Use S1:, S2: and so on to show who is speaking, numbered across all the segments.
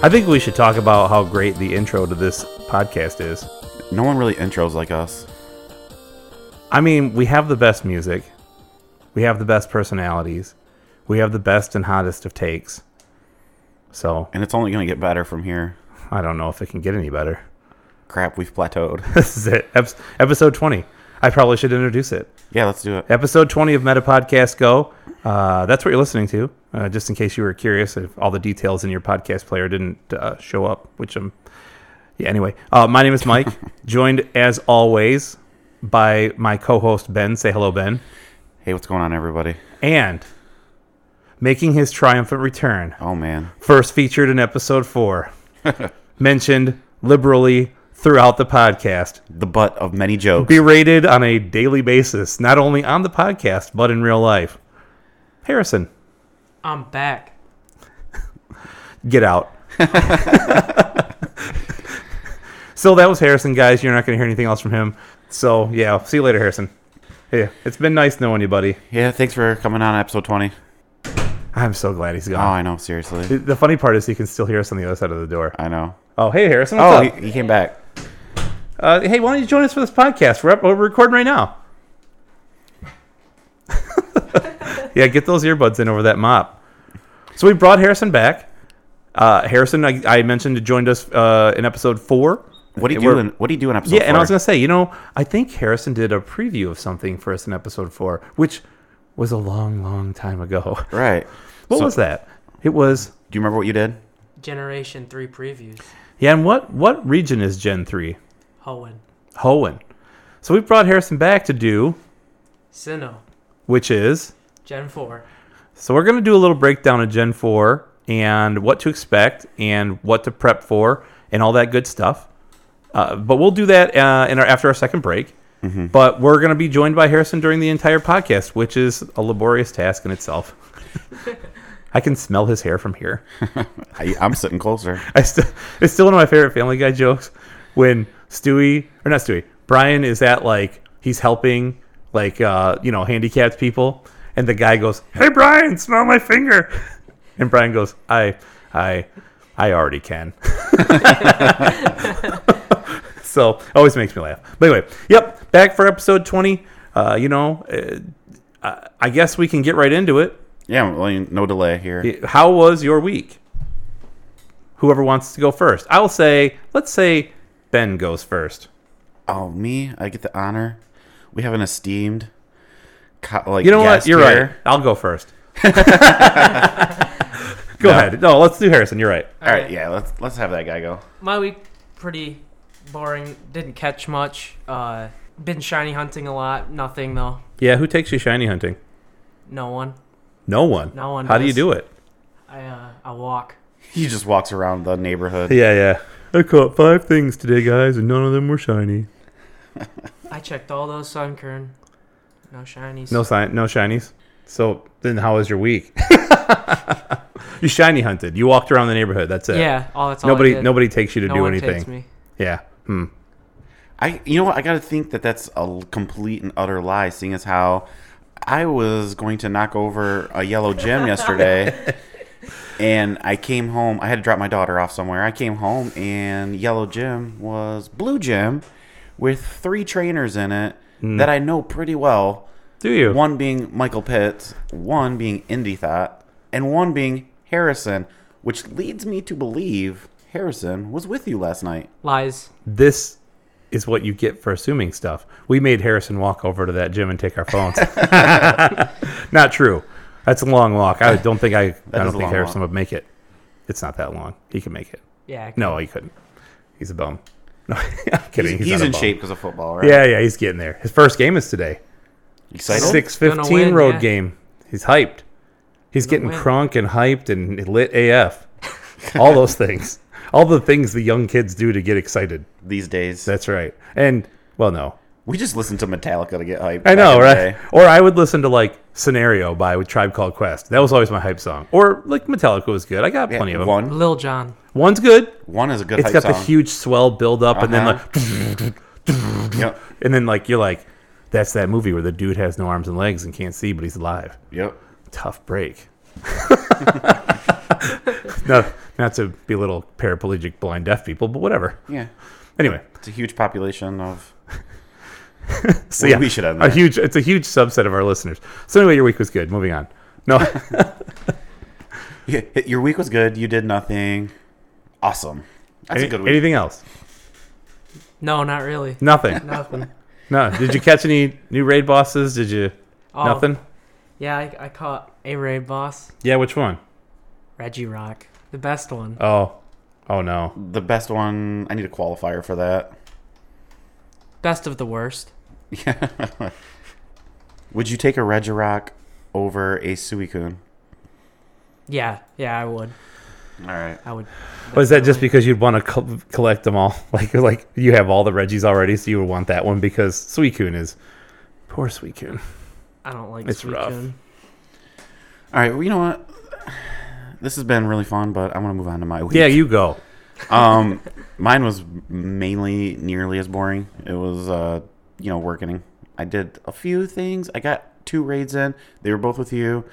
S1: I think we should talk about how great the intro to this podcast is.
S2: No one really intros like us.
S1: I mean, we have the best music, we have the best personalities, we have the best and hottest of takes. So
S2: And it's only going to get better from here.
S1: I don't know if it can get any better.
S2: Crap, we've plateaued.
S1: This is it. Ep- episode 20. I probably should introduce it.
S2: yeah, let's do it.
S1: Episode 20 of Meta Podcast Go. Uh, that's what you're listening to, uh, just in case you were curious if all the details in your podcast player didn't uh, show up, which I'm. Yeah, anyway, uh, my name is Mike, joined as always by my co host Ben. Say hello, Ben.
S2: Hey, what's going on, everybody?
S1: And making his triumphant return,
S2: Oh, man.
S1: first featured in episode four, mentioned liberally throughout the podcast,
S2: The butt of many jokes.
S1: berated on a daily basis, not only on the podcast, but in real life. Harrison,
S3: I'm back.
S1: get out. so that was Harrison, guys. You're not going to hear anything else from him. So, yeah, see you later, Harrison. Yeah, it's been nice knowing you, buddy.
S2: Yeah, thanks for coming on episode 20.
S1: I'm so glad he's
S2: Oh,
S1: gone.
S2: I know, seriously.
S1: The funny part is he can still hear us on the other side of the door.
S2: I know.
S1: Oh, hey, Harrison. What's
S2: Oh,
S1: up?
S2: he, he came back.
S1: Uh, hey, why don't you join us for this podcast? We're up. We're recording right now. yeah, get those earbuds in over that mop. So we brought Harrison back. Uh, Harrison, I, I mentioned, joined us uh, in episode four.
S2: What do you
S1: It
S2: do
S1: worked.
S2: in, what do you do in episode
S1: yeah, and I was
S2: four?
S1: gonna say, you know, I think Harrison did a preview of something for us in episode four, which was a long, long time ago.
S2: Right.
S1: What
S2: So-
S1: was that? It was
S2: Do you remember what you did?
S3: Generation 3 previews.
S1: yeah. And what what region is Gen three?
S3: Hoenn.
S1: Hoenn. So we brought Harrison back to do,
S3: Sinnoh.
S1: which is
S3: Gen 4.
S1: So we're going to do a little breakdown of Gen 4 and what to expect and what to prep for and all that good stuff. Uh, but we'll do that uh, in our after our second break. But we're going to be joined by Harrison during the entire podcast, which is a laborious task in itself. I can smell his hair from here.
S2: I, I'm sitting closer.
S1: I still, it's still one of my favorite Family Guy jokes when Stewie or not Stewie, Brian is at like he's helping like uh, you know handicapped people, and the guy goes, "Hey Brian, smell my finger," and Brian goes, "I, I, I already can." so always makes me laugh. But anyway, yep, back for episode twenty. Uh, you know, uh, I- I guess we can get right into it.
S2: Yeah, well, you- no delay here.
S1: How was your week? Whoever wants to go first. I'll say, let's say Ben goes first.
S2: Oh, me? I get the honor. We have an esteemed, co- like,
S1: You know
S2: guest
S1: what? You're
S2: here.
S1: right. I'll go first. go
S2: No.
S1: ahead. No, let's do Harrison. You're right.
S2: All right, yeah, let's let's have that guy go.
S3: My week, pretty boring. Didn't catch much. Uh, been shiny hunting a lot. Nothing, though.
S1: Yeah, who takes you shiny hunting?
S3: No one.
S1: No one.
S3: No one
S1: How do
S3: does.
S1: you do it?
S3: I, uh, I walk.
S2: He just walks around the neighborhood.
S1: Yeah, yeah. I caught five things today, guys, and none of them were shiny.
S3: I checked all those sunkern. No shinies.
S1: No sign, no shinies. So then, how was your week? you shiny hunted. You walked around the neighborhood. That's it.
S3: Yeah, all that's all I
S1: Nobody,
S3: did.
S1: nobody takes you to
S3: No
S1: do
S3: one
S1: anything.
S3: takes me.
S1: Yeah. Hmm.
S2: I, you know what? I got to think that that's a l- complete and utter lie, seeing as how I was going to knock over a yellow gem yesterday, and I came home. I had to drop my daughter off somewhere. I came home, and yellow gem was blue gem with three trainers in it that I know pretty well.
S1: Hmm. Do you?
S2: One being Michael Pitts, one being Indy Thought, and one being Harrison, which leads me to believe Harrison was with you last night.
S3: Lies.
S1: this is what you get for assuming stuff. We made Harrison walk over to that gym and take our phones. not true. That's a long walk. I don't think I. I
S2: is
S1: don't
S2: a
S1: think
S2: long
S1: Harrison would make it. It's not that long. He can make it.
S3: Yeah.
S1: No, he couldn't. He's a bum. No, I'm kidding.
S2: He's,
S1: not a
S2: in
S1: bum.
S2: shape because of football, right?
S1: Yeah, yeah, he's getting there. His first game is today.
S2: Excited?
S1: Six
S3: Gonna win,
S1: fifteen road
S3: yeah.
S1: game. He's hyped. He's getting
S3: win.
S1: crunk and hyped and lit AF. All those things. All the things the young kids do to get excited.
S2: These days.
S1: That's right. And well, no,
S2: we just listen to Metallica to get
S1: I
S2: hyped. back
S1: know,
S2: in the
S1: right?
S2: day.
S1: Or I would listen to like "Scenario" by Tribe Called Quest. That was always my hype song. Or like Metallica was good. I got
S2: Yeah,
S1: plenty of them.
S2: One,
S3: Lil John.
S1: One's good.
S2: one is a good
S1: It's
S2: hype
S1: got
S2: song.
S1: the huge swell build up, and then
S2: Uh-huh.
S1: like,
S2: Yep,
S1: and then like you're like, that's that movie where the dude has no arms and legs and can't see, but he's alive.
S2: yep.
S1: Tough break. no, Not to belittle paraplegic blind deaf people, but whatever.
S2: Yeah,
S1: Anyway,
S2: it's a huge population of.
S1: so
S2: Well,
S1: yeah,
S2: we should end
S1: a
S2: there.
S1: huge. It's a huge subset of our listeners. So anyway, your week was good. Moving on. No,
S2: Yeah, your week was good. You did nothing. Awesome. That's
S1: any-
S2: a good week.
S1: anything else?
S3: No, not really.
S1: Nothing.
S3: Nothing.
S1: no. Did you catch any new raid bosses? Did you
S3: Oh,
S1: nothing?
S3: Yeah, I, I caught a raid boss,
S1: Yeah. Which one?
S3: Reggie Rock, the best one.
S1: Oh, oh no.
S2: The best one. I need a qualifier for that.
S3: Best of the worst.
S2: Yeah. Would you take a Regirock over a Suicune?
S3: Yeah, yeah, I would.
S2: All right.
S3: I would.
S1: But is that just because you'd want to co- collect them all? Like, you're like you have all the Reggies already, so you would want that one because Suicune is poor Suicune.
S3: I don't like
S1: It's rough.
S3: Suicune.
S2: All right. Well, you know what? This has been really fun, but I want to move on to my week.
S1: Yeah, you go.
S2: um, mine was mainly nearly as boring. It was, uh, you know, working. I did a few things. I got two raids in. They were both with you.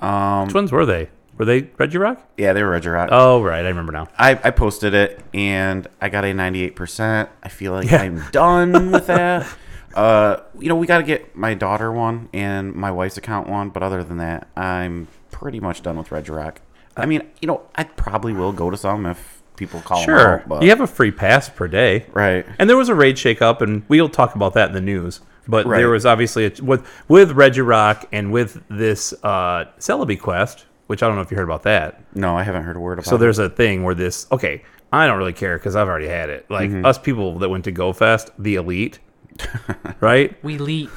S2: Um,
S1: Which ones were they? Were they Regirock?
S2: yeah, they were Regirock.
S1: Oh, right. I remember now.
S2: I, I posted it and I got a 98%. I feel like
S1: Yeah.
S2: I'm done with that. Uh, you know, we got to get my daughter one and my wife's account one, but other than that, I'm pretty much done with Red Rock. I mean, you know, I probably will go to some if people call 'em
S1: Sure.
S2: out, Oh, but
S1: You have a free pass per day.
S2: right.
S1: And there was a raid shakeup, and we'll talk about that in the news. But
S2: Right.
S1: there was obviously a, with with Regirock and with this uh, Celebi quest, which I don't know if you heard about that.
S2: No, I haven't heard a word about.
S1: So there's a thing where this okay, I don't really care because I've already had it. Like us people that went to GoFest, the elite, right?
S3: We leap.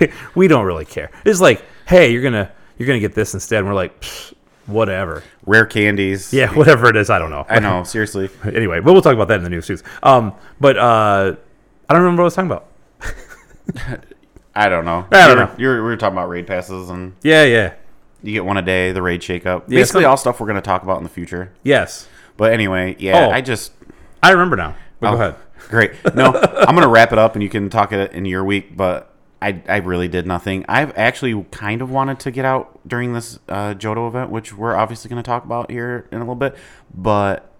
S1: We, we don't really care. It's like, hey, you're gonna you're gonna get this instead. And we're like, "Pfft, whatever.
S2: it. rare candies.
S1: Yeah, whatever it is, I don't know.
S2: I know. Seriously,
S1: anyway, but we'll talk about that in the news too. Um, but uh, I don't remember what I was talking about.
S2: I don't know.
S1: I don't
S2: You were-
S1: know.
S2: You were, we were talking about raid passes, and
S1: Yeah, yeah,
S2: you get one a day. The raid shakeup.
S1: Yeah,
S2: Basically,
S1: some-
S2: all stuff we're going to talk about in the future.
S1: yes.
S2: But anyway, yeah,
S1: Oh.
S2: I just
S1: I remember now. But
S2: Oh,
S1: Go ahead.
S2: Great. No, I'm gonna wrap it up, and you can talk it in your week. But I, I really did nothing. I've actually kind of wanted to get out during this uh, Jodo event, which we're obviously gonna talk about here in a little bit. But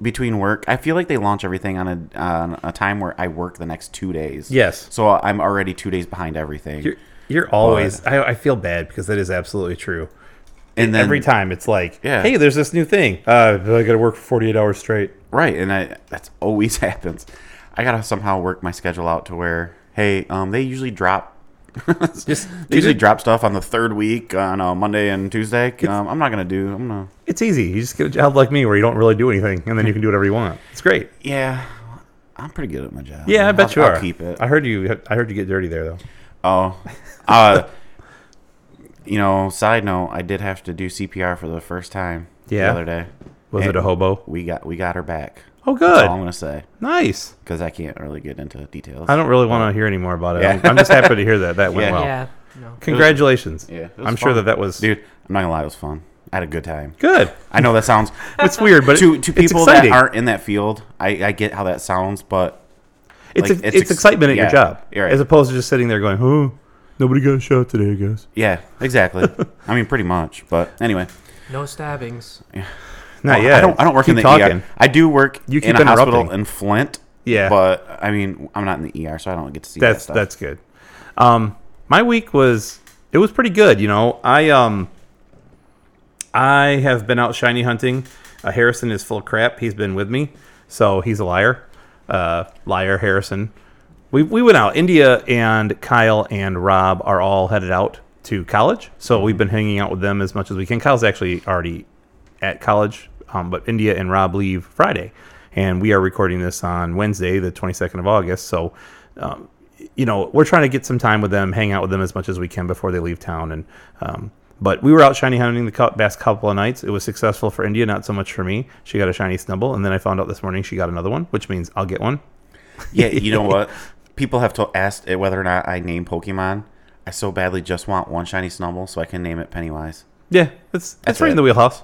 S2: between work, I feel like they launch everything on a on a time where I work the next two days.
S1: Yes.
S2: So I'm already two days behind everything.
S1: You're you're always. I, I feel bad because that is absolutely true.
S2: and then
S1: Every time it's like,
S2: Yeah.
S1: hey, there's this new thing. Uh, I got to work for 48 hours straight.
S2: Right, and I that's always happens. I gotta somehow work my schedule out to where hey, um, they usually drop. they usually drop stuff on the third week on uh, Monday and Tuesday. Um, I'm not gonna do. I'm gonna.
S1: It's easy. You just get a job like me where you don't really do anything, and then you can do whatever you want. It's great.
S2: Yeah, I'm pretty good at my job.
S1: Yeah, I bet
S2: I'll-
S1: you
S2: I'll
S1: are.
S2: keep it.
S1: I heard you. I heard you get dirty there though.
S2: Oh, uh, you know. Side note: I did have to do CPR for the first time.
S1: Yeah.
S2: The other day,
S1: Was
S2: Hey.
S1: it a hobo?
S2: we got we got her back.
S1: Oh,
S2: That's all
S1: good.
S2: I'm gonna say
S1: Nice.
S2: because I can't really get into details.
S1: I don't really want to hear any more about it.
S2: Yeah.
S1: I'm, I'm just happy to hear that that went
S2: Yeah.
S1: well.
S3: Yeah, no.
S1: Congratulations.
S2: Yeah, it was
S1: I'm sure
S2: fun.
S1: that that was
S2: dude. I'm not gonna lie, it was fun. I had a good time.
S1: good.
S2: I know that sounds
S1: It's weird, but
S2: to
S1: it-
S2: to
S1: it's
S2: people that
S1: exciting.
S2: aren't in that field. I, I get how that sounds, but
S1: it's,
S2: like,
S1: it's,
S2: it's ex-
S1: excitement at
S2: yeah,
S1: your job
S2: you're right.
S1: as opposed to just sitting there going oh nobody got shot today i guess
S2: yeah, exactly. I mean, pretty much. But anyway,
S3: No stabbings.
S1: not
S2: Well,
S1: yet
S2: I don't I don't work
S1: Keep
S2: in the
S1: talking.
S2: ER. I do work
S1: You keep
S2: in a hospital
S1: interrupting.
S2: in Flint.
S1: Yeah.
S2: but I mean, I'm not in the ER, so I don't get to see
S1: that's
S2: that stuff.
S1: that's good um my week was it was pretty good you know i um i have been out shiny hunting uh, harrison is full of crap he's been with me so he's a liar uh liar harrison we, we went out india and kyle and rob are all headed out to college so
S2: Mm-hmm.
S1: we've been hanging out with them as much as we can kyle's actually already at college um, but india and rob leave friday and we are recording this on wednesday the 22nd of august so um, you know, we're trying to get some time with them, hang out with them as much as we can before they leave town. And um, but we were out shiny hunting the cou- past couple of nights. It was successful for India, not so much for me. She got a shiny snubble, and then I found out this morning she got another one, which means I'll get one.
S2: yeah. You know what? People have to asked it whether or not I name Pokemon. I so badly just want one shiny Snubble so I can name it Pennywise.
S1: Yeah, it's it's
S2: That's
S1: right
S2: it.
S1: in the wheelhouse.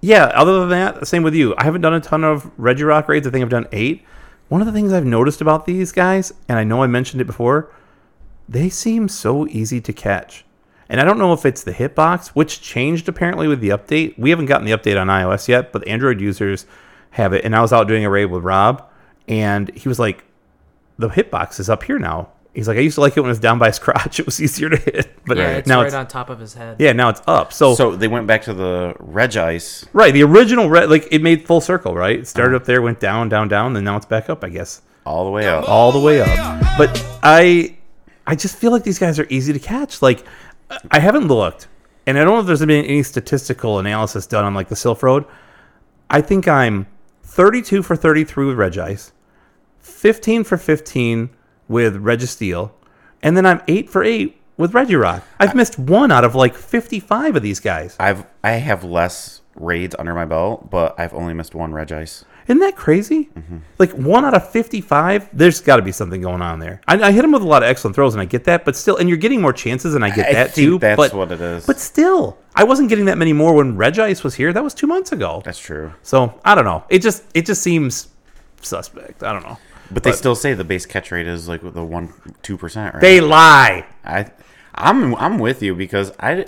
S1: Yeah. Other than that, same with you. I haven't done a ton of Regirock raids. I think I've done eight. One of the things I've noticed about these guys, and I know I mentioned it before, they seem so easy to catch. And I don't know if it's the hitbox, which changed apparently with the update. We haven't gotten the update on iOS yet, but Android users have it. And I was out doing a raid with Rob, and he was like, the hitbox is up here now. He's like, I used to like it when it was down by his crotch. It was easier to hit. But
S3: Yeah, it's
S1: now
S3: right
S1: it's
S3: on top of his head.
S1: yeah, now it's up. So,
S2: So they went back to the Reg Ice.
S1: right, the original red like it made full circle, right? It started up there, went down, down, down, and now it's back up, I guess.
S2: all the way up.
S1: all the way up. But I I just feel like these guys are easy to catch. Like I- I haven't looked, and I don't know if there's been any statistical analysis done on like the Silph Road. I think I'm 32 for 33 with Reg Ice, 15 for 15 with Registeel, and then I'm 8 for 8 with Regirock. I've missed one out of like 55 of these guys.
S2: I've I have less raids under my belt, but I've only missed one Reg Ice.
S1: Isn't that crazy?
S2: Mm-hmm.
S1: Like one out of 55, there's got to be something going on there. I, I hit him with a lot of excellent throws, and I get that, but still, and you're getting more chances, and I get
S2: I
S1: that
S2: think
S1: too.
S2: that's
S1: but,
S2: what it is.
S1: But still, I wasn't getting that many more when Reg Ice was here. That was two months ago.
S2: That's true.
S1: So I don't know. It just it just seems suspect. I don't know.
S2: But, they still say the base catch rate is like the one two percent, right?
S1: They lie.
S2: I, I'm I'm with you because I,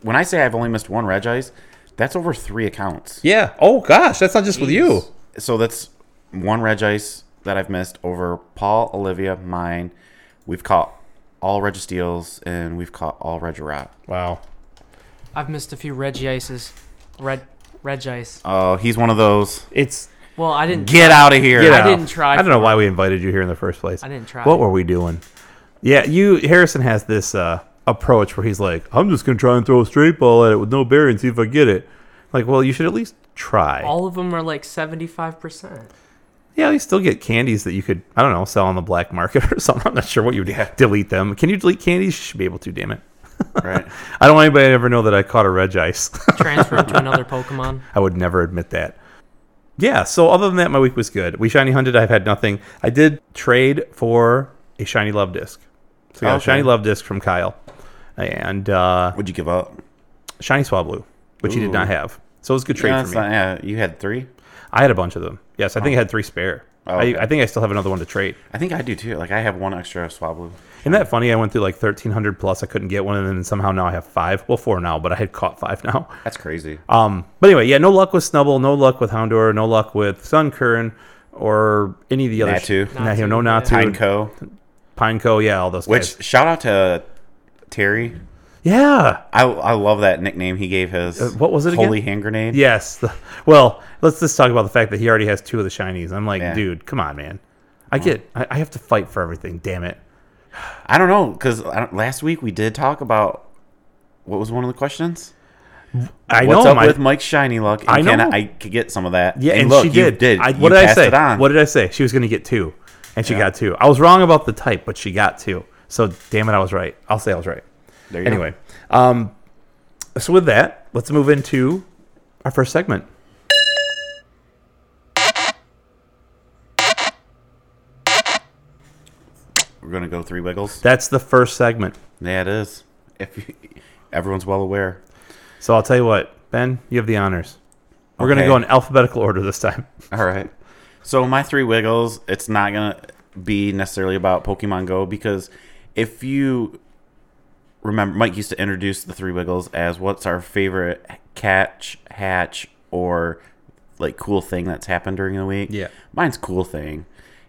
S2: when I say I've only missed one Reg Ice, that's over three accounts.
S1: Yeah. Oh gosh, that's not just with you.
S2: So that's one Reg Ice that I've missed over Paul, Olivia, mine. We've caught all Registeals and we've caught all Regirat.
S1: Wow.
S3: I've missed a few Reggie Ices. Red Reg Ice.
S2: Oh, he's one of those.
S1: It's
S3: Well, I didn't.
S2: Get out of here.
S1: Get
S3: I
S1: out.
S3: didn't try
S1: I don't know
S3: for
S1: why we invited you here in the first place.
S3: I didn't try.
S1: What were we doing? Yeah, you Harrison has this uh, approach where he's like, "I'm just gonna try and throw a straight ball at it with no bear and see if I get it." Like, well, you should at least try.
S3: all of them are like 75%.
S1: yeah, you still get candies that you could, I don't know, sell on the black market or something. I'm not sure what you would delete them. Can you delete candies? You should be able to. Damn it!
S2: Right.
S1: I don't want anybody to ever know that I caught a reg ice.
S3: Transfer them to another Pokemon.
S1: I would never admit that. Yeah, so other than that, my week was good. We shiny hunted, I've had nothing. I did trade for a shiny love disc. So I got a
S2: Okay.
S1: shiny love disc from Kyle and uh,
S2: Would you give up?
S1: shiny Swablu, which he did
S2: Ooh.
S1: not have. So it was a good trade
S2: Yeah,
S1: for
S2: it's
S1: me.
S2: not- yeah, you had three.
S1: I had a bunch of them. Yes, I think I had three spare.
S2: Oh, okay.
S1: I, I think I still have another one to trade.
S2: I think I do too. Like I have one extra Swablu.
S1: Isn't that funny? I went through like 1,300 plus. I couldn't get one, and then somehow now I have five. Well, four now, but I had caught five now.
S2: That's crazy.
S1: Um, but anyway, yeah, no luck with Snubble, no luck with Houndour, no luck with Sunkern or any of the other
S2: Natu.
S1: Natu, no
S3: Natu,
S1: Natu,
S3: yeah.
S1: and
S2: Pineco.
S1: Pineco, yeah, all those
S2: Which
S1: guys.
S2: shout out to Terry.
S1: Yeah,
S2: I I love that nickname he gave his.
S1: Uh, what was it
S2: Holy
S1: again?
S2: hand grenade.
S1: yes. The- well, let's just talk about the fact that he already has two of the shinies. I'm like,
S2: Yeah.
S1: dude, come on, man. I get, I, I have to fight for everything. Damn it.
S2: I don't know because last week we did talk about what was one of the questions.
S1: I
S2: What's
S1: know
S2: up
S1: my-
S2: with Mike's shiny luck? And
S1: I know.
S2: Can I, I could get some of that.
S1: Yeah, and,
S2: look,
S1: she
S2: you
S1: did.
S2: did.
S1: I,
S2: You
S1: what did I
S2: passed
S1: say?
S2: It on.
S1: What did I say? She was going to get two, and she got two. I was wrong about the type, but she got two. So damn it, I was right. I'll say I was right.
S2: There you go.
S1: Anyway, um, so with that, let's move into our first segment.
S2: We're gonna go three wiggles.
S1: That's the first segment.
S2: Yeah, it is. If you, everyone's well aware.
S1: So I'll tell you what, Ben, you have the honors. We're going to
S2: Okay.
S1: go in alphabetical order this time.
S2: All right. So my three wiggles, it's not gonna be necessarily about Pokemon Go because if you remember, Mike used to introduce the three wiggles as what's our favorite catch, hatch, or like cool thing that's happened during the week.
S1: Yeah.
S2: mine's cool thing,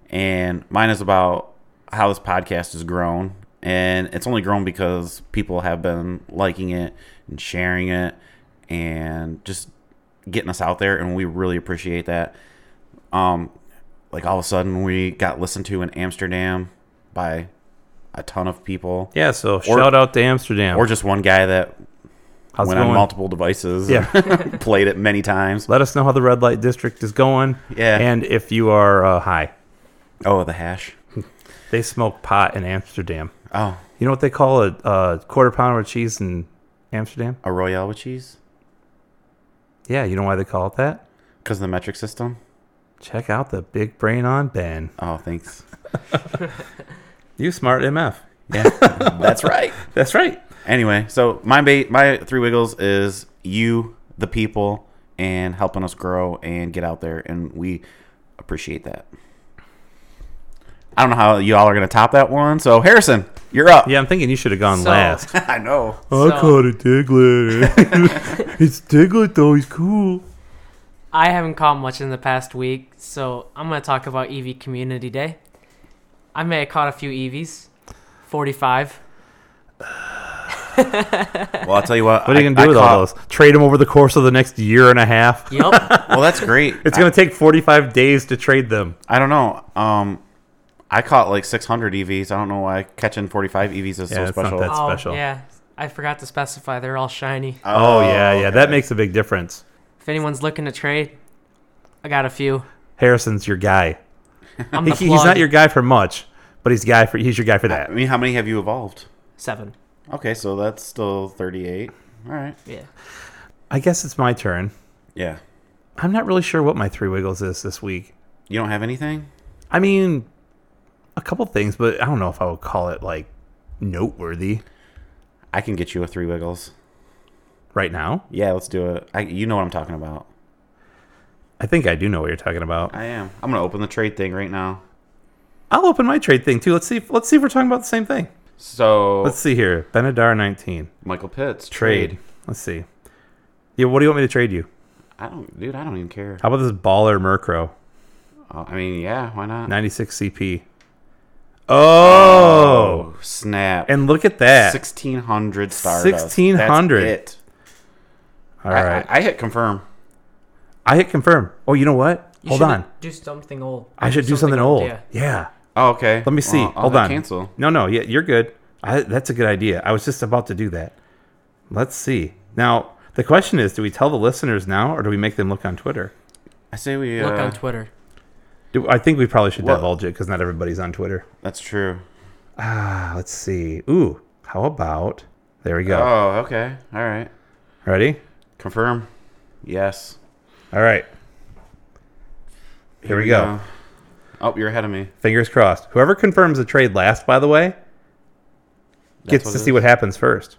S2: and mine is about how this podcast has grown, and it's only grown because people have been liking it and sharing it, and just getting us out there, and we really appreciate that um like all of a sudden we got listened to in Amsterdam by a ton of people
S1: Yeah. So shout out to Amsterdam.
S2: or just one guy that
S1: How's it
S2: went
S1: going?
S2: on multiple devices and played it many times
S1: Let us know how the red light district is going.
S2: Yeah.
S1: And if you are uh, high,
S2: oh the hash
S1: they smoke pot in Amsterdam.
S2: oh
S1: You know what they call a, a quarter pounder with cheese in Amsterdam?
S2: a royale with cheese
S1: Yeah, you know why they call it that?
S2: because of the metric system
S1: Check out the big brain on Ben.
S2: oh thanks
S1: You smart MF.
S2: yeah that's right
S1: That's right.
S2: anyway so my ba- my three wiggles is you the people and helping us grow and get out there and we appreciate that i don't know how you all are going to top that one so harrison You're up.
S1: Yeah, I'm thinking you should have gone
S3: So-
S1: last.
S2: I know.
S1: Oh,
S3: So- caught
S1: it Diglett. it's Diglett though. He's cool.
S3: I haven't caught much in the past week, so I'm going to talk about EV Community Day. I may have caught a few E EVs, 45.
S2: Well, I'll tell you what.
S1: What are you
S2: I-
S1: gonna do
S2: I
S1: with
S2: caught-
S1: all those? Trade them over the course of the next year and a half.
S3: Yep.
S2: Well, that's great.
S1: It's gonna take 45 days to trade them.
S2: I don't know. Um, I caught like 600 EVs. I don't know why catching 45 EVs is
S1: Yeah,
S2: so
S1: it's not
S2: special.
S1: that- That's
S3: oh,
S1: special.
S3: Yeah. I forgot to specify they're all shiny.
S1: Oh, yeah, yeah,
S2: okay.
S1: that makes a big difference.
S3: If anyone's looking to trade, I got a few.
S1: Harrison's your guy.
S3: I'm
S1: He,
S3: the
S1: he's not
S3: plug.
S1: your guy for much, but he's guy for he's your guy for that.
S2: I mean, how many have you evolved?
S3: seven.
S2: Okay, so that's still 38. All right.
S3: Yeah.
S1: I guess it's my turn.
S2: Yeah.
S1: I'm not really sure what my three wiggles is this week.
S2: You don't have anything?
S1: I mean, a couple things, but I don't know if I would call it like noteworthy
S2: I can get you a three wiggles.
S1: right now.
S2: Yeah, let's do it. I, you know what I'm talking about.
S1: I think I do know what you're talking about.
S2: I am. I'm gonna open the trade thing right now.
S1: I'll open my trade thing too. Let's see. If, let's see if we're talking about the same thing.
S2: So
S1: Let's see here. Benadar 19
S2: Michael Pitts
S1: trade. Let's see. Yeah, what do you want me to trade you?
S2: I don't, dude. I don't even care.
S1: How about this baller Murkrow
S2: Uh, I mean, yeah. Why not?
S1: 96 CP? Oh,
S2: Oh snap!
S1: and look at that.
S2: 1600 stardust.
S1: 1600.
S2: That's it.
S1: All
S2: I-
S1: right,
S2: I, I hit confirm.
S1: I, hit confirm. Oh, you know what?
S3: You
S1: Hold
S3: should
S1: on.
S3: Do something old.
S1: I should do something old.
S3: Yeah.
S1: yeah.
S2: Oh, okay.
S1: Let me see.
S2: Well, I'll
S1: Hold
S2: hit
S1: on.
S2: Cancel.
S1: No, no. Yeah, you're good. I, that's a good idea. I was just about to do that. Let's see. Now, the question is, do we tell the listeners now, or do we make them look on Twitter?
S2: I say we.
S3: Look
S2: uh,
S3: on Twitter.
S1: Do, I think we probably should
S2: Well-
S1: divulge it because not everybody's on Twitter.
S2: That's true.
S1: Ah, let's see. Ooh, how about? There we go.
S2: Oh, okay. All right.
S1: Ready?
S2: Confirm. Yes.
S1: All right. Here, we go.
S2: Oh, you're ahead of me.
S1: Fingers crossed. Whoever confirms the trade last, by the way, gets
S2: what
S1: to
S2: it
S1: see
S2: is.
S1: what happens first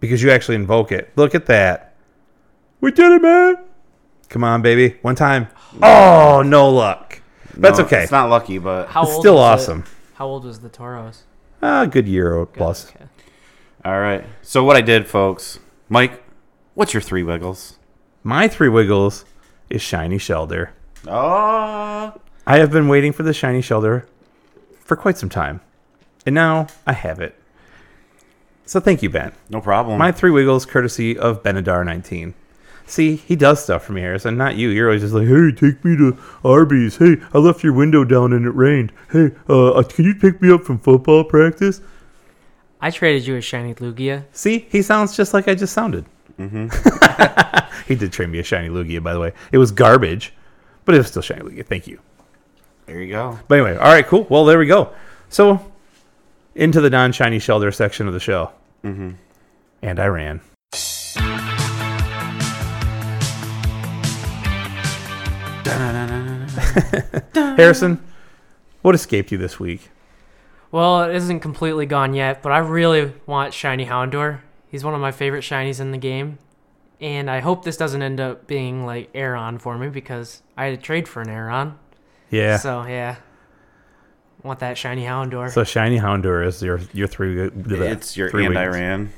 S1: because you actually invoke it. Look at that. We did it, man. Come on, baby. One time. Oh, no luck. That's
S2: No,
S1: okay.
S2: It's not lucky, but
S3: How
S1: It's
S3: old
S1: still
S3: was it?
S1: awesome.
S3: How old was the Toros?
S1: Ah, good year or
S3: Good,
S1: plus.
S3: okay.
S2: all right. So what I did, folks. Mike, what's your three wiggles?
S1: My three wiggles is Shiny Shelder.
S2: Oh.
S1: I have been waiting for the shiny shelter for quite some time, and now I have it. So thank you, Ben.
S2: No problem.
S1: My three wiggles, courtesy of Benadar19. See, he does stuff for me, Harrison, not you. You're always just like, hey, take me to Arby's. Hey, I left your window down and it rained. Hey, uh, uh, can you pick me up from football practice?
S3: I traded you a shiny Lugia.
S1: See, he sounds just like I just sounded. he did trade me a shiny Lugia, by the way. It was garbage, but it was still shiny Lugia. Thank you.
S2: there you go.
S1: But anyway, all right, cool. Well, there we go. So into the non shiny shelter section of the show. Mm-hmm. And I ran. Harrison, what escaped you this week?
S3: Well, it isn't completely gone yet, but I really want shiny Houndour. He's one of my favorite shinies in the game, and I hope this doesn't end up being like Aeron for me because I had to trade for an Aeron.
S1: Yeah. So,
S3: So yeah, want that shiny Houndour.
S1: shiny Houndour is your your three. The,
S2: It's your
S1: three
S2: and I
S1: wings.
S2: ran.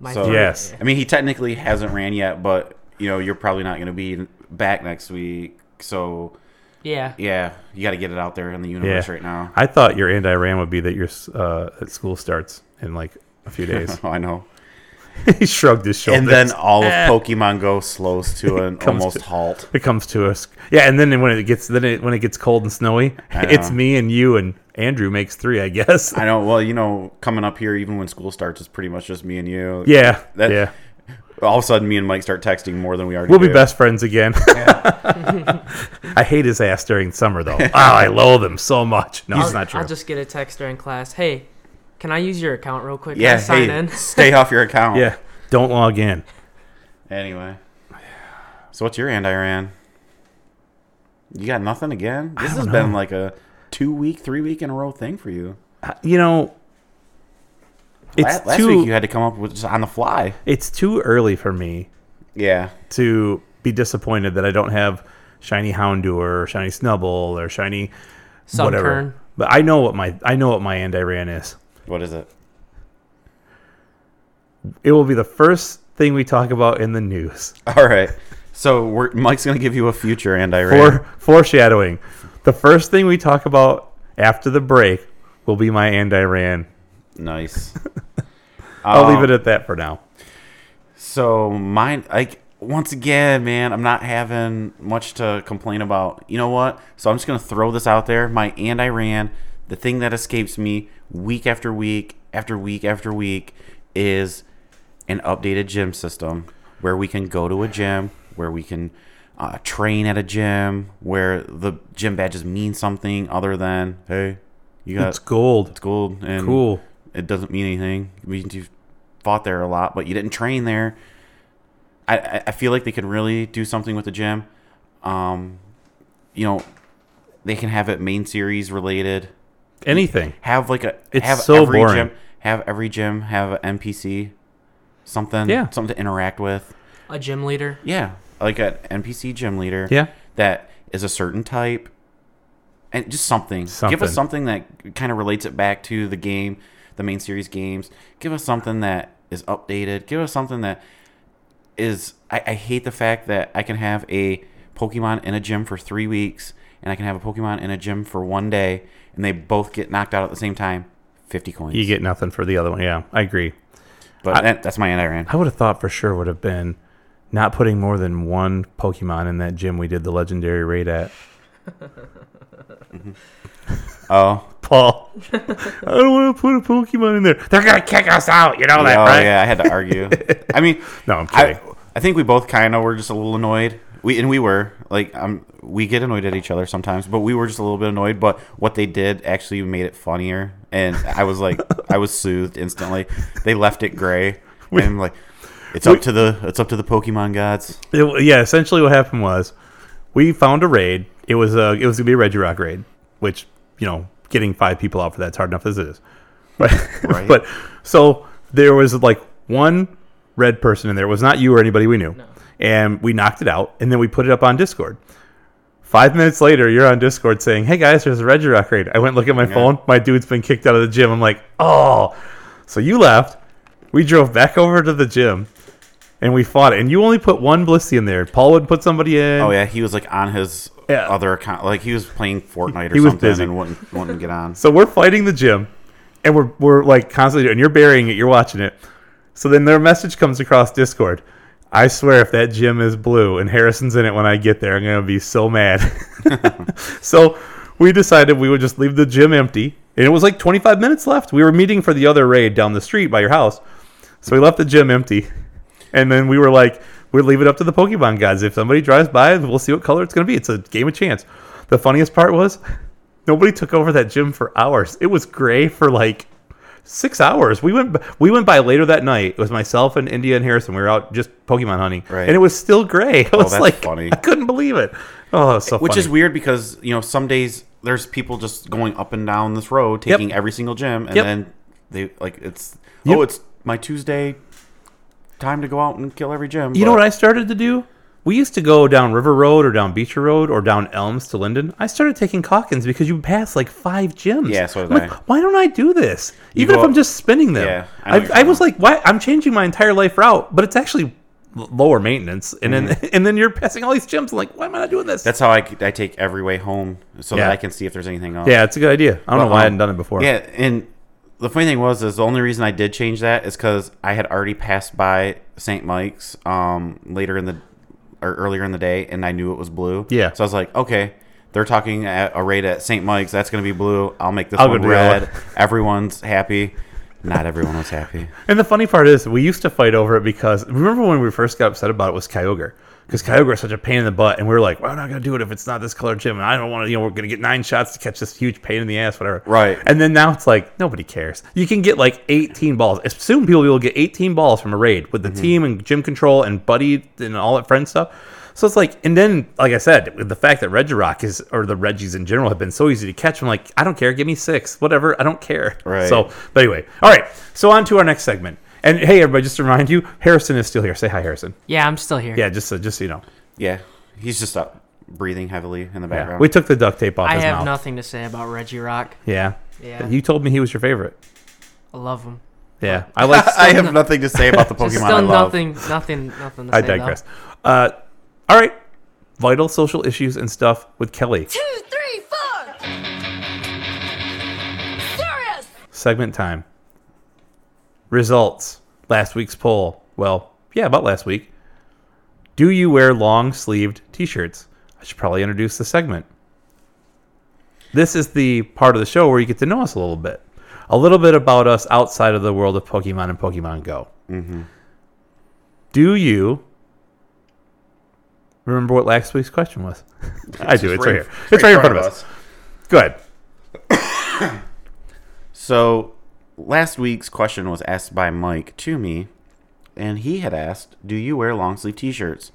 S3: My
S2: so-
S3: favorite.
S1: Yes.
S2: I mean, he technically hasn't ran yet, but you know, you're probably not going to be back next week. So
S3: Yeah.
S2: yeah, you got to get it out there in the universe
S1: Yeah.
S2: right now.
S1: I thought your and I ran would be that your uh, that school starts in like a few days.
S2: oh, I know.
S1: he shrugged his shoulders.
S2: And then all of Pokemon Go slows to an
S1: Comes
S2: almost
S1: to-
S2: halt.
S1: It comes to us. Yeah, and then when it gets then it, when it gets cold and snowy,
S2: know.
S1: it's me and you and Andrew makes three, I guess.
S2: I know. Well, you know, coming up here, even when school starts, it's pretty much just me and you.
S1: yeah,
S2: That-
S1: yeah.
S2: All of a sudden, me and Mike start texting more than we already.
S1: We'll be
S2: do.
S1: best friends again. I hate his ass during summer though. Oh, I loathe him so much. No,
S3: I'll,
S1: it's not true.
S3: I'll just get a text during class. Hey, can I use your account real quick?
S2: Yeah.
S3: Can I sign
S2: Hey,
S3: in.
S2: stay off your account.
S1: yeah, don't log in.
S2: Anyway. So what's your and I ran? You got nothing again? This has
S1: don't
S2: been
S1: know.
S2: like a two week, three week in a row thing for you.
S1: Uh, You know, it's
S2: last, last
S1: too
S2: week you had to come up with just on the fly.
S1: it's too early for me
S2: Yeah.
S1: to be disappointed that I don't have shiny Houndour or shiny Snubble or shiny whatever.
S3: Sunkern.
S1: But I know what my I know what my and I ran is.
S2: What is it?
S1: It will be the first thing we talk about in the news.
S2: All right. So we're, Mike's going to give you a future and Iran.
S1: For, foreshadowing. The first thing we talk about after the break will be my and Iran.
S2: Nice.
S1: I'll
S2: Um,
S1: leave it at that for now.
S2: So mine, like once again, man, I'm not having much to complain about. You know what? So I'm just gonna throw this out there. My and Iran, the thing that escapes me week after week after week after week is an updated gym system where we can go to a gym, where we can uh, train at a gym, where the gym badges mean something other than hey, you got
S1: It's gold.
S2: it's gold and
S1: Cool.
S2: it doesn't mean anything. It means you fought there a lot, but you didn't train there. I- I, I feel like they could really do something with the gym. Um, you know, they can have it main series related.
S1: Anything.
S2: Have like a
S1: It's
S2: have
S1: so
S2: every
S1: boring.
S2: gym have every gym have an NPC, something
S1: Yeah.
S2: something to interact with.
S3: A gym leader.
S2: Yeah, like an NPC gym leader.
S1: Yeah.
S2: that is a certain type, and just something. Give
S1: Something.
S2: us something that kind of relates it back to the game, the main series games. Give us something that is updated. Give us something that is. I, I hate the fact that I can have a Pokemon in a gym for three weeks, and I can have a Pokemon in a gym for one day, and they both get knocked out at the same time. Fifty coins.
S1: You get nothing for the other one. Yeah, I agree.
S2: but that, that's my end. I ran.
S1: I would have thought for sure would have been not putting more than one Pokemon in that gym we did the legendary raid at.
S2: Oh,
S1: Paul, I don't want to put a Pokemon in there. They're gonna kick us out. You know that,
S2: yeah,
S1: Oh, right?
S2: Oh, yeah. I had to argue. I mean,
S1: No, I'm kidding.
S2: I, I think we both kind of were just a little annoyed. We and we were like, um, we get annoyed at each other sometimes, but we were just a little bit annoyed. But what they did actually made it funnier, and I was like, I was soothed instantly. They left it gray, and I'm like, it's up to the it's up to the Pokemon gods.
S1: It- yeah, essentially what happened was we found a raid. It was a it was gonna be a Regirock raid, which you know getting five people out for that's hard enough as it is. But
S2: Right.
S1: but so there was like one red person in there. It was not you or anybody we knew, and we knocked it out, and then we put it up on Discord. Five minutes later, you're on Discord saying, "Hey guys, there's a Regirock raid." I went look at my phone. My dude's been kicked out of the gym. I'm like, "Oh!" So you left. We drove back over to the gym, and we fought it. And you only put one Blissey in there. Paul would put somebody in.
S2: Oh yeah, he was like on his
S1: Yeah.
S2: other account, like he was playing Fortnite or
S1: He was
S2: something,
S1: busy.
S2: and wouldn't wouldn't get on.
S1: So we're fighting the gym, and we're we're like constantly, and you're burying it. You're watching it. So then their message comes across Discord. I swear, if that gym is blue and Harrison's in it when I get there, I'm gonna be so mad. so we decided we would just leave the gym empty, and it was like 25 minutes left. We were meeting for the other raid down the street by your house, so we left the gym empty, and then we were like, we'd leave it up to the Pokemon gods. If somebody drives by, we'll see what color it's gonna be. It's a game of chance. The funniest part was nobody took over that gym for hours. It was gray for like six hours. We went we went by later that night. It was myself and India and Harrison. We were out just Pokemon hunting,
S2: Right. Oh,
S1: and it was still gray. I was
S2: that's
S1: like,
S2: funny.
S1: I couldn't believe it. Oh, it's so
S2: Which
S1: funny.
S2: is weird because you know some days there's people just going up and down this road taking every single gym, and
S1: Yep.
S2: then they like it's
S1: You-
S2: oh it's my Tuesday time to go out and kill every gym.
S1: You know what I started to do? We used to go down River Road or down Beecher Road or down Elms to Linden. I started taking Calkins because you pass like five gyms.
S2: Yeah, so did
S1: I'm like,
S2: I.
S1: Why don't I do this? Even
S2: go
S1: if I'm
S2: up-
S1: just spinning them.
S2: Yeah, I know what
S1: I,
S2: you're
S1: I
S2: talking
S1: was like, why? I'm changing my entire life route, but it's actually l- lower maintenance. And then and then you're passing all these gyms. I'm like, why am I not doing this?
S2: Mm-hmm. That's how I, I take every way home so
S1: Yeah.
S2: that I can see if there's anything else.
S1: yeah, it's a good idea. I don't know why I
S2: Um,
S1: hadn't done it before.
S2: Yeah, and the funny thing was is the only reason I did change that is because I had already passed by St. Mike's um, later in the or earlier in the day, and I knew it was blue.
S1: Yeah.
S2: so I was like, okay, they're talking at a rate at St. Mike's. That's going to be blue. I'll make this
S1: I'll
S2: one
S1: go do that
S2: red. Everyone's happy. Not everyone was happy.
S1: And the funny part is, we used to fight over it because remember when we first got upset about it was Kyogre because Kyogre is such a pain in the butt, and we were like, "Well, I'm not gonna do it if it's not this color gym, and I don't want to. You know, we're gonna get nine shots to catch this huge pain in the ass, whatever."
S2: Right.
S1: And then now it's like nobody cares. You can get like 18 balls. Assume people will get 18 balls from a raid with the team and gym control and buddy and all that friend stuff. So it's like, and then like I said, with the fact that Regirock is or the Reggies in general have been so easy to catch, I'm like, I don't care. Give me six, whatever. I don't care.
S2: Right.
S1: So, but anyway, all right. So on to our next segment. And hey, everybody, just to remind you, Harrison is still here. Say hi, Harrison.
S3: Yeah, I'm still here.
S1: Yeah, just so, just so you know,
S2: Yeah, he's just up breathing heavily in the
S1: Yeah.
S2: background.
S1: we took the duct tape off
S3: I
S1: his
S3: have
S1: mouth.
S3: nothing to say about Reggie Rock.
S1: Yeah.
S3: Yeah.
S1: You told me he was your favorite.
S3: I love them.
S1: Yeah, I like.
S2: I have nothing to say about the
S3: Just
S2: Pokemon I
S3: still
S2: love.
S3: nothing, nothing, nothing. To
S1: I
S3: say, though.
S1: digress. Uh, all right, vital social issues and stuff with Kelly
S4: two, three, four. Serious.
S1: segment time. Results last week's poll. Well, yeah, about last week. Do you wear long sleeved T-shirts? I should probably introduce the segment. This is the part of the show where you get to know us a little bit, a little bit about us outside of the world of Pokemon and Pokemon Go. Mm-hmm. Do you remember what last week's question was? I do. It's right here. It's right in front of us. Go ahead.
S2: So last week's question was asked by Mike to me, and he had asked, "Do you wear long sleeve T-shirts?"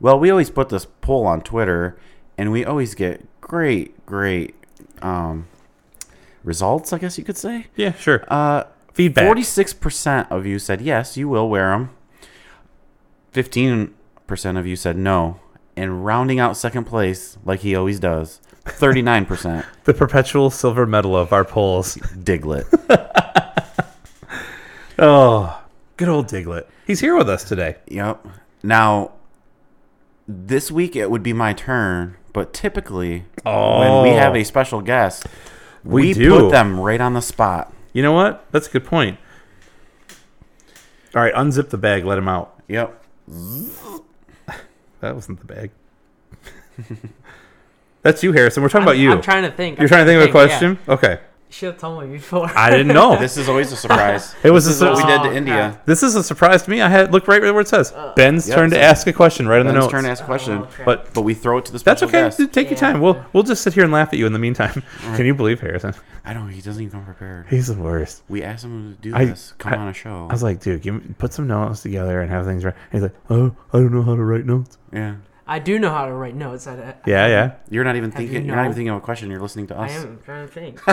S2: Well, we always put this poll on Twitter, and we always get great, great um, results. I guess you could say.
S1: Yeah, sure.
S2: Uh,
S1: Feedback.
S2: Forty-six percent of you said yes, you will wear them. Fifteen percent of you said no, and rounding out second place like he always does, thirty-nine percent
S1: the perpetual silver medal of our polls.
S2: Diglett.
S1: Oh, good old Diglett. He's here with us today.
S2: Yep. Now, this week it would be my turn, but typically when we
S1: Oh.
S2: have a special guest,
S1: We
S2: we,
S1: do.
S2: put them right on the spot.
S1: You know what? That's a good point. All right, unzip the bag. Let him out.
S2: Yep.
S1: That wasn't the bag. That's you, Harrison. We're talking about
S3: I'm-
S1: you.
S3: I'm trying to think.
S1: You're trying to think of a
S3: yeah.
S1: question. Okay.
S3: You should have told me before.
S1: I didn't know. this
S2: This is always a surprise.
S1: It was
S2: this
S1: a
S2: is what we
S1: sur-
S2: did to
S3: Oh,
S2: India.
S1: this is a surprise to me. I had look right where it says Ben's
S2: yeah,
S1: turn to
S2: so-
S1: ask a question right in the
S2: Ben's
S1: notes.
S2: turn to ask a question,
S3: Oh, okay.
S1: but
S2: but we throw it to the
S1: that's
S2: special
S1: okay.
S2: guest.
S1: Dude, Take your
S3: Yeah.
S1: time. We'll we'll just sit here and laugh at you in the meantime. Can you believe Harrison?
S2: I know he doesn't even come prepared.
S1: He's the worst.
S2: We asked him to do
S1: I-
S2: this. Come
S1: I-
S2: on a show.
S1: I was like, dude, give me, put some notes together and have things right. He's like, oh, I don't know how to write notes.
S2: yeah.
S3: I do know how to write notes. I, I,
S1: Yeah, yeah.
S2: You're not even
S3: you
S2: thinking. You are not
S3: know?
S2: even thinking of a question. You're listening to
S3: I
S2: us.
S3: am trying to think.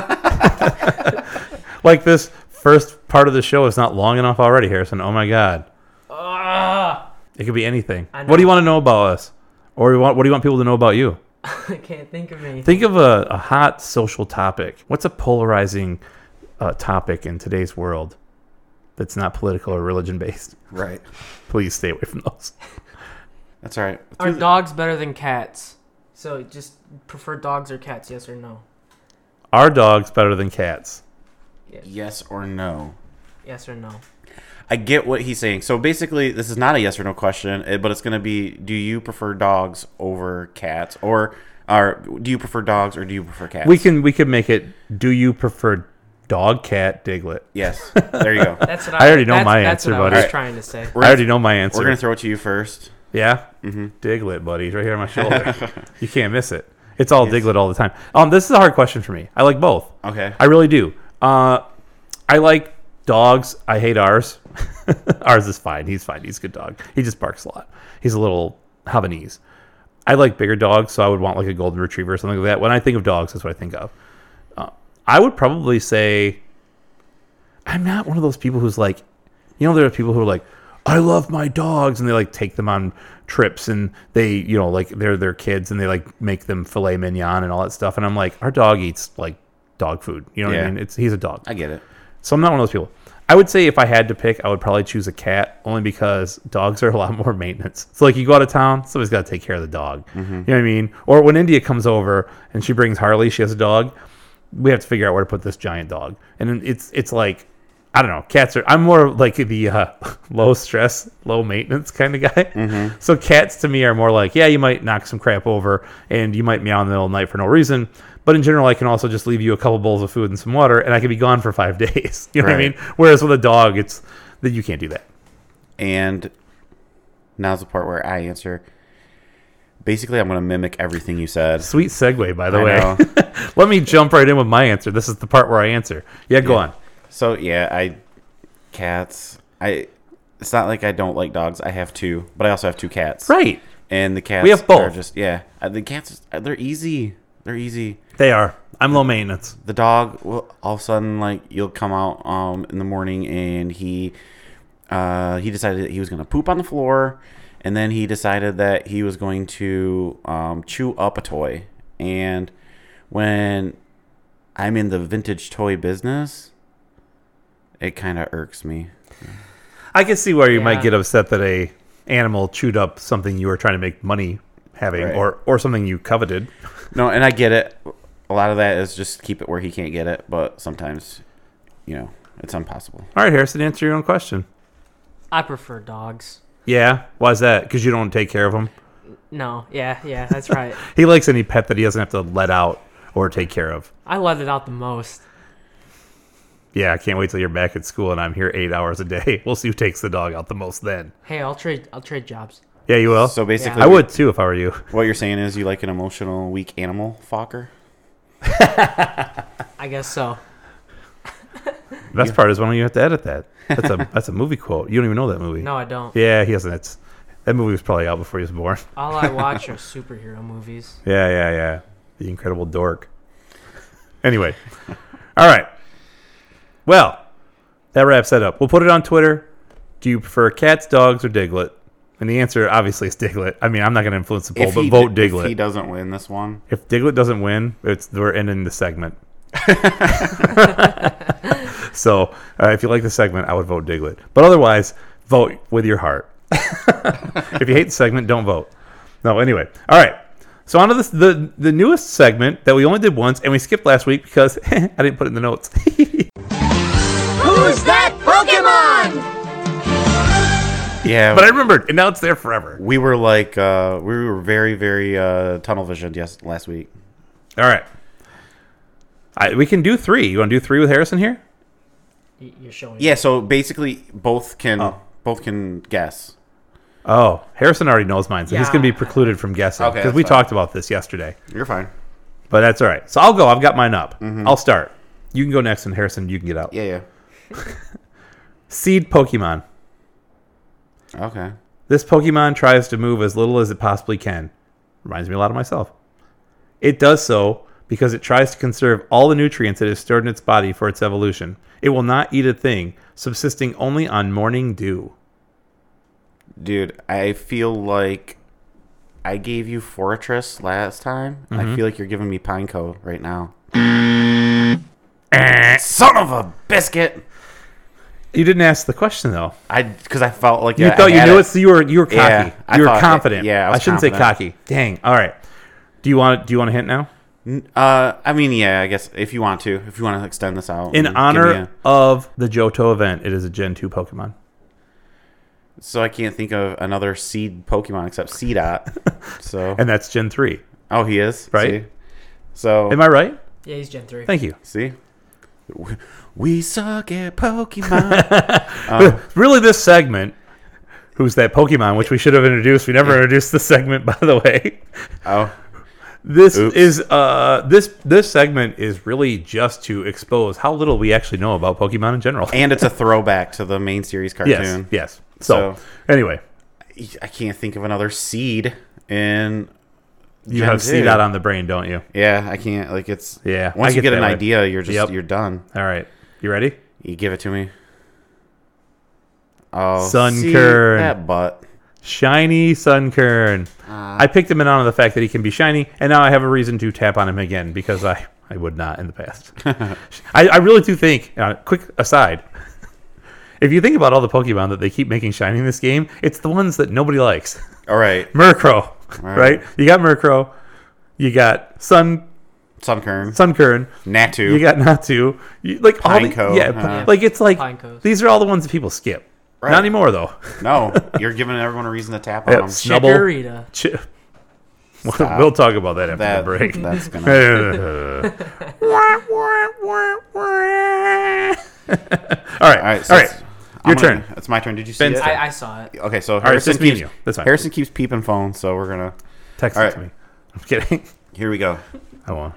S1: Like this first part of the show is not long enough already, Harrison. Oh my god,
S3: Ah,
S1: it could be anything.
S3: I
S1: What do
S3: know.
S1: you want to know about us, or you want, what do you want people to know about you?
S3: I can't think of anything.
S1: Think of a, a hot social topic. What's a polarizing uh, topic in today's world that's not political or religion based?
S2: Right.
S1: Please stay away from those.
S2: That's all right.
S3: Are dogs better than cats? So just prefer dogs or cats? Yes or no?
S1: Are dogs better than cats?
S2: Yes or no?
S3: Yes or no?
S2: I get what he's saying. So basically, this is not a yes or no question, eh, but it's going to be: Do you prefer dogs over cats, or or do you prefer dogs or do you prefer cats?
S1: We can we can make it. Do you prefer dog, cat, Diglett?
S2: Yes. There you go.
S3: That's what
S1: I already know
S3: that's-
S1: my
S3: that's
S1: answer,
S3: what I was
S1: buddy.
S3: trying to say.
S1: I already know my answer.
S2: We're going to throw it to you first.
S1: Yeah, Diglett, buddy, he's right here on my shoulder. you can't miss it. It's all Diglett all the time. Um, this is a hard question for me. I like both.
S2: Okay.
S1: I really do. Uh, I like dogs. I hate ours. ours is fine. He's fine. He's a good dog. He just barks a lot. He's a little Havanese. I like bigger dogs, so I would want like a golden retriever or something like that. When I think of dogs, that's what I think of. Uh, I would probably say I'm not one of those people who's like, you know, there are people who are like, I love my dogs, and they like take them on trips, and they, you know, like they're their kids, and they like make them filet mignon and all that stuff. And I'm like, our dog eats like dog food. You know what
S2: Yeah.
S1: I mean? It's he's a dog.
S2: I get it.
S1: So I'm not one of those people. I would say if I had to pick, I would probably choose a cat only because dogs are a lot more maintenance. So like you go out of town, somebody's got to take care of the dog.
S2: Mm-hmm.
S1: You know what I mean? Or when India comes over and she brings Harley, she has a dog. We have to figure out where to put this giant dog. And then it's it's like I don't know. Cats are I'm more like the uh, low stress, low maintenance kind of guy.
S2: Mm-hmm.
S1: So cats to me are more like yeah, you might knock some crap over and you might meow in the middle of the night for no reason. But in general, I can also just leave you a couple bowls of food and some water, and I can be gone for five days. You know what I
S2: Right.
S1: mean? Whereas with a dog, it's that you can't do that.
S2: And now's the part where I answer. Basically, I'm going to mimic everything you said.
S1: Sweet segue, by the
S2: I
S1: way.
S2: know.
S1: Let me jump right in with my answer. This is the part where I answer. Yeah, go on.
S2: So yeah, I cats. I it's not like I don't like dogs. I have two, but I also have two cats.
S1: Right.
S2: And the cats
S1: We have
S2: are
S1: both.
S2: just yeah. Uh, The cats uh, they're easy. They're easy.
S1: They are. I'm low maintenance.
S2: The dog will all of a sudden like you'll come out um in the morning and he uh he decided that he was gonna poop on the floor and then he decided that he was going to um chew up a toy. And when I'm in the vintage toy business, It kind of irks me.
S1: I can see where you might
S3: Yeah.
S1: get upset that a animal chewed up something you were trying to make money having,
S2: Right.
S1: or or something you coveted.
S2: No, and I get it. A lot of that is just keep it where he can't get it, but sometimes, you know, it's impossible.
S1: All right, Harrison, answer your own question.
S3: I prefer dogs.
S1: Yeah, why is that? Because you don't take care of him.
S3: No, yeah, yeah, that's right.
S1: He likes any pet that he doesn't have to let out or take care of.
S3: I let it out the most.
S1: Yeah, I can't wait till you're back at school and I'm here eight hours a day. We'll see who takes the dog out the most then.
S3: Hey, I'll trade. I'll trade jobs.
S1: Yeah, you will.
S2: So basically,
S1: I would too if I were you.
S2: What you're saying is you like an emotional, weak animal Fokker.
S3: I guess so.
S1: The best part is when you have to edit that. That's a that's a movie quote. You don't even know that movie.
S3: No, I don't.
S1: Yeah, he hasn't. It's that movie was probably out before he was born.
S3: All I watch are superhero movies.
S1: Yeah, yeah, yeah. The incredible dork. Anyway, all right. Well, that wraps that up. We'll put it on Twitter. Do you prefer cats, dogs, or Diglett? And the answer obviously is Diglett. I mean, I'm not going to influence the poll, but
S2: he
S1: vote
S2: d- If
S1: Diglett.
S2: he doesn't win this one,
S1: If Diglett doesn't win, it's we're ending the segment. so uh, if you like the segment, I would vote Diglett. But otherwise, vote with your heart. if you hate the segment, don't vote. No, anyway. All right. So on to this, the the newest segment that we only did once and we skipped last week because I didn't put it in the notes.
S4: Who's that Pokemon?
S2: yeah,
S1: but I remembered, and now it's there forever.
S2: we were like uh, we were very very uh, tunnel visioned yes last week.
S1: All right. I, we can do three. You want to do three with Harrison here?
S3: Y- You're showing.
S2: Yeah, so basically both can
S1: Oh.
S2: both can guess.
S1: Oh, Harrison already knows mine, so he's
S3: Yeah.
S1: going to be precluded from guessing
S2: Okay,
S1: because
S2: that's
S1: we
S2: fine.
S1: talked about this yesterday.
S2: You're fine.
S1: But that's all right. So I'll go. I've got mine up. I'll start. You can go next, and Harrison, you can get out.
S2: Mm-hmm. Yeah, yeah.
S1: Seed Pokemon.
S2: Okay.
S1: This Pokemon tries to move as little as it possibly can. Reminds me a lot of myself. It does so because it tries to conserve all the nutrients it has stored in its body for its evolution. It will not eat a thing, subsisting only on morning dew.
S2: Dude, I feel like I gave you Fortress last time.
S1: Mm-hmm.
S2: I feel like you're giving me Pineco right now.
S1: Eh.
S2: Son of a biscuit!
S1: You didn't ask the question though.
S2: I because I felt like
S1: You
S2: I- I
S1: thought you
S2: had
S1: knew
S2: it.
S1: it, so you were you were cocky.
S2: Yeah, I
S1: you were
S2: thought-
S1: confident.
S2: yeah, I
S1: I,
S2: was
S1: shouldn't say cocky.
S2: confident.
S1: Dang. All right. Do you want do you want a hint now?
S2: Uh, I mean, yeah, I guess if you want to, if you want to extend this out,
S1: In
S2: and give
S1: honor
S2: me a-
S1: of the Johto event, it is a Gen 2 Pokemon.
S2: so I can't think of another seed Pokemon except Seedot. So
S1: And that's Gen 3.
S2: oh, he is
S1: Right.
S2: See? So
S1: Am I right?
S3: Yeah, he's Gen three.
S1: Thank you.
S2: see, We- we suck at Pokemon.
S1: really, this segment, Who's That Pokemon, which we should have introduced. We never introduced the segment, by the way.
S2: oh,
S1: This
S2: Oops.
S1: is uh this this segment is really just to expose how little we actually know about Pokemon in general.
S2: and it's a throwback to the main series
S1: yes,
S2: cartoon.
S1: yes. So,
S2: So-
S1: anyway,
S2: I can't think of another seed in.
S1: you
S2: Gen
S1: have
S2: two.
S1: C dot on the brain, don't you?
S2: Yeah, I can't. Like it's
S1: Yeah, I
S2: Once you
S1: get
S2: get an
S1: that vibe.
S2: idea, you're just
S1: Yep.
S2: you're done.
S1: All right, you ready?
S2: You give it to me. Oh,
S1: Sun
S2: see
S1: Kern.
S2: that butt.
S1: Shiny Sunkern.
S2: Ah.
S1: I picked him in on the fact that he can be shiny, and now I have a reason to tap on him again because I, I would not in the past. I, I really do think, uh, quick aside, if you think about all the Pokemon that they keep making shiny in this game, it's the ones that nobody likes.
S2: All right,
S1: Murkrow,
S2: Right.
S1: right? You got Murkrow, you got Sun
S2: Sun Kern,
S1: Sunkern,
S2: Natu.
S1: you got Natu, you, like all the,
S2: Pineco,
S1: yeah,
S2: huh?
S1: like it's like
S3: Pineco's.
S1: these are all the ones that people skip.
S2: Right.
S1: Not anymore though.
S2: no, you're giving everyone a reason to tap on
S1: Yeah,
S2: them.
S1: snubble.
S3: Chikorita.
S1: Ch- we'll, we'll talk about that after the
S2: That,
S1: break.
S2: That's gonna.
S1: All right.
S2: All right,
S1: all
S2: it's-
S1: right.
S2: I'm
S1: Your
S2: gonna-
S1: turn.
S2: It's my turn. Did you see
S1: Ben's
S2: it?
S1: turn.
S3: I, I saw it.
S2: okay, so
S1: right, it's
S2: Harrison
S1: just me and
S2: keeps
S1: you. That's fine.
S2: Harrison keeps peeping phone, so we're gonna.
S1: Text
S2: All
S1: it
S2: right.
S1: to me. I'm kidding.
S2: Here we go.
S1: I won't.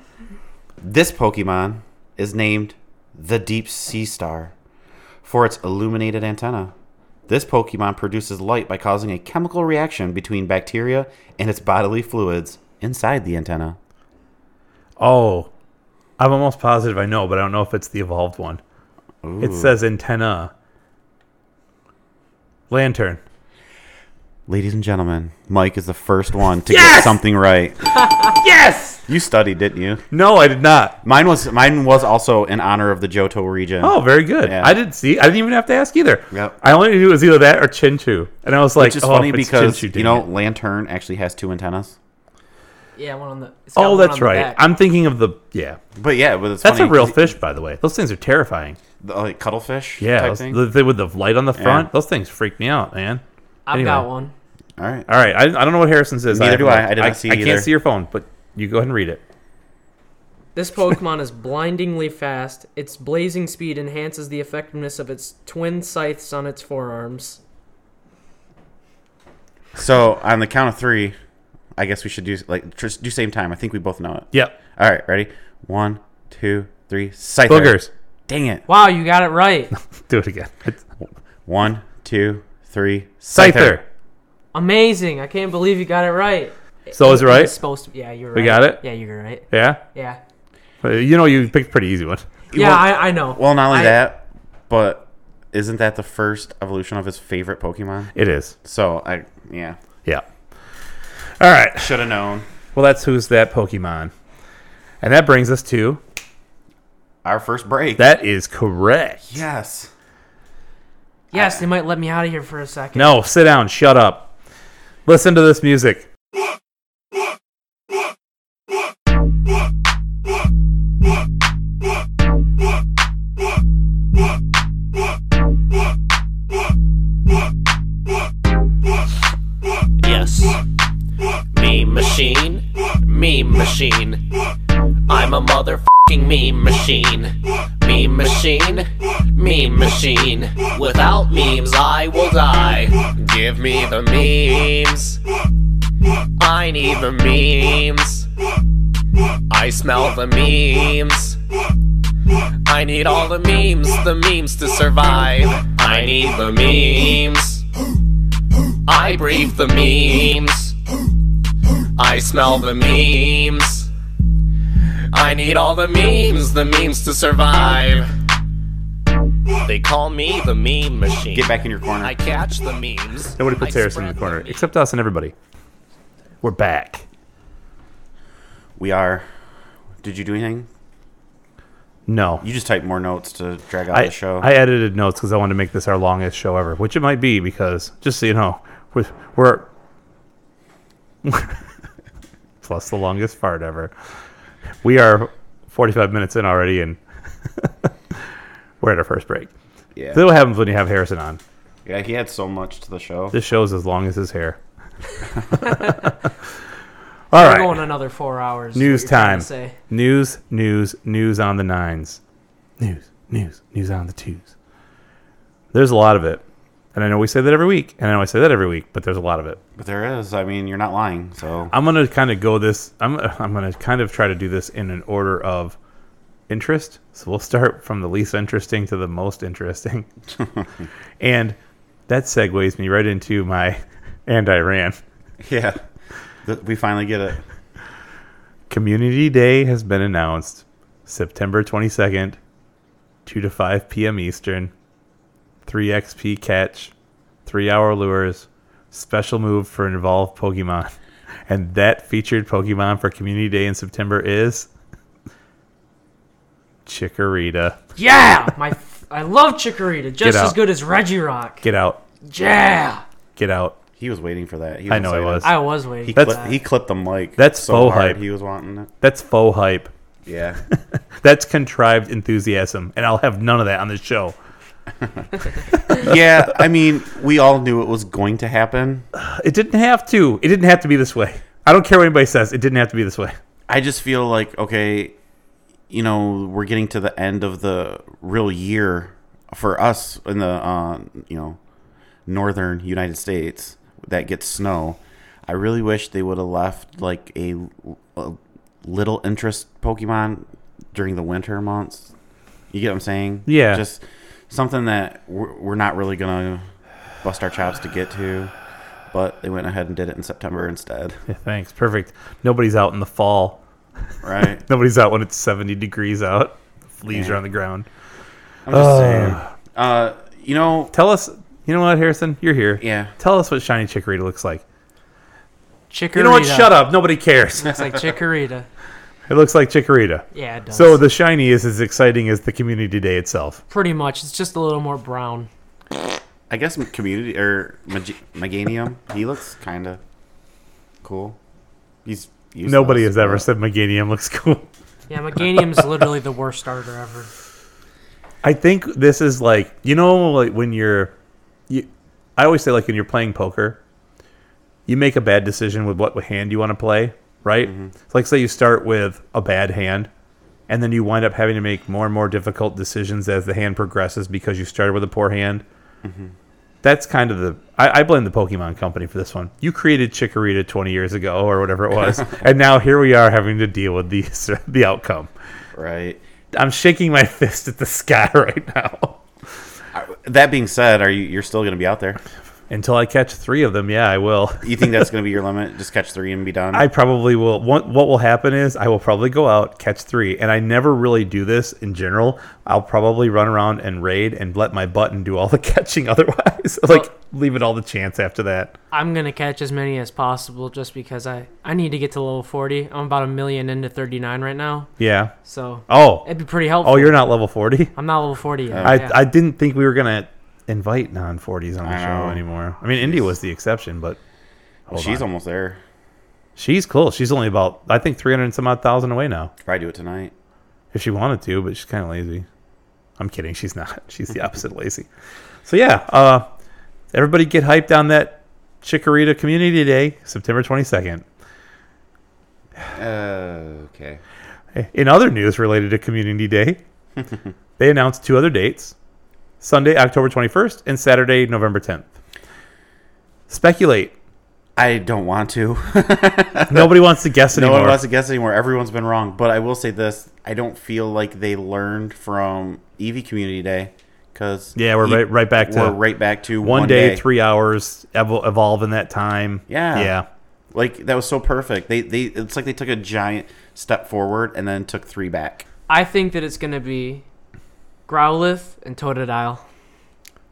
S2: This Pokemon is named the Deep Sea Star for its illuminated antenna. This Pokemon produces light by causing a chemical reaction between bacteria and its bodily fluids inside the antenna.
S1: Oh, I'm almost positive I know, but I don't know if it's the evolved one. It says antenna. Lantern.
S2: Ladies and gentlemen, Mike is the first one to
S1: Yes!
S2: get something right.
S1: Yes!
S2: You studied, didn't you?
S1: No, I did not.
S2: Mine was mine was also in honor of the Johto region.
S1: Oh, very good.
S2: Yeah.
S1: I didn't see. I didn't even have to ask either.
S2: Yep.
S1: I only knew it was either that or Chinchu, and I was like,
S2: which is
S1: oh,
S2: funny
S1: if it's
S2: because
S1: Chinchu,
S2: you
S1: dang
S2: know
S1: it.
S2: Lantern actually has two antennas.
S3: Yeah, one on the. it's got
S1: Oh,
S3: one on
S1: that's
S3: the
S1: right.
S3: back.
S1: I'm thinking of the yeah.
S2: But yeah, but it's
S1: That's
S2: funny
S1: a real
S2: 'cause
S1: fish, by the way. Those things are terrifying.
S2: the, like cuttlefish.
S1: Yeah,
S2: type
S1: those-
S2: thing.
S1: the, the- with the light on the front, those things freak me out, man.
S3: I've
S1: anyway.
S3: got one.
S2: All right,
S1: All right, I, I don't know what Harrison says.
S2: Neither do I.
S1: haven't-
S2: I did not see
S1: I
S2: either.
S1: can't see your phone, but you go ahead and read it.
S3: This Pokemon is blindingly fast. Its blazing speed enhances the effectiveness of its twin scythes on its forearms.
S2: so on the count of three, I guess we should do like just do same time. I think we both know it.
S1: Yep.
S2: All right, ready? One, two, three. Scyther.
S1: Boogers.
S2: Dang it.
S3: Wow, you got it right.
S1: Do it again.
S2: One, two, three.
S1: Scyther.
S3: Amazing. I can't believe you got it right.
S1: So I was Oh, right?
S3: It's supposed to. Yeah, you were right.
S1: We got it?
S3: Yeah, you were right.
S1: Yeah.
S3: Yeah.
S1: Uh, You know, you picked a pretty easy one.
S3: Yeah,
S2: Well-
S3: I, I know.
S2: Well, not only
S3: I-
S2: that, but isn't that the first evolution of his favorite Pokemon?
S1: It is.
S2: So I yeah
S1: Yeah. All right.
S2: should have known.
S1: Well, that's who's that Pokemon, and that brings us to
S2: Our first break.
S1: that is correct.
S2: yes.
S3: Yes, they might let me out of here for a second.
S1: No, sit down. Shut up. Listen to this music.
S5: Yes. Meme machine. Meme machine. I'm a motherfucking meme machine. Meme machine. Meme machine. Without memes, I will die. Give me the memes. I need the memes. I smell the memes. I need all the memes, the memes to survive. I need the memes. I breathe the memes. I smell the memes. I need all the memes, the memes to survive. They call me the meme machine.
S2: Get back in your corner.
S5: I catch the memes.
S1: Nobody puts
S5: I
S1: Harrison in
S5: spread
S1: the corner
S5: memes.
S1: except us and everybody. We're back.
S2: We are. Did you do anything?
S1: No,
S2: You just type more notes to drag out
S1: I
S2: the show.
S1: I edited notes because I wanted to make this our longest show ever, which it might be because just so you know, we're, we're plus the longest fart ever. We are 45 minutes in already, and we're at our first break.
S2: yeah.
S1: This is what happens when you have Harrison on.
S2: yeah, he had so much to the show.
S1: This show's as long as his hair. All
S3: We're
S1: right.
S3: going another four hours. is what
S1: News
S3: you're trying
S1: time.
S3: to Say.
S1: News, news, news on the nines. News, news, news on the twos. There's a lot of it. And I know we say that every week. And I know I say that every week, but there's a lot of it.
S2: But there is. I mean, you're not lying. So
S1: I'm going to kind of go this, I'm, I'm going to kind of try to do this in an order of interest. So we'll start from the least interesting to the most interesting. and that segues me right into my, and I ran.
S2: yeah, Th- we finally get it.
S1: Community Day has been announced September 22nd, 2 to 5 p.m. Eastern. 3 XP catch, 3 hour lures, special move for involved Pokemon. And that featured Pokemon for Community Day in September is Chikorita.
S3: Yeah, my f- I love Chikorita just as
S1: out.
S3: good as Regirock.
S1: Get out.
S3: Yeah,
S1: Get out.
S2: He was waiting for that. He
S1: I know he
S2: excited.
S1: was.
S3: I was waiting.
S2: He
S3: for
S2: clipped,
S3: that.
S2: he clipped the mic.
S1: That's
S2: so
S1: faux
S2: hard.
S1: hype.
S2: He was wanting it.
S1: That's faux hype.
S2: Yeah.
S1: That's contrived enthusiasm. And I'll have none of that on this show.
S2: yeah. I mean, we all knew it was going to happen.
S1: It didn't have to. It didn't have to be this way. I don't care what anybody says. It didn't have to be this way.
S2: I just feel like okay, you know, we're getting to the end of the real year for us in the uh, you know northern United States that gets snow. I really wish they would have left like a, a little interest Pokemon during the winter months. You get what I'm saying?
S1: Yeah.
S2: Just something that we're, we're not really gonna bust our chops to get to, but they went ahead and did it in September instead,
S1: Yeah, thanks. Perfect. Nobody's out in the fall.
S2: right?
S1: Nobody's out when it's 70 degrees out. Leaves are on the ground.
S2: I'm just saying. Uh, you know,
S1: Tell us, you know what, Harrison? You're here.
S2: Yeah.
S1: Tell us what shiny chikorita looks like.
S3: Chikorita. uh,
S1: You know what? Shut up. Nobody cares.
S3: It's like Chikorita.
S1: It looks like Chikorita.
S3: Yeah, it does.
S1: So the shiny is as exciting as the community day itself.
S3: Pretty much. It's just a little more brown.
S2: I guess m- community or Mag- Meganium. He looks kind of cool. He's useless,
S1: Nobody has ever
S2: but-
S1: said Meganium looks cool.
S3: Yeah, Meganium's literally the worst starter ever.
S1: I think this is like you know like when you're you I always say like when you're playing poker, you make a bad decision with what hand you want to play, right? It's Like say you start with a bad hand and then you wind up having to make more and more difficult decisions as the hand progresses because you started with a poor hand. That's kind of the I, I blame the Pokemon company for this one. You created Chikorita 20 years ago or whatever it was, and now here we are having to deal with the the outcome.
S2: Right.
S1: I'm shaking my fist at the sky right now.
S2: That being said, are you you're still gonna be out there?
S1: Until I catch three of them, yeah, I will.
S2: You think that's gonna be your limit? Just catch three and be done.
S1: I probably will. What, what will happen is I will probably go out, catch three, and I never really do this in general. I'll probably run around and raid and let my button do all the catching otherwise. like, leave it all the chance after that.
S3: I'm gonna catch as many as possible just because I I need to get to level 40. I'm about a million into 39 right now,
S1: Yeah.
S3: so
S1: Oh.
S3: it'd be pretty helpful.
S1: Oh, you're not level 40?
S3: I'm not level 40 yet.
S1: I,
S3: yeah.
S1: I didn't think we were going to invite non 40s on the
S2: I
S1: show
S2: know.
S1: anymore. I mean, India was the exception, but hold
S2: She's
S1: on.
S2: almost there.
S1: she's close. She's only about, I think, 300 and some odd thousand away now.
S2: Probably do it tonight.
S1: if she wanted to, but she's kind of lazy. I'm kidding. She's not. She's the opposite of lazy. So yeah, uh, everybody get hyped on that Chikorita Community Day, September 22nd.
S2: Uh, okay.
S1: In other news related to Community Day, they announced two other dates: Sunday, October 21st, and Saturday, November 10th. Speculate.
S2: I don't want to.
S1: Nobody wants to guess
S2: no
S1: anymore.
S2: one wants to guess anymore. Everyone's been wrong. But I will say this: I don't feel like they learned from EV Community Day because
S1: Yeah, we're right- right back to-
S2: we're right back to
S1: One day, three hours, evol- evolve in that time.
S2: Yeah.
S1: Yeah.
S2: Like that was so perfect. They they it's like they took a giant step forward and then took three back.
S3: I think that it's gonna be Growlithe and Totodile.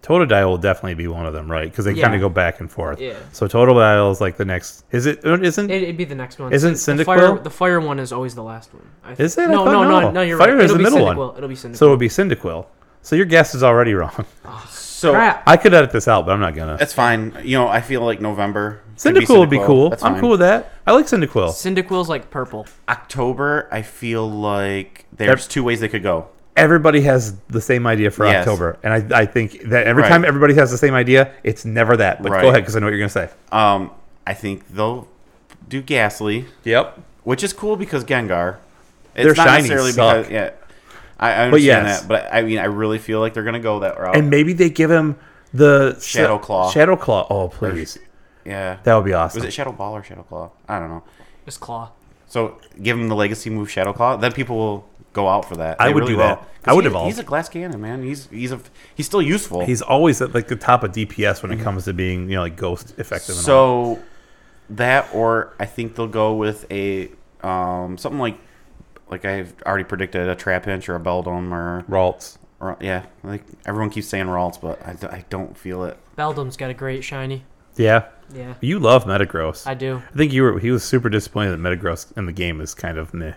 S1: Totodile will definitely be one of them, right? Because they
S3: Yeah.
S1: kind of go back and forth.
S3: Yeah.
S1: So Totodile is like the next. Is it? Isn't?
S3: It, it'd be the next one.
S1: Isn't
S3: the fire,
S1: Cyndaquil-
S3: the fire one is always the last one. I think.
S1: is it? I
S3: No,
S1: thought
S3: no, no, no. You're
S1: Fire
S3: right.
S1: is the
S3: It'll be
S1: middle
S3: Cyndaquil.
S1: one.
S3: It'll be Cyndaquil.
S1: So it would be Cyndaquil. So your guess is already wrong.
S2: So
S3: crap.
S1: I could edit this out, but I'm not gonna.
S2: that's fine. You know, I feel like November. could
S1: Cyndaquil would be cool.
S2: That's
S1: I'm
S2: fine.
S1: cool with that. I like Cyndaquil.
S3: Cyndaquil's like purple.
S2: October. I feel like there's
S1: Yep.
S2: two ways they could go.
S1: Everybody has the same idea for
S2: Yes.
S1: October, and I, I think that every
S2: Right.
S1: time everybody has the same idea, it's never that. But
S2: Right.
S1: go ahead, because I know what you're gonna say.
S2: Um, I think they'll do Ghastly.
S1: Yep.
S2: which is cool because Gengar. It's
S1: Their shinies suck.
S2: because yeah. I, I understand
S1: yes.
S2: that, but I mean, I really feel like they're gonna go that route.
S1: And maybe they give him the
S2: Shadow Claw.
S1: Shadow Claw. Oh please,
S2: yeah,
S1: that would be awesome.
S2: was it Shadow Ball or Shadow Claw? I don't know.
S3: It's claw.
S2: So give him the legacy move Shadow Claw, then people will go out for that.
S1: I
S2: They
S1: would do
S2: will.
S1: that.
S2: 'Cause
S1: I would
S2: he-
S1: evolve.
S2: He's a glass cannon, man. He's he's a he's still useful.
S1: He's always at like the top of DPS when it comes to being you know like ghost effective. and all.
S2: Mm-hmm. so that, or I think they'll go with a um something like like I've already predicted a Trapinch or a Beldum or
S1: Ralts.
S2: Ra- Yeah, like everyone keeps saying Ralts, but I, d- I don't feel it.
S3: Beldum's got a great shiny.
S1: Yeah,
S3: Yeah,
S1: you love Metagross.
S3: I
S1: I,
S3: do.
S1: think you were. He was super disappointed that Metagross in the game is kind of meh.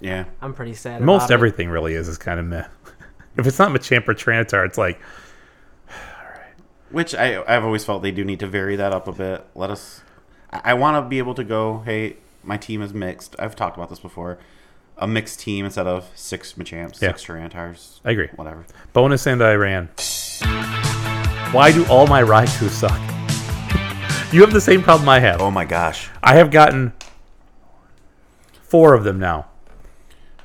S2: Yeah,
S3: I'm pretty sad.
S1: Most
S3: about it.
S1: everything really is is kind of meh. if it's not Machamp or Tyranitar, it's like
S2: which I I've always felt they do need to vary that up a bit. Let us. I, I want to be able to go. Hey, my team is mixed. I've talked about this before. A mixed team instead of six Machamps,
S1: Yeah.
S2: six Tyrantars.
S1: I agree.
S2: Whatever.
S1: bonus and I ran. Why do all my Raikou suck? you have the same problem I have.
S2: Oh my gosh.
S1: I have gotten four of them now.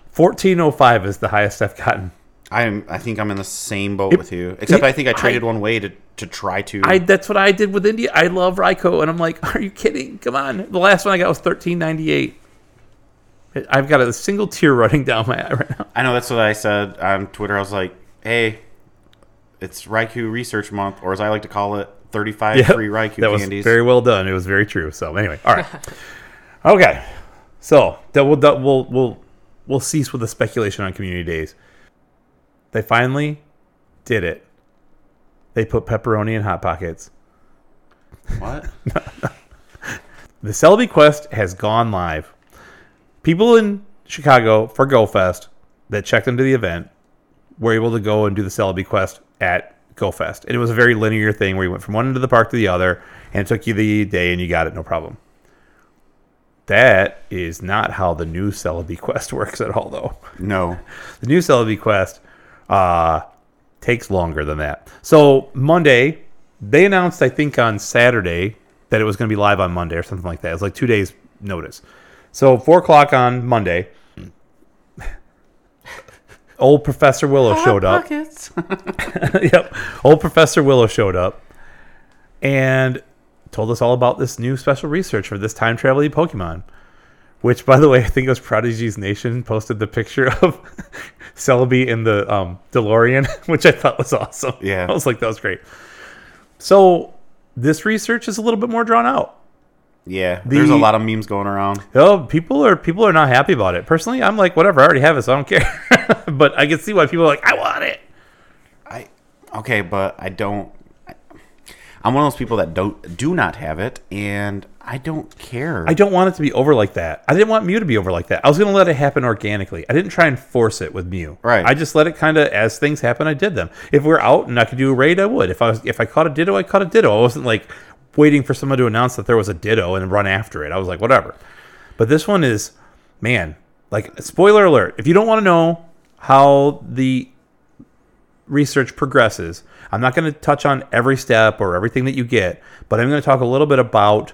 S1: Fourteen oh five is the highest I've gotten.
S2: I'm. I think I'm in the same boat with you. Except I think I traded one way to to try to.
S1: I that's what I did with India. I love Ryko, and I'm like, are you kidding? Come on. The last one I got was 1398. I've got a single tear running down my eye right now.
S2: I know that's what I said on Twitter. I was like, "Hey, it's Raikou Research Month, or as I like to call it, 35 free Raikou
S1: that was
S2: candies."
S1: very well done. It was very true. So anyway, all right, okay. So that we'll that we'll we'll we'll cease with the speculation on community days. They finally did it. They put pepperoni in hot pockets.
S2: what?
S1: The Celebi Quest has gone live. People in Chicago for Go Fest that checked into the event were able to go and do the Celebi quest at Go Fest. And it was a very linear thing where you went from one end of the park to the other, and it took you the day and you got it, no problem. That is not how the new Celebi quest works at all, though.
S2: No.
S1: The new Celebi quest uh, takes longer than that. So Monday, they announced, I think on Saturday, that it was going to be live on Monday or something like that. It was like two days notice. So four o'clock on Monday, old Professor Willow showed up. yep, old Professor Willow showed up and told us all about this new special research for this time traveling Pokemon. Which, by the way, I think it was Prodigy's Nation posted the picture of Celebi in the um, DeLorean, which I thought was awesome.
S2: Yeah.
S1: I was like, that was great. So this research is a little bit more drawn out.
S2: Yeah. There's a
S1: The-
S2: lot of memes going around.
S1: Oh, people are people are not happy about it. Personally, I'm like, whatever, I already have it, so I don't care. but I can see why people are like, I want it.
S2: I okay, but I don't. I- I'm one of those people that don't do not have it, and I don't care.
S1: I don't want it to be over like that. I didn't want Mew to be over like that. I was going to let it happen organically. I didn't try and force it with Mew.
S2: Right.
S1: I just let it kind of as things happen. I did them. If we're out and I could do a raid, I would. If I was, if I caught a Ditto, I caught a Ditto. I wasn't like waiting for someone to announce that there was a Ditto and run after it. I was like, whatever. But this one is, man, like spoiler alert. If you don't want to know how the research progresses. I'm not going to touch on every step or everything that you get, but I'm going to talk a little bit about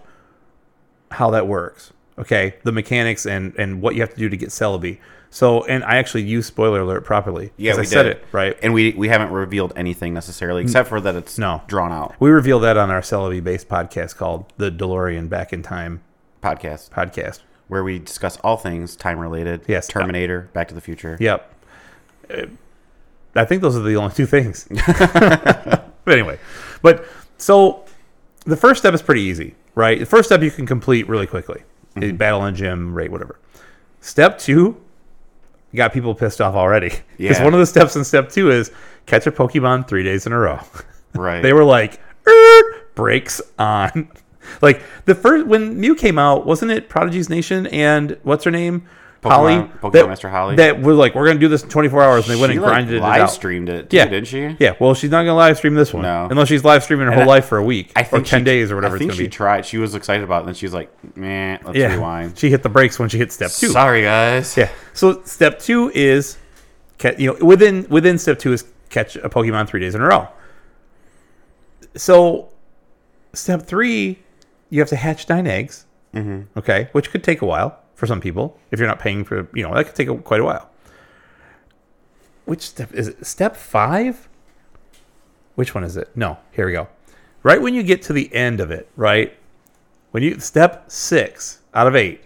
S1: how that works. Okay, the mechanics and and what you have to do to get Celebi. So, and I actually used spoiler alert properly. 'cause I
S2: we
S1: said
S2: did.
S1: it right.
S2: and we we haven't revealed anything necessarily, except for that it's
S1: No.
S2: drawn out
S1: we reveal that on our Celebi-based podcast called the DeLorean Back in Time
S2: podcast
S1: podcast.
S2: where we discuss all things time related.
S1: Yes.
S2: Terminator, Back to the Future.
S1: Yep. Uh, I think those are the only two things. but anyway, but so the first step is pretty easy, right? The first step you can complete really quickly. You Battle in gym, rate, whatever. Step two got people pissed off already. Because
S2: Yeah.
S1: one of the steps in step two is catch a Pokemon three days in a row.
S2: Right.
S1: They were like, "Er, brakes on. Like the first when Mew came out, wasn't it Prodigy's Nation and what's her name? Holly,
S2: Pokemon
S1: that-
S2: Master Holly.
S1: That were like, we're gonna do this in 24 hours, and they went
S2: She,
S1: and
S2: like,
S1: grinded it
S2: live
S1: out.
S2: streamed it. Too,
S1: yeah,
S2: Didn't she?
S1: Yeah. Well, she's not gonna live stream this one,
S2: No.
S1: unless she's live streaming her whole
S2: I-
S1: life for a week
S2: I think
S1: or 10
S2: she-
S1: days or whatever
S2: I think
S1: it's
S2: she
S1: gonna be.
S2: tried. She was excited about it, and then she's like, "Meh, let's
S1: yeah.
S2: rewind."
S1: She hit the brakes when she hit step two.
S2: Sorry, guys.
S1: Yeah. So step two is, ca- you know, within within step two is catch a Pokemon three days in a row. So, step three, you have to hatch nine eggs. Mm-hmm. Okay, which could take a while for some people if you're not paying for you know that could take a, quite a while. Which step is it? Step five. Which one is it? No, here we go. Right when you get to the end of it, right when you step six out of eight,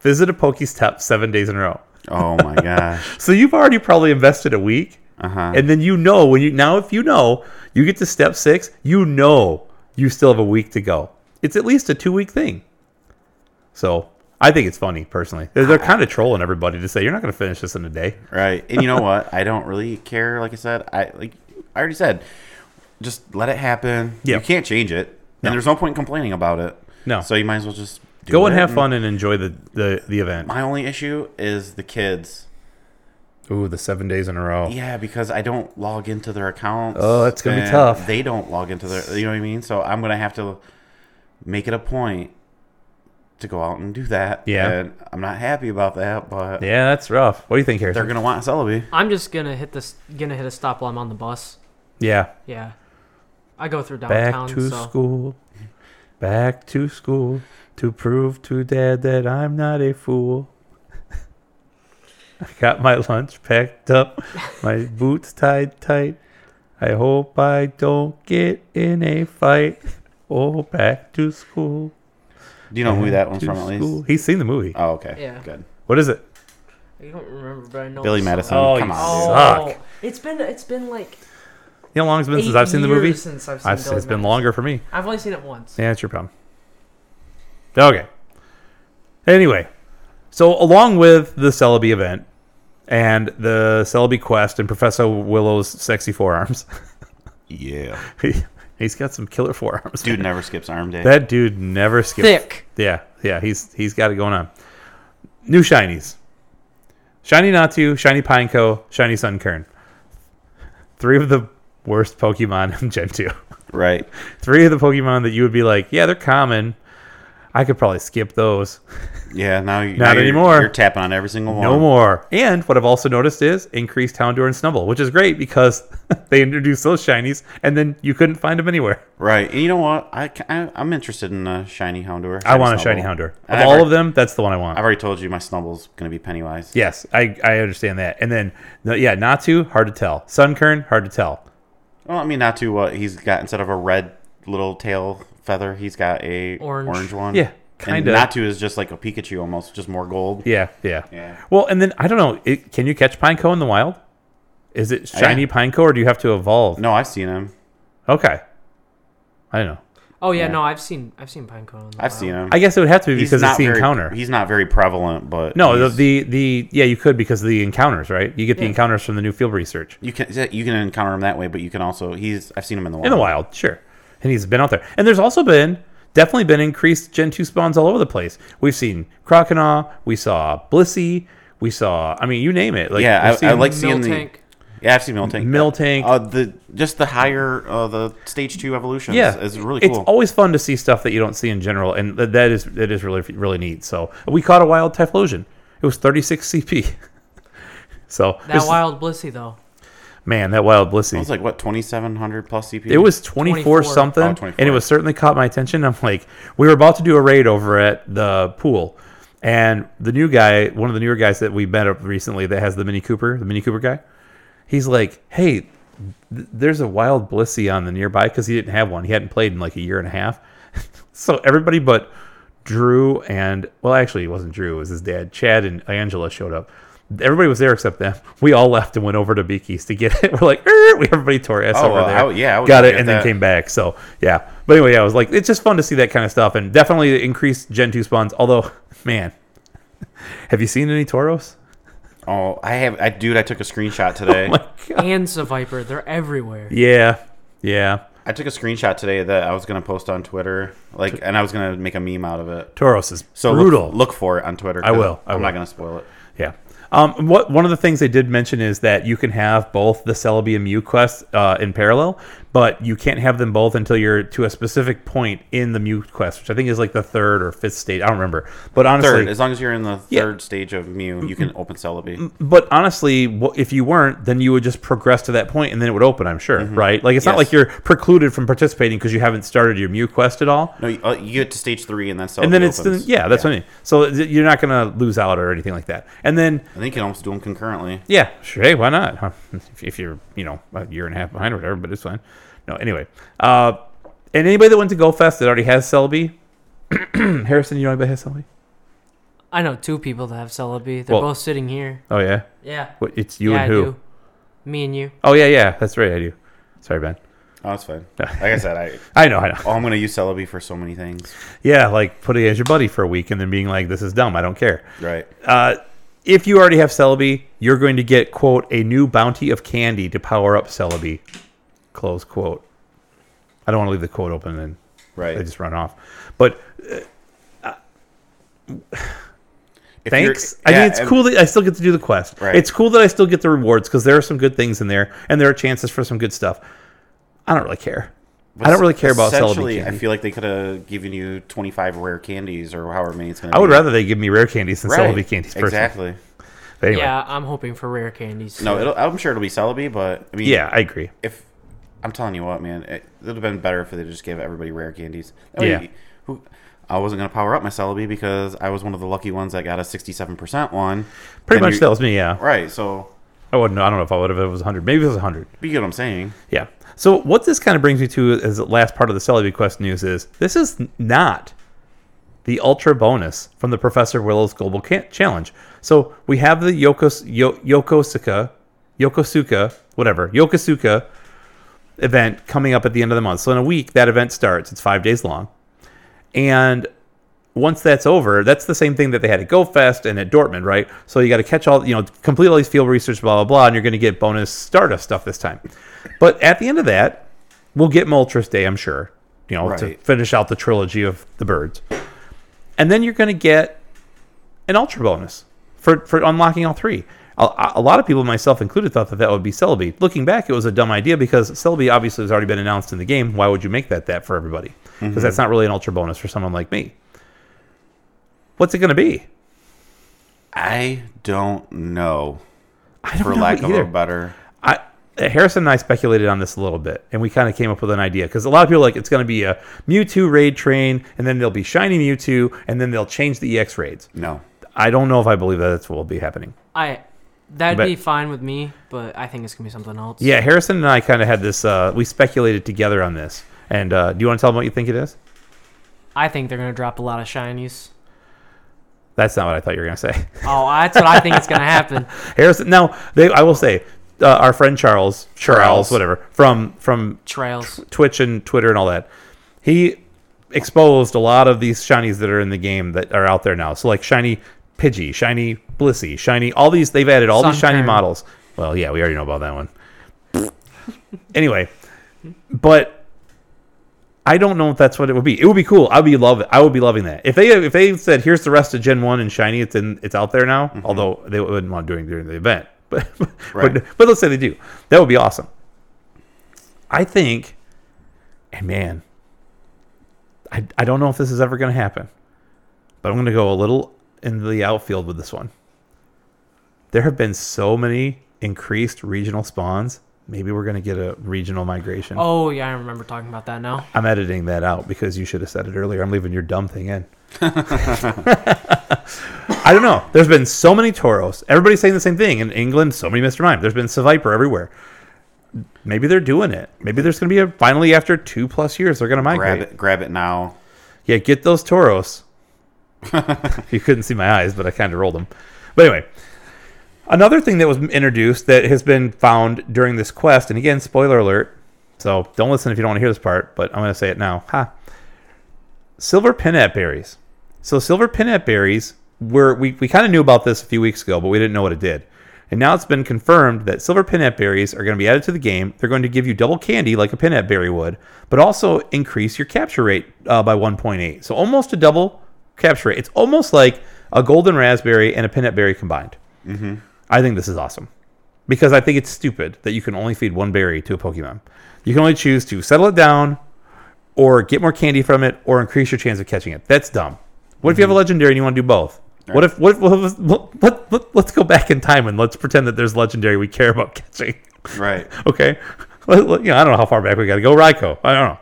S1: visit a Pokestop seven days in a row.
S2: Oh my gosh.
S1: So you've already probably invested a week,
S2: Uh-huh.
S1: and then you know when you now if you know you get to step six, you know you still have a week to go. It's at least a two week thing. So I think it's funny personally. They're, they're kind of trolling everybody to say you're not going to finish this in a day.
S2: Right. And you know what? I don't really care. Like I said, I like I already said, just let it happen.
S1: Yeah.
S2: You can't change it,
S1: No.
S2: and there's no point in complaining about it.
S1: No.
S2: So you might as well just do
S1: Go and
S2: it.
S1: have fun and enjoy the the, the event.
S2: My only issue is the kids.
S1: Ooh, the seven days in a row.
S2: Yeah, because I don't log into their accounts.
S1: Oh, that's gonna be
S2: and
S1: tough.
S2: They don't log into their. You know what I mean? So I'm gonna have to make it a point to go out and do that.
S1: Yeah.
S2: And I'm not happy about that, but
S1: Yeah, that's rough. What do you think, Harrison?
S2: they're gonna want Celebi.
S3: I'm just gonna hit this. Gonna hit a stop while I'm on the bus.
S1: yeah,
S3: Yeah, I go through
S1: Back
S3: downtown.
S1: to
S3: so.
S1: school. Back to school to prove to dad that I'm not a fool. I got my lunch packed up, my boots tied tight. I hope I don't get in a fight. Oh, back to school.
S2: Do you know who that one's
S1: to
S2: from at least?
S1: school. He's seen the movie.
S2: Oh, okay.
S3: Yeah.
S2: Good.
S1: What is it?
S3: I don't remember, but I know
S2: Billy
S3: it's-
S2: Madison.
S1: Oh,
S2: come
S1: you
S2: on. dude.
S1: Oh,
S3: Oh,
S1: Suck.
S3: it's been it's been like
S1: You know how long it's been
S3: eight
S1: since I've seen the movie?
S3: years since I've seen
S1: I've,
S3: Billy
S1: it's been
S3: Madison.
S1: longer for me.
S3: I've only seen it once.
S1: Yeah, it's your problem. Okay. Anyway, so along with the Celebi event and the Celebi quest and Professor Willow's sexy forearms,
S2: Yeah.
S1: he, he's got some killer forearms.
S2: Dude never skips arm day.
S1: that dude never skips.
S3: Thick.
S1: Yeah, yeah, he's he's got it going on. New shinies. Shiny Natu, Shiny Pineco, Shiny Sunkern. Three of the worst Pokemon in Gen 2.
S2: Right.
S1: Three of the Pokemon that you would be like, yeah, they're common. I could probably skip those.
S2: Yeah. Now, you-
S1: Not
S2: now you're-
S1: anymore.
S2: You're tapping on every single one.
S1: No more. And what I've also noticed is increased Houndour and Snubble, which is great because they introduced those shinies and then you couldn't find them anywhere.
S2: Right. And you know what? I, ca- I I'm interested in a shiny Houndour.
S1: I want a shiny
S2: Snubble.
S1: Houndour.
S2: And
S1: Of
S2: I've
S1: all
S2: already-
S1: of them, that's the one I want.
S2: I've already told you my Snubble's gonna be Pennywise.
S1: Yes, I, I understand that. And then, no, yeah, Natu, hard to tell. Sunkern, hard to tell.
S2: Well, I mean, not to what he's got instead of a red little tail feather, he's got a
S3: Orange.
S2: orange, one.
S1: Yeah, kinda.
S2: And Natu is just like a Pikachu almost, just more gold.
S1: Yeah, yeah.
S2: Yeah.
S1: Well, and then I don't know. It, can you catch Pineco in the wild? Is it shiny Pineco or do you have to evolve?
S2: Oh, No, I've seen him.
S1: Okay. I don't know.
S3: Oh yeah,
S2: Yeah.
S3: no, I've seen I've seen Pinecone. in the
S2: I've
S3: wild.
S2: seen him.
S1: I guess it would have to be because it's the
S2: very,
S1: encounter.
S2: He's not very prevalent, but
S1: No, the,
S2: he's-
S1: the the yeah, you could because of the encounters, right? You get the encounters from the new field research
S2: you can you can encounter him that way, but you can also he's I've seen him in the wild.
S1: in the wild, sure. And he's been out there, and there's also been definitely been increased Gen two spawns all over the place. We've seen Croconaw, we saw Blissey, we saw I mean, you name it. Like
S2: Yeah,
S1: we've
S2: I- I
S1: seen
S2: like seeing the-
S3: Miltank.
S2: Yeah, I've seen Miltank.
S1: Miltank.
S2: Uh, the just the higher uh, the stage two evolutions.
S1: yeah,
S2: is really
S1: It's
S2: cool.
S1: always fun to see stuff that you don't see in general, and th- that is that is really really neat. So we caught a wild Typhlosion. It was 36 CP. so
S3: That
S1: there's-
S3: wild Blissey though.
S1: man, that wild Blissey.
S2: it was like what twenty seven hundred plus CP.
S1: It was 24,
S3: 24.
S1: something,
S2: Oh, 24.
S1: and it was certainly caught my attention. I'm like, we were about to do a raid over at the pool, and the new guy, one of the newer guys that we met up recently that has the Mini Cooper, the Mini Cooper guy, he's like, hey, th- there's a wild Blissey on the nearby because he didn't have one. He hadn't played in like a year and a half. so everybody but Drew and, well, actually, it wasn't Drew, it was his dad. Chad and Angela showed up. Everybody was there except them. We all left and went over to Beaky's to get it. We're like, "Er," we everybody tore ass
S2: Oh,
S1: over
S2: uh,
S1: there.
S2: I would- yeah, I would
S1: got it,
S2: get
S1: and then
S2: that.
S1: came back. So yeah, but anyway, I was like, it's just fun to see that kind of stuff, and definitely the increased Gen two spawns. Although, man, have you seen any Toros?
S2: oh, I have. I dude, I took a screenshot today.
S1: Oh My God.
S3: And Seviper, they're everywhere.
S1: Yeah, yeah,
S2: I took a screenshot today that I was gonna post on Twitter, like, and I was gonna make a meme out of it.
S1: Toros is
S2: So look-
S1: brutal.
S2: Look, for it on Twitter.
S1: I will, I
S2: am not
S1: will.
S2: gonna spoil it.
S1: Yeah. Um, what one of the things they did mention is that you can have both the Celebi and Mew quests uh, in parallel, but you can't have them both until you're to a specific point in the Mew quest, which I think is like the third or fifth stage. I don't remember, but honestly,
S2: Third, as long as you're in the third
S1: Yeah.
S2: stage of Mew, you can open Celebi.
S1: But honestly, wh- if you weren't, then you would just progress to that point, and then it would open. I'm sure, right? Like it's not
S2: Mm-hmm. Yes.
S1: like you're precluded from participating because you haven't started your Mew quest at all.
S2: No, you, uh, you get to stage three, and then Celebi
S1: and then it's the,
S2: opens.
S1: yeah, that's what I mean. So th- you're not gonna lose out or anything like that. And then
S2: I think you can almost do them concurrently.
S1: yeah, sure, hey, why not? Huh? If, if you're you know a year and a half behind or whatever, but it's fine. No, anyway. Uh, and anybody that went to Go Fest that already has Celebi, Harrison, you know anybody has Celebi?
S3: I know two people that have Celebi. They're
S1: Well-
S3: both sitting here.
S1: Oh yeah,
S3: Yeah.
S1: What- it's you
S3: yeah,
S1: and who?
S3: I do. Me and you.
S1: Oh yeah, yeah, that's right, I do. Sorry, Ben.
S2: Oh, that's fine. Like I said, I
S1: I know, I know.
S2: oh, I'm gonna use Celebi for so many things.
S1: Yeah, like putting it as your buddy for a week and then being like, this is dumb. I don't care.
S2: Right.
S1: Uh, if you already have Celebi, you're going to get, quote, a new bounty of candy to power up Celebi, close quote. I don't want to leave the quote open and
S2: Right.
S1: they just run off. But
S2: If you're-
S1: thanks. I mean,
S2: yeah,
S1: it's
S2: and-
S1: cool that I still get to do the quest.
S2: Right.
S1: It's cool that I still get the rewards because there are some good things in there and there are chances for some good stuff. I don't really care. I don't really care about Celebi
S2: Essentially,
S1: candy.
S2: I feel like they could have given you 25 rare candies or however many it's gonna.
S1: I would
S2: be.
S1: rather they give me rare candies than
S2: Right.
S1: Celebi candies. Personally.
S2: Exactly.
S1: But anyway, yeah.
S3: Yeah, I'm hoping for rare candies.
S2: No, it'll, I'm sure it'll be Celebi, but I mean,
S1: I agree.
S2: if I'm telling you what, man, it, it would have been better if they just gave everybody rare candies. That way
S1: Yeah.
S2: you- who, I wasn't gonna power up my Celebi because I was one of the lucky ones that got a 67% one.
S1: Pretty
S2: Then
S1: much
S2: you-
S1: that was me. Yeah.
S2: Right. So
S1: I wouldn't. I don't know if I would have. If it was 100. Maybe it was 100.
S2: you get what I'm saying.
S1: Yeah. So what this kind of brings me to as the last part of the Celebi Quest news is this is not the ultra bonus from the Professor Willow's Global Ca- Challenge. So we have the Yokos Yo- Yokosuka, Yokosuka, whatever Yokosuka event coming up at the end of the month. So in a week, that event starts. It's five days long, and once that's over, that's the same thing that they had at GoFest and at Dortmund, right? So you got to catch all, you know, complete all these field research, blah blah blah, and you're going to get bonus Stardust stuff this time. But at the end of that, we'll get Moltres Day, I'm sure, you know, to
S2: Right.
S1: finish out the trilogy of the birds, and then you're going to get an ultra bonus for, for unlocking all three. A, a lot of people, myself included, thought that that would be Celebi. Looking back, it was a dumb idea because Celebi obviously has already been announced in the game. Why would you make that that for everybody? Because that's not really an ultra bonus for someone like me. What's it going to be?
S2: I don't know,
S1: I don't
S2: for
S1: know
S2: lack of
S1: either.
S2: a better.
S1: I Harrison and I speculated on this a little bit, and we kind of came up with an idea because a lot of people are like it's going to be a Mewtwo raid train, and then there'll be shiny Mewtwo, and then they'll change the EX raids.
S2: No,
S1: I don't know if I believe that that's what will be happening.
S3: I that'd
S1: But-
S3: be fine with me, but I think it's gonna be something else.
S1: Yeah, Harrison and I kind of had this. Uh, we speculated together on this, and uh, do you want to tell them what you think it is?
S3: I think they're gonna drop a lot of shinies.
S1: That's not what I thought you were going to say.
S3: Oh, that's what I think is gonna happen.
S1: Harrison. Now, they, I will say, uh, our friend Charles, Charles,
S2: Charles.
S1: whatever, from from
S3: Trails.
S1: Twitch and Twitter and all that. He exposed a lot of these shinies that are in the game that are out there now. So like shiny Pidgey, shiny Blissey, shiny all these they've added all these shiny
S3: Sunkern.
S1: models. Well, yeah, we already know about that one. anyway, but I don't know if that's what it would be. It would be cool. I'd be love. I would be loving that. If they if they said here's the rest of Gen One and Shiny, it's in it's out there now. Although they wouldn't want to do it during the event, but
S2: Right.
S1: but but let's say they do. That would be awesome. I think, and man, I I don't know if this is ever going to happen, but I'm going to go a little in the outfield with this one. There have been so many increased regional spawns. Maybe we're going to get a regional migration.
S3: Oh yeah, I remember talking about that now.
S1: I'm editing that out because you should have said it earlier. I'm leaving your dumb thing in. I don't know. There's been so many Toros. Everybody's saying the same thing. In England, so many Mr. Mime. There's been Seviper everywhere. Maybe they're doing it. Maybe there's going to be a finally after two plus years they're going to migrate.
S2: grab it, grab it now.
S1: Yeah, get those toros. you couldn't see my eyes, but I kind of rolled them. But anyway, another thing that was introduced that has been found during this quest, and again, spoiler alert. So don't listen if you don't want to hear this part, but I'm going to say it now. Ha. Silver pinnat berries. So silver pinnat berries were we, we kind of knew about this a few weeks ago, but we didn't know what it did. And now it's been confirmed that silver pinnat berries are going to be added to the game. They're going to give you double candy like a pinnat berry would, but also increase your capture rate uh, by 1.8. So almost a double capture rate. It's almost like a golden raspberry and a pinnat berry combined. I think this is awesome because I think it's stupid that you can only feed one berry to a Pokemon. You can only choose to settle it down, or get more candy from it, or increase your chance of catching it. That's dumb. What if
S2: Mm-hmm.
S1: you have a legendary and you want to do both? What if what if let, let, let, let's go back in time and let's pretend that there's legendary we care about catching.
S2: Right.
S1: okay, Let- let- you know I don't know how far back we got to go. Raikou, I don't know.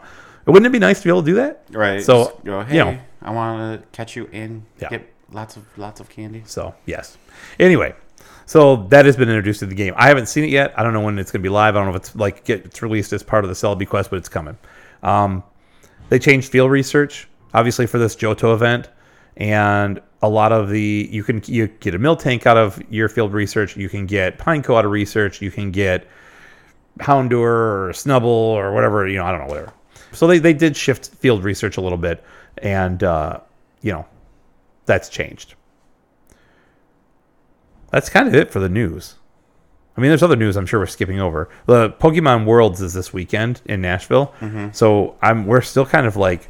S1: Wouldn't it be nice to be able to do that?
S2: Right.
S1: So
S2: Just go, hey,
S1: you know,
S2: I want to catch you and
S1: Yeah.
S2: get lots of lots of candy.
S1: So yes. Anyway, so that has been introduced to the game. I haven't seen it yet. I don't know when it's going to be live. I don't know if it's like get, it's released as part of the Celebi quest, but it's coming. Um, they changed field research obviously for this Johto event, and a lot of the you can you get a mill tank out of your field research. You can get Pineco out of research. You can get Houndour or Snubble or whatever, you know, I don't know, whatever. So they, they did shift field research a little bit, and, uh, you know, that's changed. That's kind of it for the news. I mean, there's other news I'm sure we're skipping over. The Pokemon Worlds is this weekend in Nashville,
S2: Mm-hmm.
S1: so I'm we're still kind of like,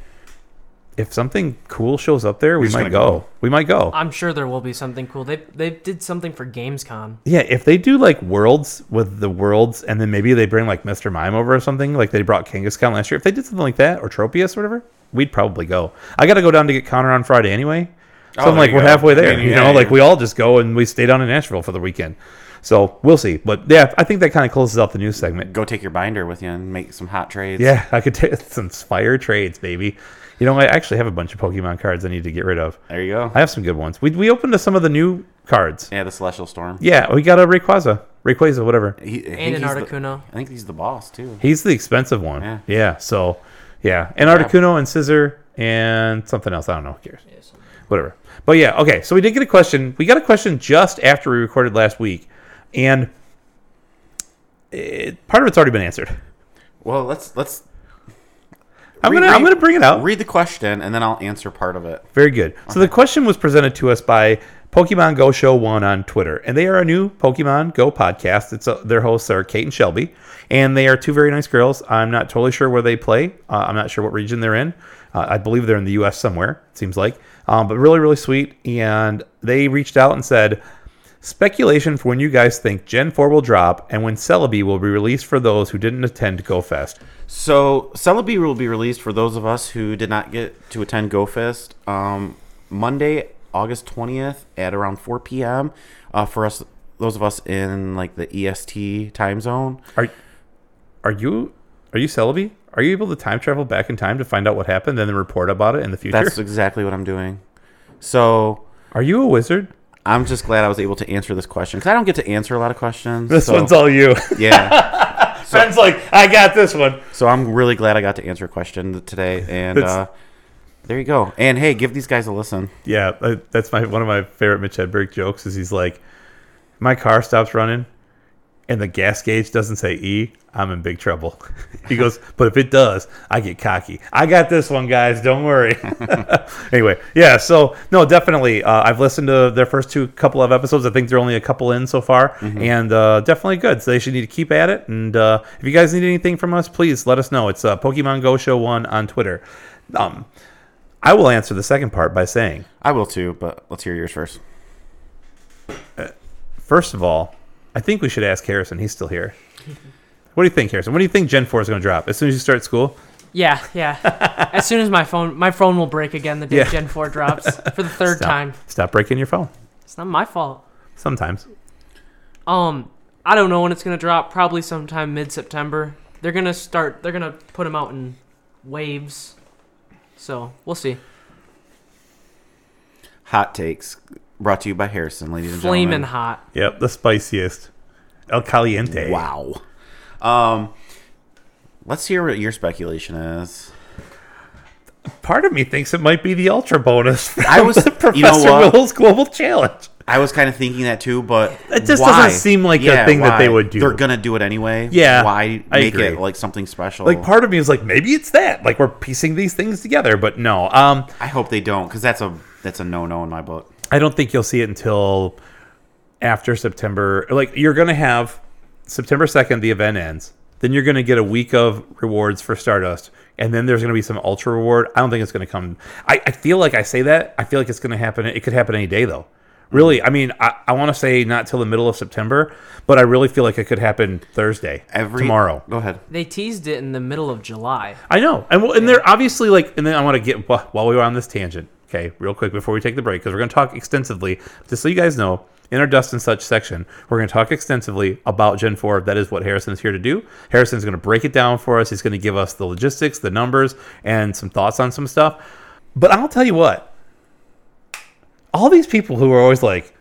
S1: if something cool shows up there, we
S2: just
S1: might
S2: gonna
S1: go.
S2: go.
S1: We might go.
S3: I'm sure there will be something cool. They they did something for Gamescom.
S1: Yeah, if they do like worlds with the worlds, and then maybe they bring like Mr. Mime over or something, like they brought Kangaskhan last year. If they did something like that or Tropius or whatever, we'd probably go. I got to go down to get Connor on Friday anyway, so
S2: Oh,
S1: I'm
S2: there
S1: like
S2: you
S1: we're
S2: go.
S1: halfway
S2: I
S1: there.
S2: mean,
S1: you
S2: yeah,
S1: know, like
S2: you're-
S1: we all just go and we stay down in Nashville for the weekend. So we'll see. But yeah, I think that kind of closes out the news segment.
S2: Go take your binder with you and make some hot trades.
S1: Yeah, I could take some fire trades, baby. You know, I actually have a bunch of Pokemon cards I need to get rid of.
S2: There you go.
S1: I have some good ones. We we opened to some of the new cards.
S2: yeah, the Celestial Storm.
S1: Yeah, we got a Rayquaza, Rayquaza, whatever.
S2: He, I
S3: And
S2: think
S3: an
S2: he's the-
S3: Articuno.
S2: I think he's the boss too.
S1: He's the expensive one. Yeah.
S2: Yeah.
S1: so, yeah. And Articuno and Scissor and something else. I don't know. Who cares? Whatever. But yeah, okay. So we did get a question. We got a question just after we recorded last week. And it, part of it's already been answered.
S2: Well, let's let's
S1: I'm
S2: Read-
S1: gonna I'm
S2: read-
S1: gonna bring it out.
S2: read the question and then I'll answer part of it.
S1: Very good. So the question was presented to us by Pokemon Go Show One on Twitter, and they are a new Pokemon Go podcast. It's uh their hosts are Kate and Shelby, and they are two very nice girls. I'm not totally sure where they play. Uh, I'm not sure what region they're in. Uh, I believe they're in the U.S. somewhere. It seems like, um, but really, really sweet. And they reached out and said Speculation for when you guys think Gen 4 will drop and when Celebi will be released for those who didn't attend GoFest.
S2: So Celebi will be released for those of us who did not get to attend GoFest um, Monday, August twentieth at around four p.m. Uh, for us, those of us in like the EST time zone.
S1: Are are you are you Celebi? Are you able to time travel back in time to find out what happened and then report about it in the future?
S2: That's exactly what I'm doing. So
S1: are you a wizard?
S2: I'm just glad I was able to answer this question because I don't get to answer a lot of questions.
S1: This
S2: so-
S1: one's all you.
S2: yeah.
S1: Friends like, I got this one.
S2: So I'm really glad I got to answer a question today, and
S1: That's-
S2: uh, there you go. And hey, give these guys a listen.
S1: Yeah, uh, that's my one of my favorite Mitch Hedberg jokes is he's like, my car stops running, and the gas gauge doesn't say E. I'm in big trouble. he goes, but if it does, I get cocky. I got this one, guys. Don't worry. anyway, yeah. So no, definitely. Uh, I've listened to their first two couple of episodes. I think they're only a couple in so far, and uh, definitely good. So they should need to keep at it. And uh, if you guys need anything from us, please let us know. It's uh, Pokemon Go Show One on Twitter. Um, I will answer the second part by saying.
S2: I will too, but let's hear yours first.
S1: First of all, I think we should ask Harrison. He's still here. What do you think, Harrison? What do you think Gen 4 is going to drop? As soon as you start school?
S3: Yeah, yeah. as soon as my phone, my phone will break again the day
S1: Yeah.
S3: Gen Four drops for the third
S1: Stop.
S3: time.
S1: Stop breaking your phone.
S3: It's not my fault.
S1: Sometimes.
S3: Um, I don't know when it's gonna drop. Probably sometime mid September. They're gonna start. They're gonna put them out in waves. So we'll see.
S2: Hot takes brought to you by Harrison, ladies and
S3: Flaming
S2: gentlemen.
S3: hot.
S1: Yep, the spiciest. El Caliente.
S2: Wow. Um, let's hear what your speculation is.
S1: Part of me thinks it might be the ultra bonus. From
S2: I was-
S1: the Professor
S2: you know what?
S1: Will's Global Challenge.
S2: I was kind of thinking that too, but
S1: It just
S2: why?
S1: doesn't seem like a thing that they would do.
S2: They're gonna do it anyway.
S1: Yeah,
S2: Why
S1: I
S2: make
S1: agree.
S2: it like something special?
S1: Like part of me is like maybe it's that. Like we're piecing these things together, but no. Um,
S2: I hope they don't, because that's a that's a no no in my book.
S1: I don't think you'll see it until after September. Like you're gonna have September second, the event ends. Then you're gonna get a week of rewards for Stardust, and then there's gonna be some Ultra reward. I don't think it's gonna come. I, I feel like I say that. I feel like it's gonna happen. It could happen any day though. Really, I mean, I, I want to say not till the middle of September, but I really feel like it could happen Thursday,
S2: Every
S1: tomorrow.
S2: Go ahead.
S3: They teased it in the middle of July.
S1: I know, and well, and they're obviously like, and then I want to get wh- while we were on this tangent, okay, real quick before we take the break because we're going to talk extensively. Just so you guys know, in our dust and such section, we're going to talk extensively about Gen Four. That is what Harrison's here to do. Harrison's going to break it down for us. He's going to give us the logistics, the numbers, and some thoughts on some stuff. But I'll tell you what, all these people who are always like,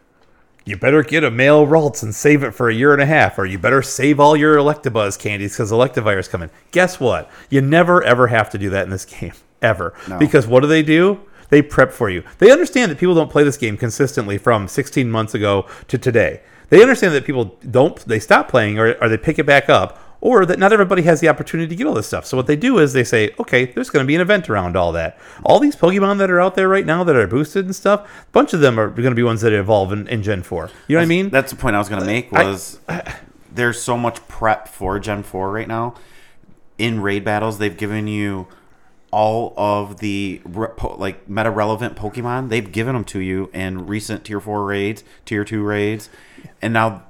S1: you better get a male Ralts and save it for a year and a half, or you better save all your Electabuzz candies because Electivire's coming. Guess what? You never ever have to do that in this game, ever. Because what do they do? They prep for you. They understand that people don't play this game consistently from 16 months ago to today. They understand that people don't, they stop playing or, or they pick it back up, or that not everybody has the opportunity to get all this stuff. So what they do is they say, okay, there's going to be an event around all that. All these Pokemon that are out there right now that are boosted and stuff, a bunch of them are going to be ones that evolve in, in Gen 4. You know what I mean?
S2: That's the point I was going to make
S1: I-
S2: was there's so much prep for Gen 4 right now. In raid battles, they've given you all of the re- po- like meta relevant Pokemon. They've given them to you in recent tier 4 raids, tier 2 raids. And now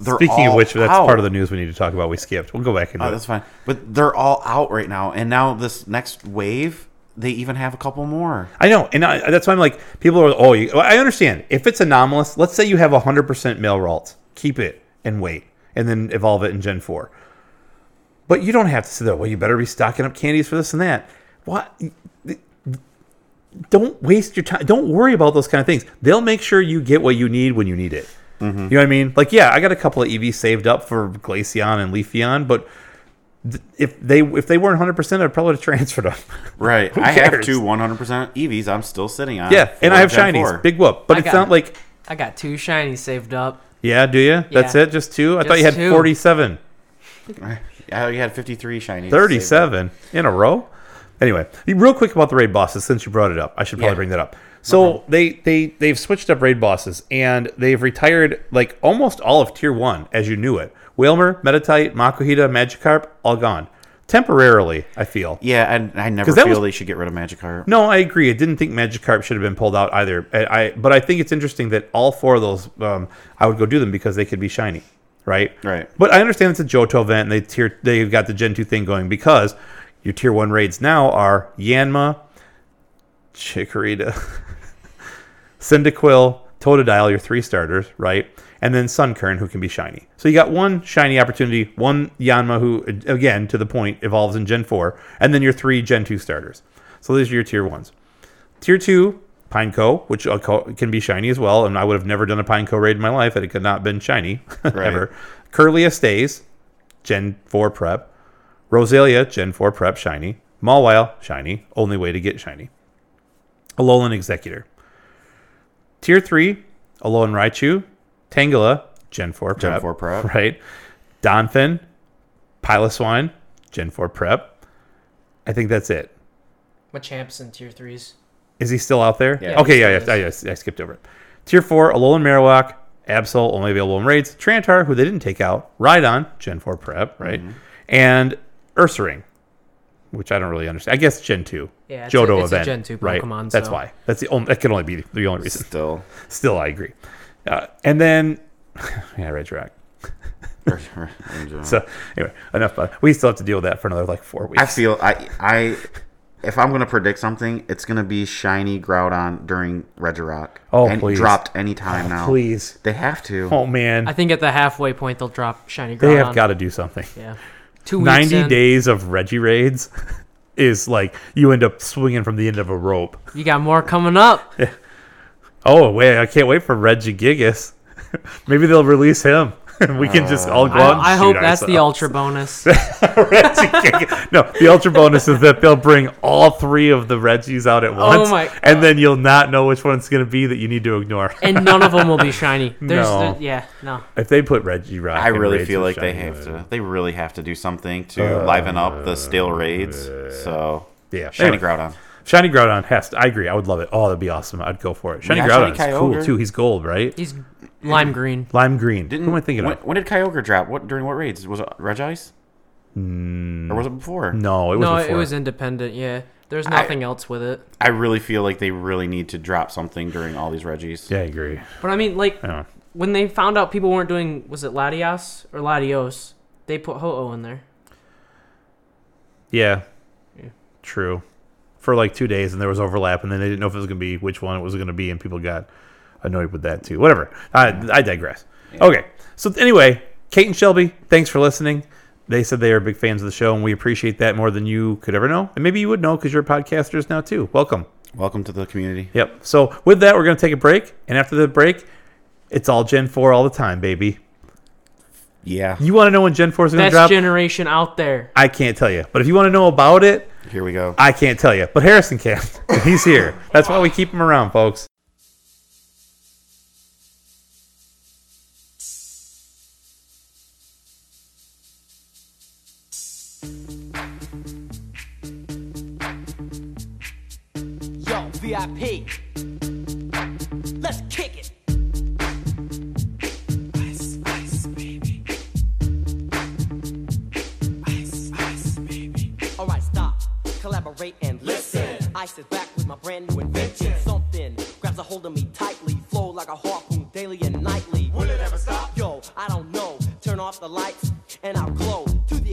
S2: they're
S1: Speaking of
S2: all
S1: which, that's
S2: out.
S1: part of the news we need to talk about. We skipped. We'll go back into
S2: Oh,
S1: it.
S2: that's fine. But they're all out right now. And now this next wave, they even have a couple more.
S1: I know, and I, that's why I'm like, people are. Oh, you, I understand. If it's anomalous, let's say you have 100% male Ralt, keep it and wait, and then evolve it in Gen 4. But you don't have to say that. Well, you better be stocking up candies for this and that. What? Don't waste your time. Don't worry about those kind of things. They'll make sure you get what you need when you need it. You know what I mean? Like, yeah, I got a couple of EVs saved up for Glaceon and Leafeon, but th- if they if they weren't 100%, I'd probably have transferred them.
S2: Right.
S1: Who
S2: I have
S1: cares?
S2: two 100% EVs I'm still sitting on.
S1: Yeah, and
S2: for
S1: I have
S2: Gen
S1: shinies,
S2: 4.
S1: big whoop. But
S3: I
S1: it's
S3: got
S1: not
S3: it.
S1: like,
S3: I got two shinies saved up.
S1: yeah, do you? That's
S3: Yeah.
S1: it? Just two? I thought you had
S3: Just two.
S1: 47,
S2: Yeah, you had 53 shinies.
S1: 37 in a row. Anyway, real quick about the raid bosses since you brought it up. I should probably
S3: Yeah.
S1: bring that up. So they they they've switched up raid bosses and they've retired like almost all of tier 1 as you knew it. Whalmer, Metatite, Makuhita, Magikarp all gone. temporarily. I feel.
S2: Yeah, and I never
S1: 'Cause that
S2: feel
S1: was-
S2: they should get rid of Magikarp.
S1: No, I agree. I didn't think Magikarp should have been pulled out either. I, I but I think it's interesting that all four of those, um, I would go do them because they could be shiny, right?
S2: Right.
S1: But I understand it's a Johto event, and they tier they've got the Gen two thing going because your tier one raids now are Yanma, Chikorita, Cyndaquil, Totodile, your three starters, right? And then Sunkern, who can be shiny. So you got one shiny opportunity, one Yanma, who, again, to the point, evolves in Gen 4, and then your three Gen 2 starters. So these are your tier ones. Tier 2, Pineco, which uh, co- can be shiny as well. And I would have never done a Pineco raid in my life had it could not been shiny ever. Curlia stays, Gen 4 prep. Rosalia, Gen 4 prep, shiny. Mawile, shiny. Only way to get shiny. Alolan Executor. Tier 3, Alolan Raichu. Tangela, Gen 4 prep.
S2: Gen 4 prep.
S1: Right. Donphin, Piloswine, Gen 4 prep. I think that's it.
S3: My champs in tier threes.
S1: Is he still out there?
S2: Yeah.
S1: okay, yeah,
S3: Yes.
S1: yeah, I, I, I skipped over it. Tier 4, Alolan Marowak, Absol, only available in raids, Trantar, who they didn't take out, Rhydon, Gen 4 prep, right?
S2: Mm-hmm.
S1: And Ursaring, which I don't really understand. I guess Gen 2.
S3: Yeah, it's a-
S1: Johto
S3: it's a
S1: event,
S3: Gen 2
S1: right?
S3: Pokemon,
S1: That's
S3: so-
S1: why. That's the only, that can only be the only reason.
S2: Still.
S1: Still, I agree. Uh, and then, yeah, Regirock. So, anyway, enough. But we still have to deal with that for another like four weeks.
S2: I feel I I if I'm gonna predict something, it's gonna be shiny Groudon during Regirock.
S1: Oh,
S2: and
S1: please. Oh,
S2: dropped any time now.
S1: Please.
S2: They have to.
S1: Oh, man.
S3: I think at the halfway point they'll drop shiny. Groudon.
S1: they have got to do something.
S3: Yeah. Two weeks
S1: 90
S3: in,
S1: days of Reggie raids is like you end up swinging from the end of a rope.
S3: You got more coming up.
S1: Oh, wait, I can't wait for Reggie Gigas. Maybe they'll release him. we can just all go
S3: I,
S1: out and
S3: I
S1: shoot
S3: hope that's the
S1: ourselves.
S3: ultra bonus.
S1: Reggie Gigas. No, the ultra bonus is that they'll bring all three of the Reggies out at once.
S3: Oh my
S1: and then you'll not know which one it's going to be that you need to ignore.
S3: and none of them will be shiny. There's
S1: No.
S3: there- yeah, no.
S1: if they put Reggie Rock.
S2: I
S1: in
S2: really
S1: raids
S2: feel
S1: with
S2: like they
S1: Shiny
S2: have
S1: Moon.
S2: to. They really have to do something to liven up the stale
S1: Uh,
S2: raids. So
S1: Yeah.
S2: shiny
S1: Anyway.
S2: Groudon.
S1: Shiny Groudon has to. I agree. I would love it. Oh, that'd be awesome. I'd go for it. Shiny
S2: Yeah,
S1: Groudon
S2: Shiny
S1: is cool,
S2: Kyogre.
S1: too. He's gold, right?
S3: He's lime green.
S1: Lime green.
S2: Didn't,
S1: Who am I thinking
S2: when,
S1: of?
S2: When did Kyogre drop? What during what raids was it? Regice? or was it before?
S1: Hmm. No, it was
S3: No,
S1: before.
S3: it was independent. Yeah, there's nothing else with it.
S2: I really feel like they really need to drop something during all these Reggies.
S1: yeah, I agree.
S3: But I mean, like
S1: Yeah.
S3: when they found out people weren't doing was it Latios or Latios, they put Ho-Oh in there.
S1: Yeah. True. For like two days, and there was overlap, and then they didn't know if it was going to be which one it was going to be, and people got annoyed with that too. Whatever. I, I digress. Okay. So anyway, Kate and Shelby, thanks for listening. They said they are big fans of the show, and we appreciate that more than you could ever know, and maybe you would know because you're podcasters now too. Welcome.
S2: Welcome to the community.
S1: Yep. So with that, we're going to take a break, and after the break, it's all Gen Four all the time, baby.
S2: Yeah.
S1: You want to know when Gen Four is going to
S3: Best
S1: drop?
S3: generation out there.
S1: I can't tell you. But if you want to know about it,
S2: Here we go.
S1: I can't tell you. But Harrison can. He's here. That's why we keep him around, folks.
S6: Yo, VIP. Let's kick it. Ice, ice, baby. Ice, ice, baby. All right, stop. Collaborate and listen. Ice is back with my brand new invention. Something grabs a hold of me tightly. Flow like a harpoon daily and nightly. Will it ever stop? Yo, I don't know. Turn off the lights and I'll glow. To the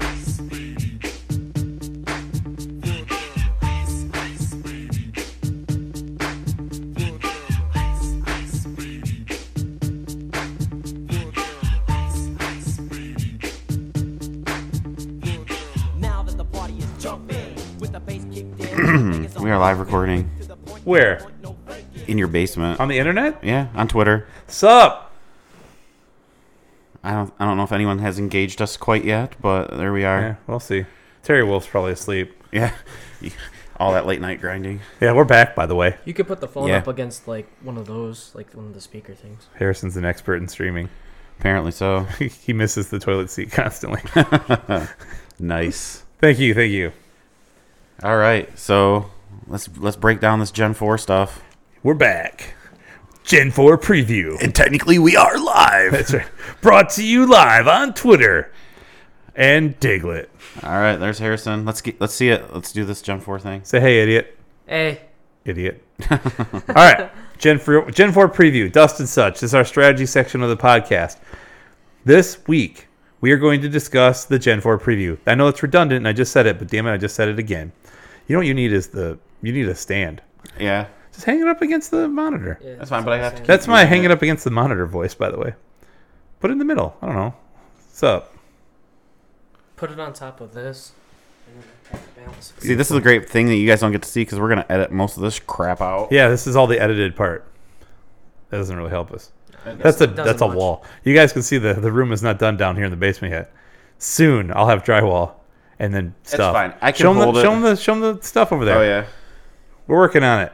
S6: ice, baby. Ice, ice, baby. Ice, ice, baby. Ice, ice, baby. Now that the party is jumping, with the bass kicked in,
S2: We are live recording
S1: Where?
S2: in your basement.
S1: On the internet?
S2: yeah, on Twitter.
S1: Sup?
S2: I don't. I don't know if anyone has engaged us quite yet, but there we
S1: Yeah,
S2: are.
S1: we'll see. Terry Wolf's probably asleep.
S2: Yeah. all that late night grinding.
S1: Yeah, we're back, by the way.
S7: You could put the phone
S2: Yeah.
S7: up against like one of those, like one of the speaker things.
S1: Harrison's an expert in streaming.
S2: Apparently so.
S1: he misses the toilet seat constantly.
S2: Nice.
S1: thank you, thank you.
S2: All right, so let's let's break down this Gen Four stuff.
S1: We're back. Gen 4 preview.
S2: And technically, we are live.
S1: That's right. Brought to you live on Twitter and Diglett.
S2: All right, there's Harrison. Let's get let's see it. Let's do this Gen Four thing.
S1: Say hey, idiot.
S3: Hey,
S1: Idiot. All right. Gen 4, Gen 4 preview, Dust and Such. This is our strategy section of the podcast. This week, we are going to discuss the Gen 4 preview. I know it's redundant and I just said it, but damn it, I just said it again. You know what you need is the, you need a stand.
S2: Yeah,
S1: Just hang it up against the monitor.
S2: that's fine. But I have to.
S1: That's my hanging up against the monitor voice, by the way. Put it in the middle. I don't know. What's up?
S7: Put it on top of this. and then have it balance.
S2: See, this is a great thing that you guys don't get to see because we're gonna edit most of this crap out.
S1: Yeah, this is all the edited part. That doesn't really help us. That's a that's a
S7: much.
S1: wall. You guys can see the the room is not done down here in the basement yet. Soon I'll have drywall and then stuff.
S2: fine. I can
S1: show 'em
S2: hold
S1: the,
S2: it.
S1: Show 'em the show 'em the stuff over there.
S2: Oh yeah.
S1: we're working on it.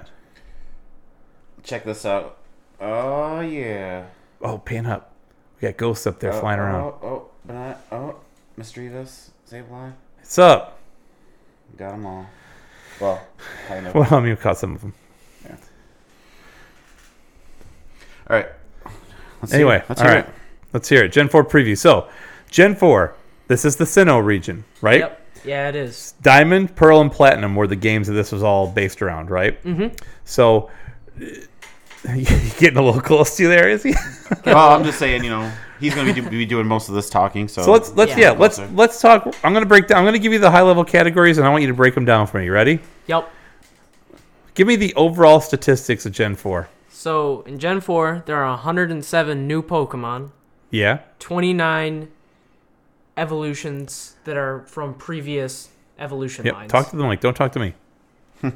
S2: Check this out. Oh yeah.
S1: Oh, pan up. We got ghosts up there flying around.
S2: Oh, oh, but not, oh, Mistreatus, Sableye.
S1: What's up?
S2: Got them all. Well, kind of.
S1: Well, I mean, we caught some of them.
S2: All right. Let's
S1: Anyway,
S2: hear it. let's
S1: all
S2: hear
S1: right. Let's hear it. Gen 4 preview. So, Gen 4, this is the Sinnoh region, right?
S7: Yep. Yeah, it is.
S1: Diamond, Pearl, and Platinum were the games that this was all based around, right? Mm-hmm. So, you getting a little close to you there, is he?
S2: it. Well, I'm just saying, you know, he's going to be, do, be doing most of this talking. So,
S1: so let's let's
S7: Yeah.
S1: yeah, let's let's talk. I'm gonna break down. I'm gonna give you the high level categories, and I want you to break them down for me. You ready?
S3: yep.
S1: Give me the overall statistics of Gen 4.
S3: So in Gen 4, there are 107 new Pokemon,
S1: Yeah.
S3: 29 evolutions that are from previous evolution
S1: Yep.
S3: lines.
S1: Talk to them like don't talk to me.
S3: so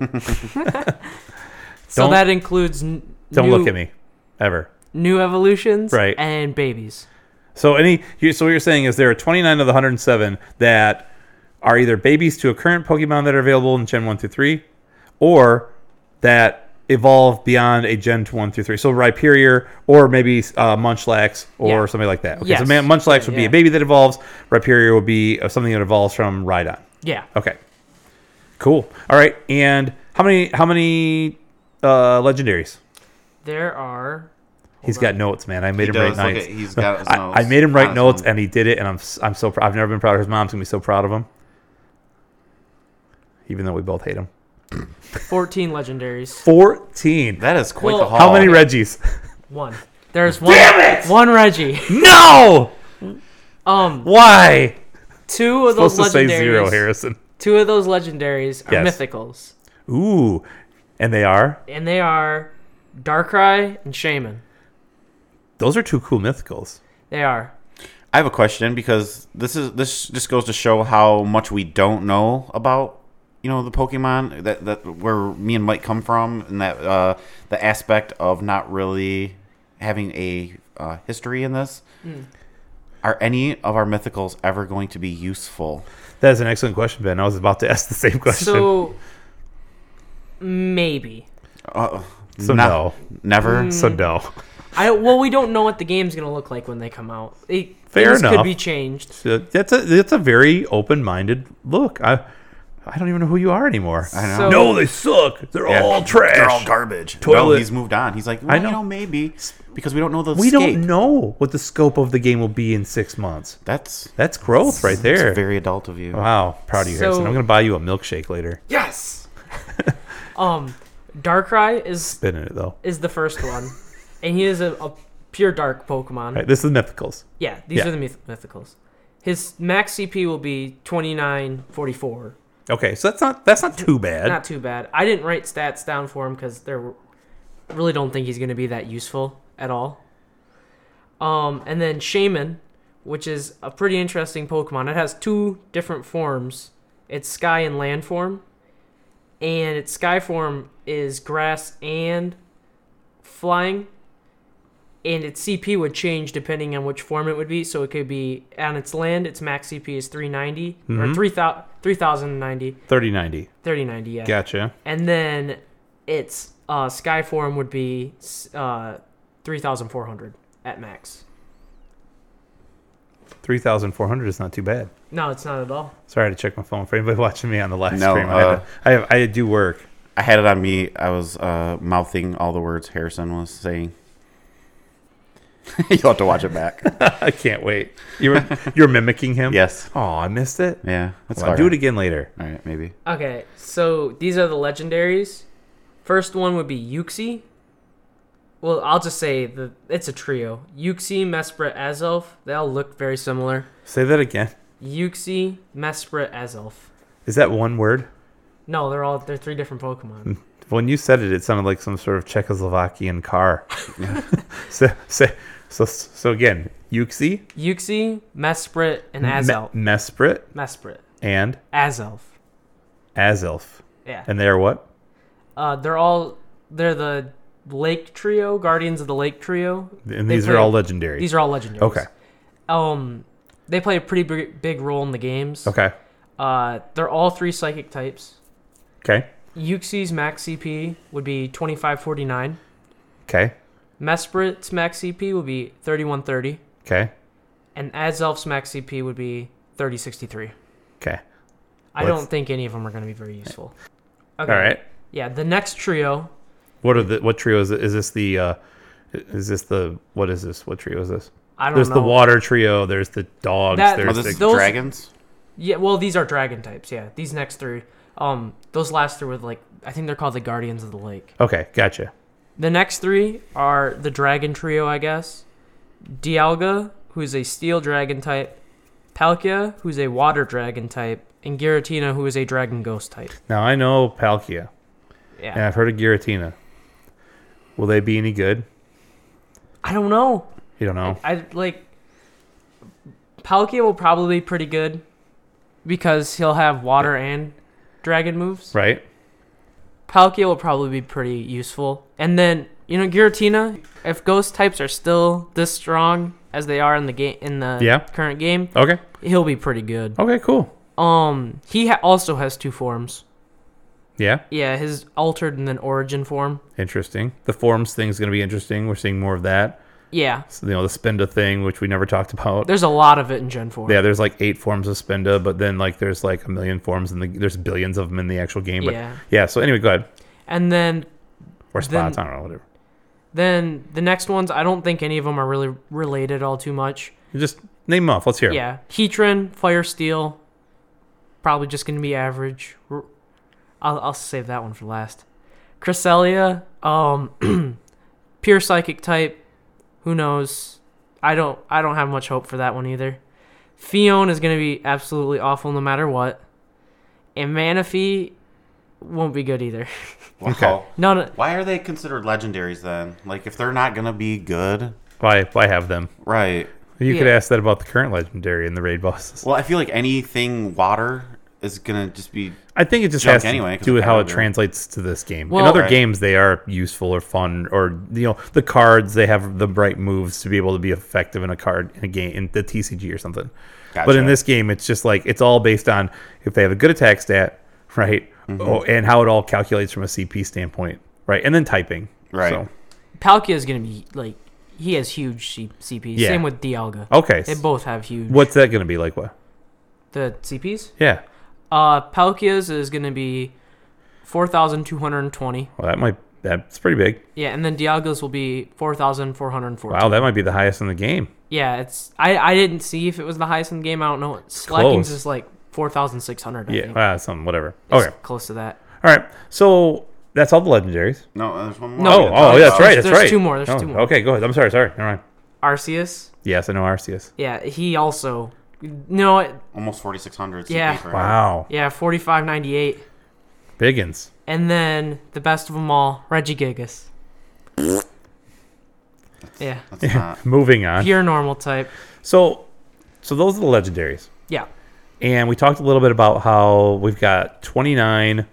S1: don't-
S3: that includes n-
S1: Don't
S3: new,
S1: look at me, ever.
S3: New evolutions,
S1: Right.
S3: And babies.
S1: So any you- so what you're saying is there are 29 of the 107 that are either babies to a current Pokemon that are available in Gen 1 through 3, or that evolve beyond a Gen 1 through 3. So Rhyperior or maybe uh, Munchlax or
S3: Yeah.
S1: somebody like that. Okay, so
S3: Yes.
S1: man, Munchlax would be a
S7: yeah.
S1: baby that evolves. Rhyperior would be uh, something that evolves from Rhydon.
S3: Yeah.
S1: Okay, cool. All right, and how many how many uh, legendaries?
S3: There are
S1: He's got notes, man. I made him
S2: does.
S1: write
S2: Look
S1: notes.
S2: at- he's got uh, his
S1: I,
S2: notes.
S1: I made him write
S2: Honest
S1: notes,
S2: one.
S1: and he did it. And I'm s- I'm so proud. I've never been prouder. His mom's gonna be so proud of him, even though we both hate him.
S3: 14 legendaries.
S1: Fourteen.
S2: that is quite the
S3: Well,
S2: haul.
S1: How many Reggies?
S3: One. There's one. One Reggie.
S1: no.
S3: Um,
S1: Why?
S3: two of those
S1: Supposed to say
S3: legendaries.
S1: zero, Harrison.
S3: Two of those legendaries are
S1: Yes.
S3: mythicals,
S1: Ooh, and they are.
S3: and they are Darkrai and Shaman.
S1: Those are two cool mythicals.
S3: They are.
S2: I have a question because this is this just goes to show how much we don't know about you know the Pokemon that that where me and Mike come from and that uh, the aspect of not really having a uh, history in this. Are any of our mythicals ever going to be useful?
S1: That is an excellent question, Ben. I was about to ask the same question.
S3: So maybe.
S2: Uh,
S1: So no.
S2: never.
S1: So
S3: Mm-hmm.
S1: no.
S3: I well, we don't know what the game's gonna look like when they come out. It,
S1: Fair
S3: things
S1: enough.
S3: Could be changed.
S1: So that's a that's a very open minded look. I I don't even know who you are anymore.
S2: I know.
S3: So
S1: No, they suck. They're
S2: Yeah.
S1: all trash.
S2: They're all garbage. No,
S1: Toilet.
S2: he's moved on. He's like, well,
S1: I
S2: I know.
S1: know.
S2: you know, maybe because we don't know the.
S1: we
S2: scape.
S1: don't know what the scope of the game will be in six months.
S2: That's
S1: That's growth right there.
S2: that's very adult of you.
S1: wow, proud of you, Harrison.
S3: So-
S1: I'm gonna buy you a milkshake later.
S3: Yes. um, Darkrai is
S1: Spin in it though.
S3: is the first one, and he is a, a pure dark Pokemon.
S1: All right, this is mythicals.
S3: Yeah, these
S1: Yeah.
S3: are the myth- mythicals. His max CP will be 2944.
S1: Okay, so that's not that's not too bad.
S3: Not too bad. I didn't write stats down for him because they're really don't think he's going to be that useful at all. Um, and then Shaman, which is a pretty interesting Pokemon. It has two different forms. It's Sky and Land form, and its Sky form is Grass and Flying, and its CP would change depending on which form it would be. So it could be on its land, its max CP is 390 or 3000 3090,
S1: 3090.
S3: 3090, yeah.
S1: Gotcha.
S3: And then its uh, sky form would be s- uh, 3400 at max.
S1: 3,400 is not too bad.
S3: No, it's not at all.
S1: Sorry to check my phone for anybody watching me on the live
S2: No,
S1: stream. I, had
S2: uh,
S1: to, I, have, I do work.
S2: I had it on me. I was uh, mouthing all the words Harrison was saying. You'll have to watch it back.
S1: I can't wait. You were you're mimicking him.
S2: Yes.
S1: Oh, I missed it.
S2: Yeah, that's
S1: Well, I'll do it again later.
S2: All right, maybe.
S3: Okay, so these are the legendaries. First one would be Yuxi. Well, I'll just say the it's a trio. Yuxi, Mesprit, Azelf. They all look very similar.
S1: Say that again.
S3: Yuxi, Mesprit, Azelf.
S1: Is that one word?
S3: No, they're all they're three different Pokemon.
S1: When you said it, it sounded like some sort of Czechoslovakian car. so, so, so, so again, Yuxi,
S3: Yuxi, Mesprit, and
S1: Me-
S3: Azelf.
S1: Mesprit,
S3: Mesprit,
S1: and
S3: Azelf.
S1: Azelf.
S3: Yeah.
S1: And they are what?
S3: Uh, they're all they're the Lake Trio, Guardians of the Lake Trio.
S1: And
S3: They
S1: these are
S3: play-
S1: all legendary.
S3: These are all legendaries.
S1: Okay.
S3: Um, they play a pretty big, big role in the games.
S1: Okay.
S3: Uh, they're all three psychic types.
S1: Okay.
S3: Yuxi's max CP would be 2549.
S1: Okay.
S3: Mesprit's max CP would be 3130.
S1: Okay.
S3: And Azelf's max CP would be 3063.
S1: Okay.
S3: I
S1: What's-
S3: don't think any of them are going to be very useful. Okay.
S1: All right.
S3: Yeah, the next trio,
S1: What are the what trio is it? Is this the uh is this the what is this? What trio is this?
S3: I don't
S1: There's
S3: know.
S1: the water trio, there's the dogs,
S3: That-
S1: there's
S2: Oh,
S3: Are
S2: this
S1: the
S2: is
S3: Those-
S2: dragons.
S3: Yeah, well, these are dragon types. Yeah, these next three. Um, those last three were like, I think they're called the Guardians of the Lake.
S1: Okay, gotcha.
S3: The next three are the dragon trio, I guess. Dialga, who's a steel dragon type. Palkia, who's a water dragon type. And Giratina, who is a dragon ghost type.
S1: Now I know Palkia,
S3: Yeah.
S1: and I've heard of Giratina. Will they be any good?
S3: I don't know.
S1: You don't know.
S3: I like. Palkia will probably be pretty good because he'll have water and dragon moves.
S1: Right?
S3: Palkia will probably be pretty useful. And then, you know, Giratina, if ghost types are still this strong as they are in the game in the
S1: Yeah.
S3: current game,
S1: Okay.
S3: he'll be pretty good.
S1: Okay, cool.
S3: Um, he ha- also has two forms.
S1: Yeah.
S3: Yeah, his altered and then origin form.
S1: Interesting. The forms thing's gonna be interesting. We're seeing more of that.
S3: Yeah.
S1: So, you know, the Spinda thing, which we never talked about.
S3: There's a lot of it in Gen 4.
S1: yeah, there's like eight forms of Spinda, but then like there's like a million forms in the there's billions of them in the actual game. But
S3: Yeah.
S1: yeah so anyway, go ahead.
S3: And then
S1: Or
S3: Then-
S1: spots, I don't know, whatever.
S3: then the next ones, I don't think any of them are really related all too much.
S1: Just name them off. Let's hear. 'em.
S3: Yeah. Heatran, Fire Steel, probably just going to be average. R- I'll, I'll save that one for last. Cresselia, um, pure psychic type. Who knows? I don't. I don't have much hope for that one either. Fion is going to be absolutely awful no matter what, and Manaphy won't be good either.
S2: Wow.
S1: Okay.
S3: no, no,
S2: Why are they considered legendaries then? Like, if they're not gonna be good,
S1: Why? Why have them?
S2: right?
S1: You could
S3: Yeah.
S1: ask that about the current legendary and the raid bosses.
S2: Well, I feel like anything water is gonna just be
S1: I think it just
S2: junk
S1: has to
S2: anyway, 'cause
S1: do with
S2: I
S1: how it
S2: don't know.
S1: translates to this game.
S3: Well-
S1: In other
S2: Right.
S1: games, they are useful or fun, or you know, the cards they have the right moves to be able to be effective in a card in a game in the TCG or something. But
S2: Gotcha.
S1: in this game, it's just like it's all based on if they have a good attack stat, right?
S2: Mm-hmm.
S1: Oh, and how it all calculates from a CP standpoint, right? And then typing,
S2: Right.
S1: So,
S3: Palkia is going to be like he has huge C- CP.
S1: Yeah. Oh,
S3: Same with Dialga.
S1: okay.
S3: They both have huge
S1: What's that going to be like? What?
S3: the CPs.
S1: Yeah.
S3: Uh, Palkia's is going to be 4,220.
S1: Well, that might that's pretty big.
S3: Yeah, and then Dialga's will be 4,440.
S1: Wow, that might be the highest in the game.
S3: Yeah, it's I, I didn't see if it was the highest in the game. I don't know. Slackings
S1: close.
S3: is like 4,600, I
S1: Yeah,
S3: think.
S1: ah, something, whatever.
S3: It's
S1: Okay,
S3: close to that.
S1: all right. So that's all the legendaries.
S2: no. uh, There's one more.
S3: No.
S1: Oh, oh, yeah, that's right. That's
S3: There's
S1: right.
S3: two more, there's
S1: Oh,
S3: two more.
S1: Okay, go ahead. I'm sorry. Sorry. Never mind.
S3: Arceus,
S1: Yes, I know Arceus.
S3: yeah, he also no, it-
S2: Almost 4,600.
S3: Yeah.
S2: CP
S1: Wow,
S3: yeah, 4,598.
S1: Biggins.
S3: And then the best of them all, Regigigas. yeah,
S2: That's not.
S1: Moving on.
S3: pure normal type.
S1: So, so those are the legendaries,
S3: Yeah,
S1: and we talked a little bit about how we've got 29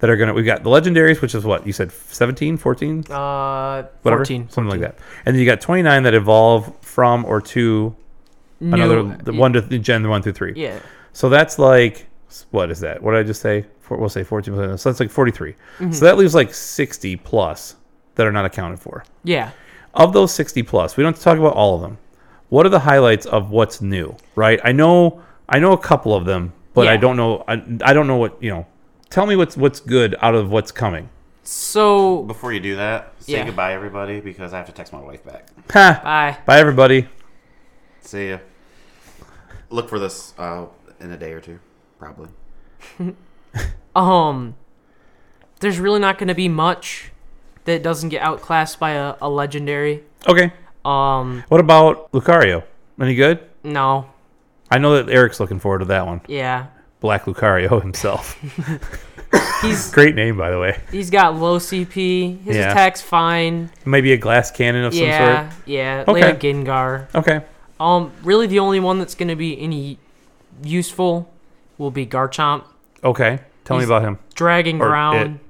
S1: that are going to, we've got the legendaries, which is what? You said 17, 14?
S3: Uh,
S1: whatever,
S3: 14.
S1: something like that. And then you got 29 that evolve from or to
S3: New-
S1: another the one to gen one through three.
S3: Yeah.
S1: So that's like what is that? What did I just say? Four, we'll say 14. percent. So that's like 43.
S3: Mm-hmm.
S1: So that leaves like 60 plus that are not accounted for.
S3: Yeah.
S1: Of those 60 plus, we don't have to talk about all of them. What are the highlights of what's new? Right? I know I know a couple of them, but I
S3: Yeah.
S1: don't know I, I don't know what, you know. Tell me what's what's good out of what's coming.
S3: So,
S2: Before you do that, say
S3: Yeah.
S2: goodbye, everybody, because I have to text my wife back.
S1: Ha.
S3: bye.
S1: Bye everybody.
S2: See ya. Look for this uh, in a day or two, probably.
S3: Um, there's really not going to be much that doesn't get outclassed by a, a legendary.
S1: Okay.
S3: Um,
S1: What about Lucario? Any good?
S3: no.
S1: I know that Eric's looking forward to that one.
S3: Yeah.
S1: Black Lucario himself.
S3: He's
S1: Great name, by the way.
S3: he's got low CP. His
S1: Yeah.
S3: attack's fine.
S1: Maybe a glass cannon of
S3: yeah.
S1: some
S3: Yeah.
S1: Okay.
S3: Later Gengar.
S1: sort. Okay.
S3: Um, really the only one that's going to be any useful will be Garchomp.
S1: Okay. Tell
S3: He's-
S1: me about him.
S3: Dragon
S1: Or
S3: Ground.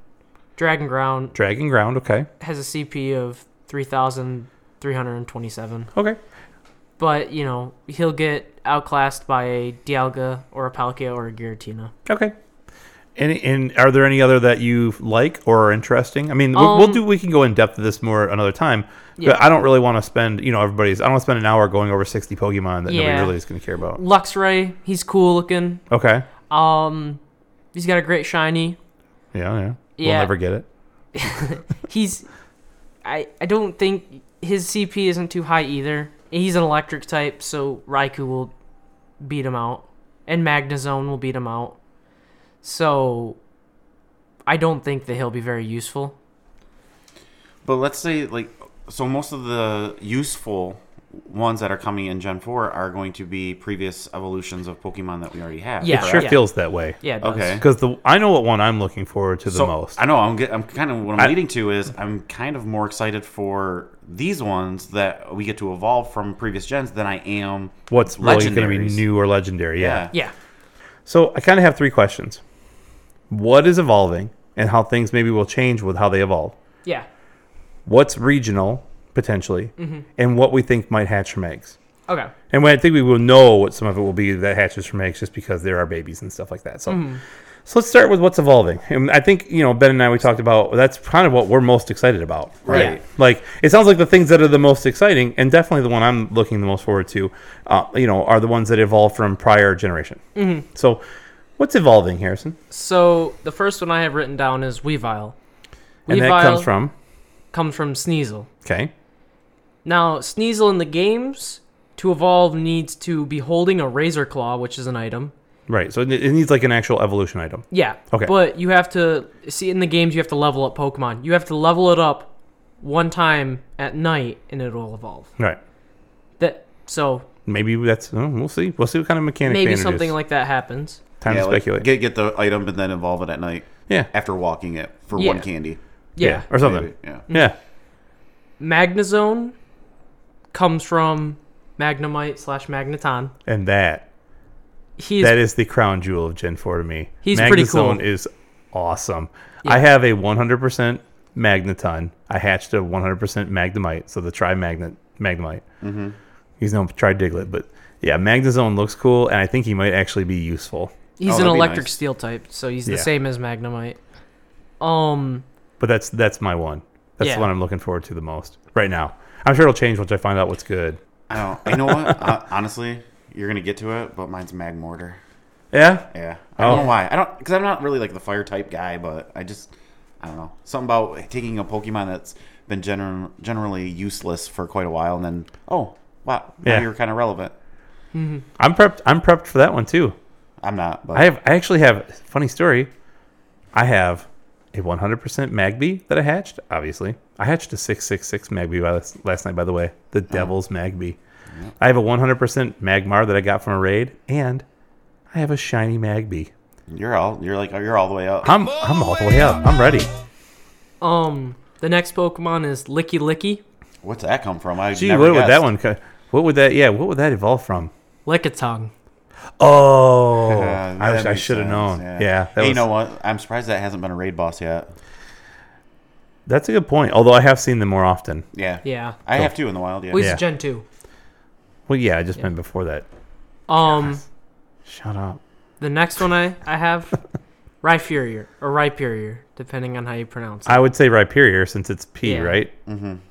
S3: Dragon Ground
S1: Dragon Ground. Okay.
S3: has a CP of 3,327.
S1: Okay.
S3: But, you know, he'll get outclassed by a Dialga or a Palkia or a Giratina.
S1: Okay. Any and are there any other that you like or are interesting? I mean, we'll, we'll
S3: Um,
S1: do. We can go in depth of this more another time.
S3: Yeah.
S1: But I don't really want to spend. You know, everybody's. I don't want to spend an hour going over sixty Pokemon that
S3: Yeah.
S1: nobody really is going to care about.
S3: Luxray, he's cool looking.
S1: Okay.
S3: Um, he's got a great shiny.
S1: Yeah. Yeah. We'll
S3: Yeah.
S1: never get it.
S3: He's, I, I don't think his CP isn't too high either. He's an electric type, so Raikou will beat him out, and Magnezone will beat him out. So, I don't think that he'll be very useful.
S2: But let's say, like, so most of the useful ones that are coming in Gen 4 are going to be previous evolutions of Pokemon that we already have.
S3: Yeah.
S2: correct?
S1: Sure
S3: Yeah.
S1: feels that way.
S3: Yeah. it does.
S2: Okay.
S1: Because the I know what one I'm looking forward to the
S2: so
S1: most.
S2: I know I'm get, I'm kind of what I'm
S1: I-
S2: leading to is I'm kind of more excited for these ones that we get to evolve from previous gens than I am
S1: What's really going to be
S2: legendaries.
S1: new or legendary? yeah.
S2: Yeah.
S3: Yeah.
S1: So I kind of have three questions. What is evolving and how things maybe will change with how they evolve?
S3: Yeah.
S1: What's regional potentially and what we think might hatch from eggs.
S3: Okay.
S1: And when I think we will know what some of it will be that hatches from eggs just because there are babies and stuff like that. So
S3: Mm-hmm.
S1: so let's start with what's evolving. And I think, you know, Ben and I we talked about that's kind of what we're most excited about.
S2: Right. Yeah.
S1: Like it sounds like the things that are the most exciting and definitely the one I'm looking the most forward to, uh, you know, are the ones that evolve from prior generation.
S3: Mm-hmm.
S1: So what's evolving, Harrison?
S3: So the first one I have written down is Weavile.
S1: And that
S3: Weavile
S1: comes from
S3: comes from Sneasel.
S1: okay.
S3: Now Sneasel in the games to evolve needs to be holding a Razor Claw, which is an item.
S1: Right. So it it needs like an actual evolution item.
S3: Yeah.
S1: Okay.
S3: But you have to see in the games you have to level up Pokemon. You have to level it up one time at night and it'll evolve.
S1: Right.
S3: That so
S1: Maybe that's oh, we'll see. We'll see what kind of mechanic.
S3: maybe
S1: they
S3: something
S1: introduce.
S3: like that happens.
S1: time
S2: Yeah,
S1: to
S2: like,
S1: speculate.
S2: get get the item and then evolve it at night
S1: yeah.
S2: after walking it for
S3: Yeah.
S2: one candy.
S3: Yeah.
S1: Or something.
S2: Maybe, Yeah.
S1: Yeah.
S3: Magnezone comes from Magnemite slash Magneton.
S1: And that
S3: He's
S1: that is the crown jewel of Gen 4 to me.
S3: He's pretty
S1: Magnezone
S3: cool.
S1: is awesome. I have a 100% Magneton. I hatched a 100% Magnemite, so the tri magnet Magnemite. Mm-hmm. He's no tri Diglett, but yeah, Magnezone looks cool, and I think he might actually be useful.
S3: He's
S2: Oh,
S3: an
S2: that'd be
S3: electric
S2: nice.
S3: steel type, so he's
S1: Yeah.
S3: the same as Magnemite. Um,
S1: But that's that's my one. That's
S3: Yeah.
S1: the one I'm looking forward to the most right now. I'm sure it'll change once I find out what's good.
S2: I don't. You know what? uh, honestly, you're gonna get to it, but mine's Magmortar.
S1: Yeah.
S2: Yeah. I don't
S1: Oh.
S2: know why. I don't because I'm not really like the fire type guy, but I just I don't know something about taking a Pokemon that's been general, generally useless for quite a while, and then oh wow, now
S1: Yeah.
S2: you're kind of relevant.
S1: I'm prepped. I'm prepped for that one too.
S2: I'm not, but
S1: I have. I actually have. Funny story. I have a 100% Magby that I hatched. Obviously, I hatched a 666 Magby by this, last night. By the way,
S2: Oh.
S1: the Devil's Magby. I have a 100% Magmar that I got from a raid, and I have a shiny Magby.
S2: you're all you're like you're all the way up.
S1: I'm I'm all the way up. I'm ready.
S3: um, the next Pokemon is Licky Licky,
S2: What's that come from? I
S1: Gee,
S2: never
S1: what would
S2: guessed.
S1: that one? co- What would that? Yeah, what would that evolve from?
S3: Lickitung.
S1: Oh,
S2: Uh,
S1: I,
S2: that
S1: wish- I
S2: makes
S1: should have
S2: sense,
S1: known. Yeah, that
S2: hey, you
S1: was-
S2: know what? I'm surprised that hasn't been a raid boss yet.
S1: that's a good point. Although I have seen them more often.
S2: Yeah.
S3: Yeah.
S2: I have two in the wild. Yeah.
S3: Well, Oh, he's
S1: Yeah.
S3: Gen 2.
S1: Well, yeah, I just meant before that.
S3: Um,
S1: Shut up.
S3: The next one I, I have Rhyperior or Rhyperior, depending on how you pronounce it.
S1: I would say Rhyperior since it's P,
S3: Yeah.
S1: right?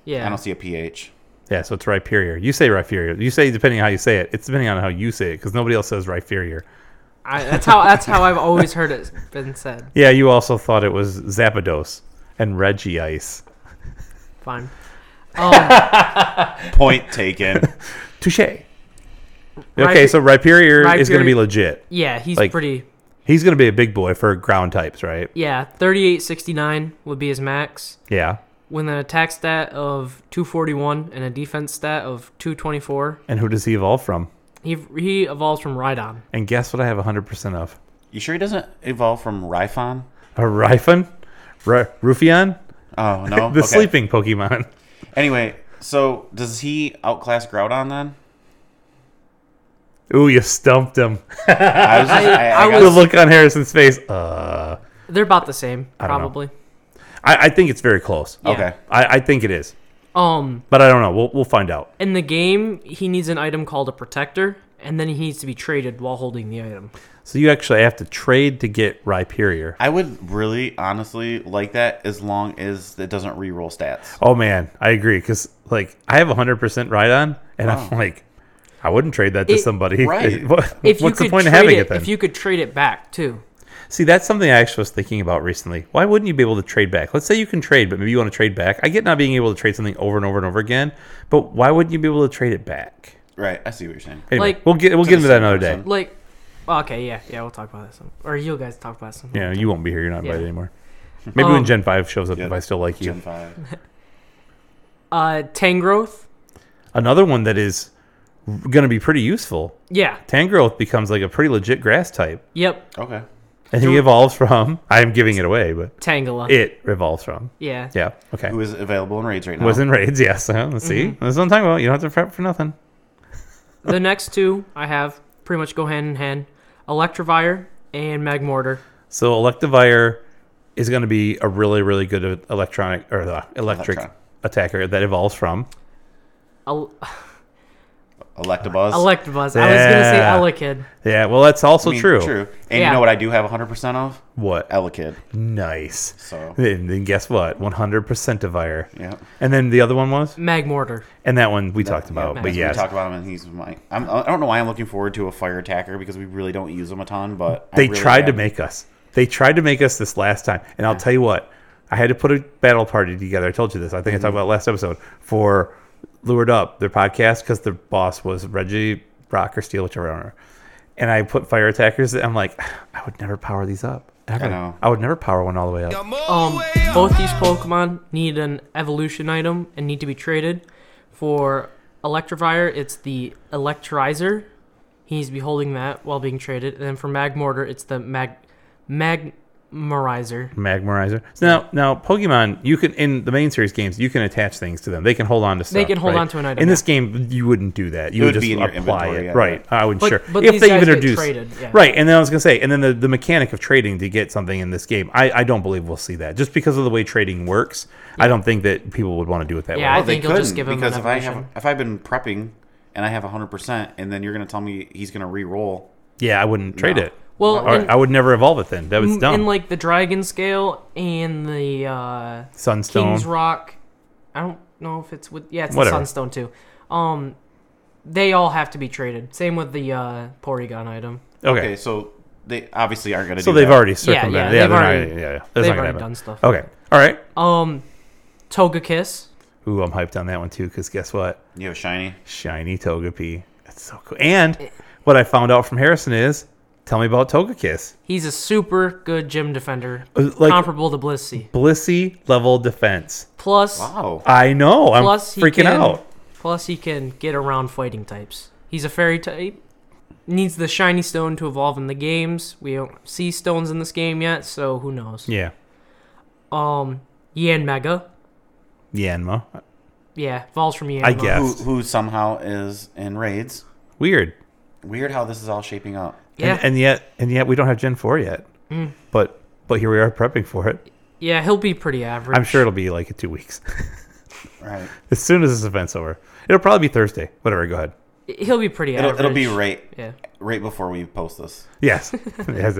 S3: yeah.
S2: I don't see a ph.
S1: Yeah, so it's Rhyperior. You say Rhyperior. You say depending on how you say it. It's depending on how you say it because nobody else says Rhyperior.
S3: I, that's how that's how I've always heard it been said.
S1: Yeah, you also thought it was Zapdos and Reggie Ice.
S3: Fine. Um,
S2: Point taken.
S1: Touche. okay, so Rhyperior is going to be
S3: Rhyperior-
S1: legit.
S3: yeah, he's
S1: Like-
S3: pretty.
S1: He's going to be a big boy for ground types, right?
S3: Yeah, thirty-eight sixty-nine would be his max
S1: Yeah.
S3: with an attack stat of two forty-one and a defense stat of two twenty-four.
S1: And who does he evolve from?
S3: He he evolves from Rhydon.
S1: And guess what I have 100% of?
S2: you sure he doesn't evolve from Rifon?
S1: A Rifon? R- Rufion?
S2: Oh no.
S1: The
S2: Okay.
S1: sleeping Pokemon.
S2: Anyway, so does he outclass Groudon then?
S1: Ooh, you stumped him.
S2: I was just, I, I
S3: I
S2: got-
S1: The look on Harrison's face. Uh,
S3: They're about the same,
S1: don't know.
S3: probably.
S1: I, I think it's very close.
S3: yeah.
S2: okay.
S1: I, I think it is.
S3: Um,
S1: But I don't know. We'll, we'll find out.
S3: in the game, he needs an item called a protector, and then he needs to be traded while holding the item.
S1: So you actually have to trade to get Rhyperior.
S2: I would really honestly like that as long as it doesn't re-roll stats.
S1: Oh, man. I agree. Because, like, I have 100% Rhydon, and I'm like, I wouldn't trade that to
S3: It-
S1: somebody.
S2: right.
S1: What- what's
S3: If you
S1: the
S3: could
S1: point of
S3: trade
S1: having it then?
S3: If you could trade it back too.
S1: See, that's something I actually was thinking about recently. Why wouldn't you be able to trade back? Let's say you can trade, but maybe you want to trade back. I get not being able to trade something over and over and over again, but why wouldn't you be able to trade it back?
S2: Right. I see what you're saying.
S1: Anyway,
S3: Like-
S1: we'll get we'll
S2: To
S1: get
S2: the
S1: into that
S2: same
S1: another day.
S2: person.
S3: Like, well, okay, yeah, yeah, we'll talk about that some, or you guys talk about some.
S1: Yeah, you won't be here. You're not invited
S3: Yeah.
S1: anymore. Maybe when
S3: Um,
S1: Gen Five shows up,
S2: Yeah.
S1: if I still like you.
S2: Gen five.
S3: Uh, Tangrowth.
S1: Another one that is going to be pretty useful.
S3: Yeah.
S1: Tangrowth becomes like a pretty legit grass type,
S3: Yep.
S2: Okay.
S1: and he evolves from. I'm giving it away, but
S3: Tangela.
S1: it evolves from.
S3: yeah.
S1: Yeah. Okay.
S2: Who is available in raids right now?
S1: Was in raids, yes. Uh-huh. See,
S2: Mm-hmm.
S1: that's what I'm talking about. You don't have to prep for nothing.
S3: The next two I have pretty much go hand in hand. Electivire and Magmortar.
S1: So Electivire is going to be a really, really good electronic or uh, electric
S2: Electron.
S1: attacker that evolves from.
S3: El-
S2: Electabuzz.
S3: Electabuzz. I was gonna say Elekid.
S1: Yeah, well, that's also
S2: I mean,
S1: true.
S2: True. And
S3: Yeah.
S2: you know what I do have 100% of?
S1: What?
S2: Elekid.
S1: nice.
S2: So.
S1: And then guess what? 100% of Ire.
S2: Yeah.
S1: And then the other one was,
S3: Magmortar.
S1: and that one we talked about.
S3: yeah,
S1: but
S2: We
S1: yes,
S2: talked about him, and he's my. I'm, I don't know why I'm looking forward to a fire attacker because we really don't use him a ton. But I
S1: they
S2: really
S1: tried to
S2: am.
S1: make us. They tried to make us this last time, and I'll tell you what. I had to put a battle party together. I told you this. I think I talked
S2: Mm-hmm.
S1: about it last episode for Lured Up, their podcast, because their boss was Reggie Rock or Steel, whichever I don't remember. And I put fire attackers. I'm like, I would never power these up. Ever. I,
S2: know.
S1: would never power one all the way up.
S3: Um, both these Pokemon need an evolution item and need to be traded. For Electivire, it's the Electrizer. He needs to be holding that while being traded. And then for Magmortar, it's the Mag Magmarizer.
S1: Magmarizer. So now, now Pokemon, you can in the main series games, you can attach things to them. They can hold on to stuff.
S3: can hold
S1: right?
S3: on to an item,
S1: In this game, you wouldn't do that. You
S2: It
S1: would,
S2: would
S1: just
S2: be in your
S1: apply
S2: inventory,
S1: it,
S2: yeah,
S1: right? I would
S3: But-
S1: sure.
S3: but
S1: if
S3: these
S1: they
S3: guys
S1: even
S3: get
S1: introduce,
S3: traded, yeah.
S1: right? And then I was gonna say, and then the, the mechanic of trading to get something in this game, I, I don't believe we'll see that just because of the way trading works. I don't think that people would want to do it that
S3: Yeah,
S1: way.
S2: Well,
S3: I
S2: they
S3: think you'll
S2: couldn't,
S3: just give him an
S2: because if I have
S3: evolution.
S2: if I've been prepping and I have 100%, and then you're going to tell me he's going to re-roll.
S1: yeah, I wouldn't trade
S2: No.
S1: it.
S3: Well,
S1: Or
S3: in,
S1: I would never evolve it then. That was dumb.
S3: in like the Dragon Scale and the uh,
S1: Sunstone.
S3: King's Rock, I don't know if it's with yeah, it's
S1: Whatever.
S3: the Sunstone too. Um, they all have to be traded. Same with the uh, Porygon item.
S1: okay.
S2: Okay, so they obviously aren't going to.
S1: so
S2: do
S1: they've
S2: that.
S1: already
S3: Yeah,
S1: circumvented.
S3: yeah,
S1: yeah,
S3: they've
S1: they're not-
S3: already-
S1: yeah, yeah. That's
S3: they've
S1: not gonna
S3: already
S1: happen.
S3: done stuff.
S1: Okay. All right.
S3: Um, Togekiss.
S1: Ooh, I'm hyped on that one too. Because guess what?
S2: You have shiny.
S1: Shiny Togepi. That's so cool. And what I found out from Harrison is, tell me about Togekiss.
S3: He's a super good gym defender,
S1: Uh, like-
S3: comparable to Blissey.
S1: Blissey level defense.
S3: Plus,
S2: Wow.
S1: I know. I'm
S3: plus he
S1: freaking
S3: can,
S1: out.
S3: Plus, he can get around fighting types. He's a fairy type. Needs the shiny stone to evolve in the games. We don't see stones in this game yet, so who knows?
S1: Yeah.
S3: Um, Yan Mega.
S1: Yanma.
S3: Yeah, evolves from Yanma.
S1: I guess.
S2: Who who somehow is in raids?
S1: Weird.
S2: Weird how this is all shaping up.
S3: Yeah, Mm.
S1: And, and yet, and yet, we don't have Gen Four yet. But but here we are prepping for it.
S3: yeah, he'll be pretty average.
S1: I'm sure it'll be like in two weeks.
S2: Right.
S1: as soon as this event's over, it'll probably be Thursday. Whatever. Go ahead.
S3: he'll be pretty
S2: It'll,
S3: average.
S2: it'll be right
S3: Yeah,
S2: right before we post this.
S1: Yes. It has-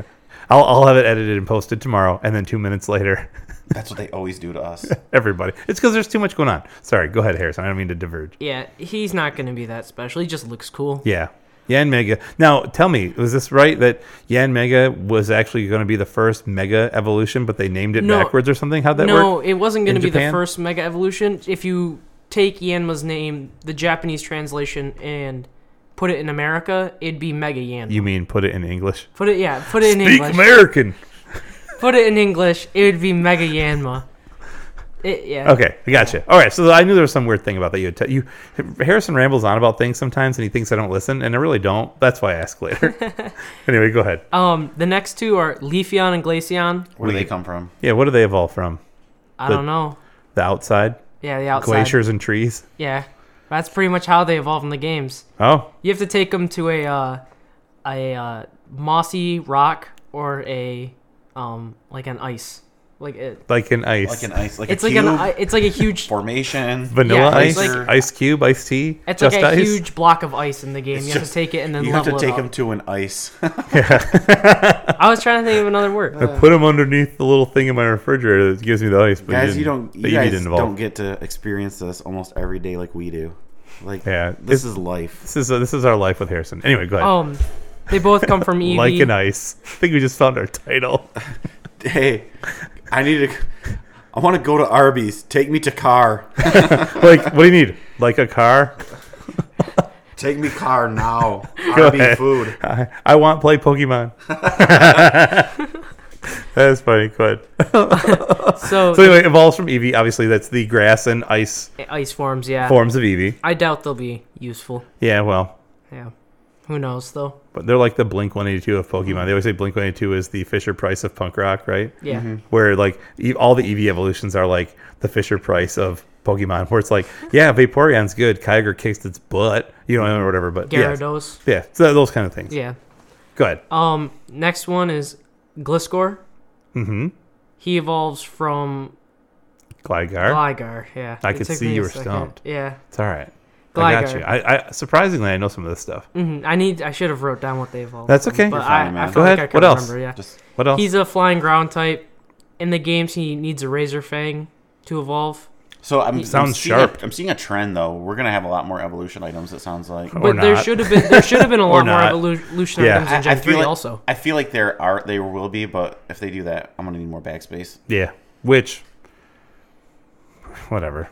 S1: I'll I'll have it edited and posted tomorrow, and then two minutes later,
S2: That's what they always do to us.
S1: everybody. It's because there's too much going on. Sorry. Go ahead, Harrison. I don't mean to diverge.
S3: yeah. He's not gonna be that special. He just looks cool.
S1: Yeah. Yan Mega. Now, tell me, was this right that Yan Mega was actually going to be the first Mega Evolution, but they named it
S3: No.
S1: backwards or something? How'd that
S3: no,
S1: work?
S3: it wasn't going
S1: in
S3: to be
S1: Japan?
S3: the first Mega Evolution. If you take Yanma's name, the Japanese translation, and put it in America, it'd be Mega Yanma.
S1: You mean put it in English?
S3: put it, yeah, put it in
S1: Speak
S3: English.
S1: American.
S3: put it in English, it would be Mega Yanma. It, yeah.
S1: Okay, I gotcha. All right, so I knew there was some weird thing about that. You, had te- you, Harrison rambles on about things sometimes, and he thinks I don't listen, and I really don't. That's why I ask later. anyway, go ahead.
S3: Um, the next two are Leafeon and Glaceon.
S2: Where do they come from?
S1: Yeah, what do they evolve from?
S3: I
S1: The-
S3: don't know.
S1: The outside,
S3: Yeah, the outside.
S1: glaciers and trees.
S3: Yeah, that's pretty much how they evolve in the games.
S1: Oh,
S3: You have to take them to a uh, a uh, mossy rock or a um like an ice, like it.
S1: like an ice,
S2: Like an ice, like
S3: It's
S2: a
S3: like
S2: cube
S3: an i- it's like a huge
S2: formation.
S1: vanilla
S3: yeah,
S1: ice,
S3: it's
S2: like-
S1: ice cube, ice tea,
S3: it's
S1: just
S3: like a
S1: ice.
S3: huge block of ice in the game.
S2: It's
S3: you have
S2: just-
S3: to take it and then
S2: You have
S3: level
S2: to take
S3: it
S2: them
S3: up.
S2: to an ice.
S3: I was trying to think of another word.
S1: I put them underneath the little thing in my refrigerator that gives me the ice. But
S2: guys,
S1: didn't-
S2: you don't.
S1: that
S2: You guys
S1: didn't evolve.
S2: don't get to experience this almost every day like we do. Like
S1: Yeah,
S2: this
S1: it's-
S2: is life.
S1: This is uh, this is our life with Harrison. Anyway, go ahead.
S3: Um, they both come from E EV.
S1: like an ice. I think we just found our title.
S2: Hey, I need to. I want to go to Arby's. Take me to car.
S1: like, what do you need? Like a car?
S2: Take me car now.
S1: Go
S2: Arby
S1: ahead.
S2: food.
S1: I, I want play Pokemon. That's funny. Go ahead.
S3: so,
S1: So anyway, evolves from Eevee. Obviously, that's the grass and ice
S3: ice forms. Yeah,
S1: forms of Eevee.
S3: I doubt they'll be useful.
S1: Yeah, well,
S3: Yeah, who knows though?
S1: but they're like the Blink 182 of Pokemon. They always say Blink 182 is the Fisher Price of punk rock, right?
S3: Yeah,
S1: Where like e- all the Eevee evolutions are like the Fisher Price of Pokemon, where it's like, yeah, Vaporeon's good, Kyogre kicks its butt, you know, or whatever. But yes.
S3: Gyarados.
S1: yeah, so those kind of things.
S3: Yeah.
S1: Go ahead.
S3: Um, next one is Gliscor. Mm-hmm. He evolves from
S1: Gligar.
S3: Gligar. Yeah.
S1: I
S3: It
S1: could
S3: took
S1: see
S3: me a
S1: you were
S3: second.
S1: stumped.
S3: Yeah.
S1: It's all right. I got
S3: Gligar.
S1: you. I, I surprisingly I know some of this stuff.
S3: Mhm. I need. I should have wrote down what they evolved.
S1: That's
S3: from,
S1: okay.
S3: But
S1: You're
S2: fine,
S3: I,
S2: man.
S3: I felt
S1: Go
S3: like
S1: ahead.
S3: I
S1: What
S3: could
S1: else?
S3: remember. Yeah.
S2: Just
S1: What else?
S3: He's a flying ground type. In the games, he needs a Razor Fang to evolve.
S2: so I'm I'm
S1: Sounds
S2: seeing
S1: sharp.
S2: A, I'm seeing a trend though. We're gonna have a lot more evolution items. It sounds like.
S1: Or
S3: But there
S1: not.
S3: should have been there should have been a lot more
S1: not.
S3: evolutionary
S1: Yeah.
S3: items in Gen three
S2: like,
S3: also.
S2: I feel like there are they will be, but if they do that, I'm gonna need more backspace.
S1: yeah. Which. Whatever.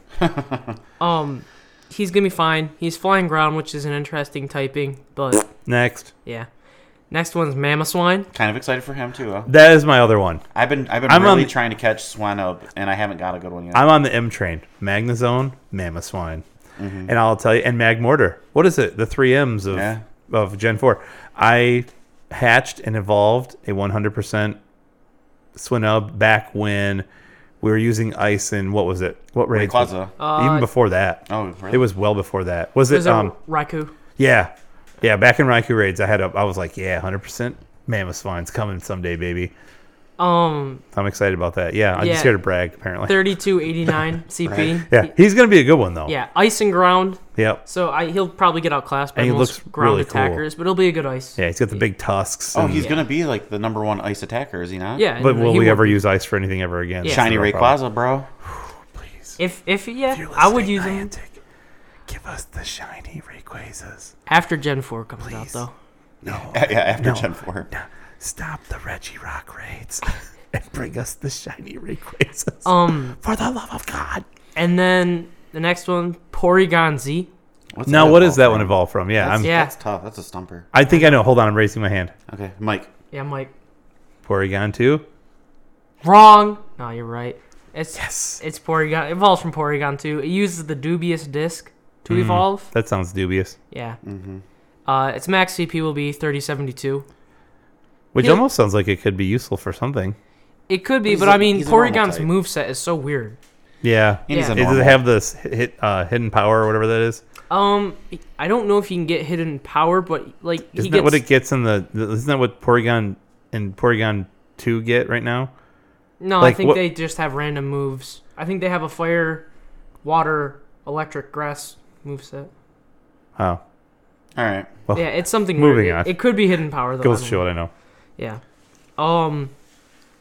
S3: Um, he's gonna be fine. He's flying ground, which is an interesting typing. But
S1: Next.
S3: yeah. Next one's Mamoswine.
S2: Kind of excited for him too. Huh?
S1: That is my other one.
S2: I've been I've been
S1: I'm
S2: really
S1: on-
S2: trying to catch Swanub, and I haven't got a good one yet.
S1: I'm on the M train. Magnazone, Mamoswine. And I'll tell you, and Magmortar. What is it? The three M's of,
S2: Mm-hmm. Yeah.
S1: of Gen 4. I hatched and evolved a 100% Swinub back when we were using ice in, what was it? What raids? was
S2: Rayquaza.
S1: it?
S3: Uh,
S1: Even before that.
S2: Oh, really?
S1: It was well before that. Was it?
S3: Is it
S1: um,
S3: Raikou?
S1: Yeah, yeah. Back in Raikou raids, I had a, I was like, yeah, hundred percent. Mammoth Swine's coming someday, baby.
S3: Um,
S1: I'm excited about that. Yeah, I'm just
S3: Yeah.
S1: here to brag. Apparently,
S3: thirty-two eighty-nine CP.
S1: yeah, he's gonna be a good one though.
S3: Yeah, ice and ground.
S1: Yep.
S3: So I, he'll probably get outclassed by
S1: And he
S3: most
S1: looks
S3: ground
S1: really cool.
S3: attackers, but it'll be a good ice.
S1: Yeah, he's got the big tusks.
S2: oh,
S1: and-
S2: he's gonna be like the number one ice attacker, is he not?
S3: Yeah,
S1: But
S3: and
S1: will
S3: he
S1: we ever use ice for anything ever again?
S3: Yeah.
S1: That's
S2: Shiny
S1: the real problem.
S2: Rayquaza, bro.
S3: If if yeah, I would use him
S1: Niantic, Give us the shiny Rayquazas.
S3: after Gen Four comes out though.
S1: No,
S2: yeah, after
S1: No.
S2: Gen Four.
S1: stop the Reggie Rock raids and bring us the shiny Rayquazas.
S3: Um,
S1: for the love of God.
S3: and then the next one, Porygon Z.
S2: What's
S1: Now,
S2: that
S1: what does
S2: evolve
S1: that one
S2: from?
S1: evolve from? Yeah, I'm.
S3: Yeah,
S2: That's tough. That's a stumper.
S1: I think I know. Hold on, I'm raising my hand.
S2: Okay, Mike.
S3: yeah, I'm like
S1: Porygon two.
S3: wrong. No, you're right. It's
S1: Yes.
S3: it's Porygon. It evolves from Porygon Two. It uses the dubious disc to evolve.
S1: Mm-hmm. That sounds dubious.
S3: Yeah.
S2: Mm-hmm.
S3: Uh, its max CP will be thirty seventy two.
S1: Which
S3: Yeah.
S1: almost sounds like it could be useful for something.
S3: It could be,
S2: He's
S3: but
S2: a-
S3: I mean,
S2: he's a normal
S3: Porygon's
S2: type.
S3: moveset is so weird.
S1: Yeah.
S2: He's
S3: Yeah.
S2: a
S1: It, does
S2: normal.
S1: it have this hit, uh, hidden power or whatever that is?
S3: Um, I don't know if he can get hidden power, but like he
S1: Isn't
S3: gets
S1: that what it gets in the? Isn't that what Porygon and Porygon Two get right now?
S3: No,
S1: Like,
S3: I think
S1: what-
S3: they just have random moves. I think they have a fire, water, electric, grass moveset.
S1: Oh,
S2: All right.
S1: well,
S3: Yeah, it's something.
S1: Moving
S3: weird. It-
S1: on.
S3: It, could be hidden power though. I
S1: goes to
S3: don't
S1: show
S3: know.
S1: what I know.
S3: Yeah. Um,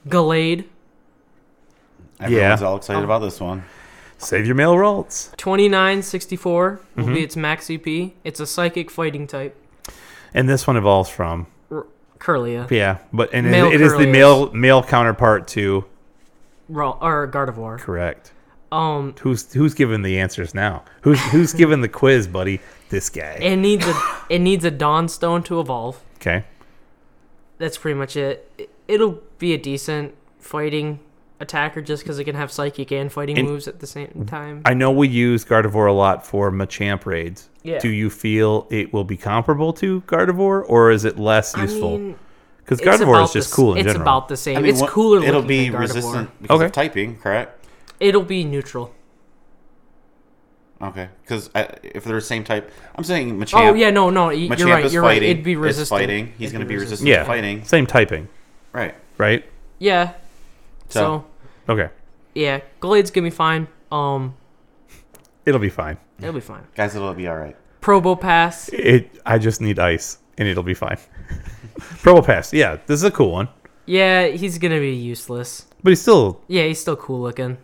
S3: Gallade,
S2: Everyone's
S1: Yeah.
S2: all excited about this one.
S1: Save your male rolls.
S3: twenty nine sixty four will
S1: Mm-hmm.
S3: be its max CP. It's a psychic fighting type.
S1: And this one evolves from
S3: R- Curlia,
S1: yeah, but and it-
S3: Male
S1: it is the
S3: Curlius.
S1: male male counterpart to
S3: Ro- or Gardevoir.
S1: correct.
S3: Um,
S1: Who's who's giving the answers now? Who's who's giving the quiz, buddy? This guy.
S3: it needs a it needs a Dawn Stone to evolve.
S1: Okay.
S3: that's pretty much it. It- It'll be a decent fighting attacker just because it can have psychic and fighting
S1: And-
S3: moves at the same time.
S1: I know we use Gardevoir a lot for Machamp raids.
S3: Yeah.
S1: Do you feel it will be comparable to Gardevoir, or is it less useful? Because
S3: it's
S1: Gardevoir
S3: about
S1: is just
S3: the-
S1: cool in
S3: It's
S1: general.
S3: about the same. it's
S2: what-
S3: cooler.
S2: It'll
S3: looking
S2: be
S3: than Gardevoir.
S2: resistant because
S1: Okay.
S2: of typing, correct?
S3: It'll be neutral.
S2: Okay. Because if they're the same type, I'm saying Machamp.
S3: Oh yeah, no, no, y-
S2: Machamp
S3: you're right.
S2: is
S3: You're right.
S2: fighting.
S3: It'd be
S2: It's
S3: resistant.
S2: fighting. He's going to be resistant
S1: yeah.
S2: to fighting.
S1: Same typing,
S2: Right.
S1: right?
S3: Yeah. So,
S2: So-
S1: Okay.
S3: yeah, Glade's gonna be fine. Um,
S1: It'll be fine.
S3: it'll be fine.
S2: Guys, it'll be all right.
S3: Probo Pass.
S1: It. I just need ice, and it'll be fine. Probopass. Yeah, this is a cool one,
S3: Yeah, he's gonna be useless.
S1: but he's still
S3: Yeah, he's still cool looking.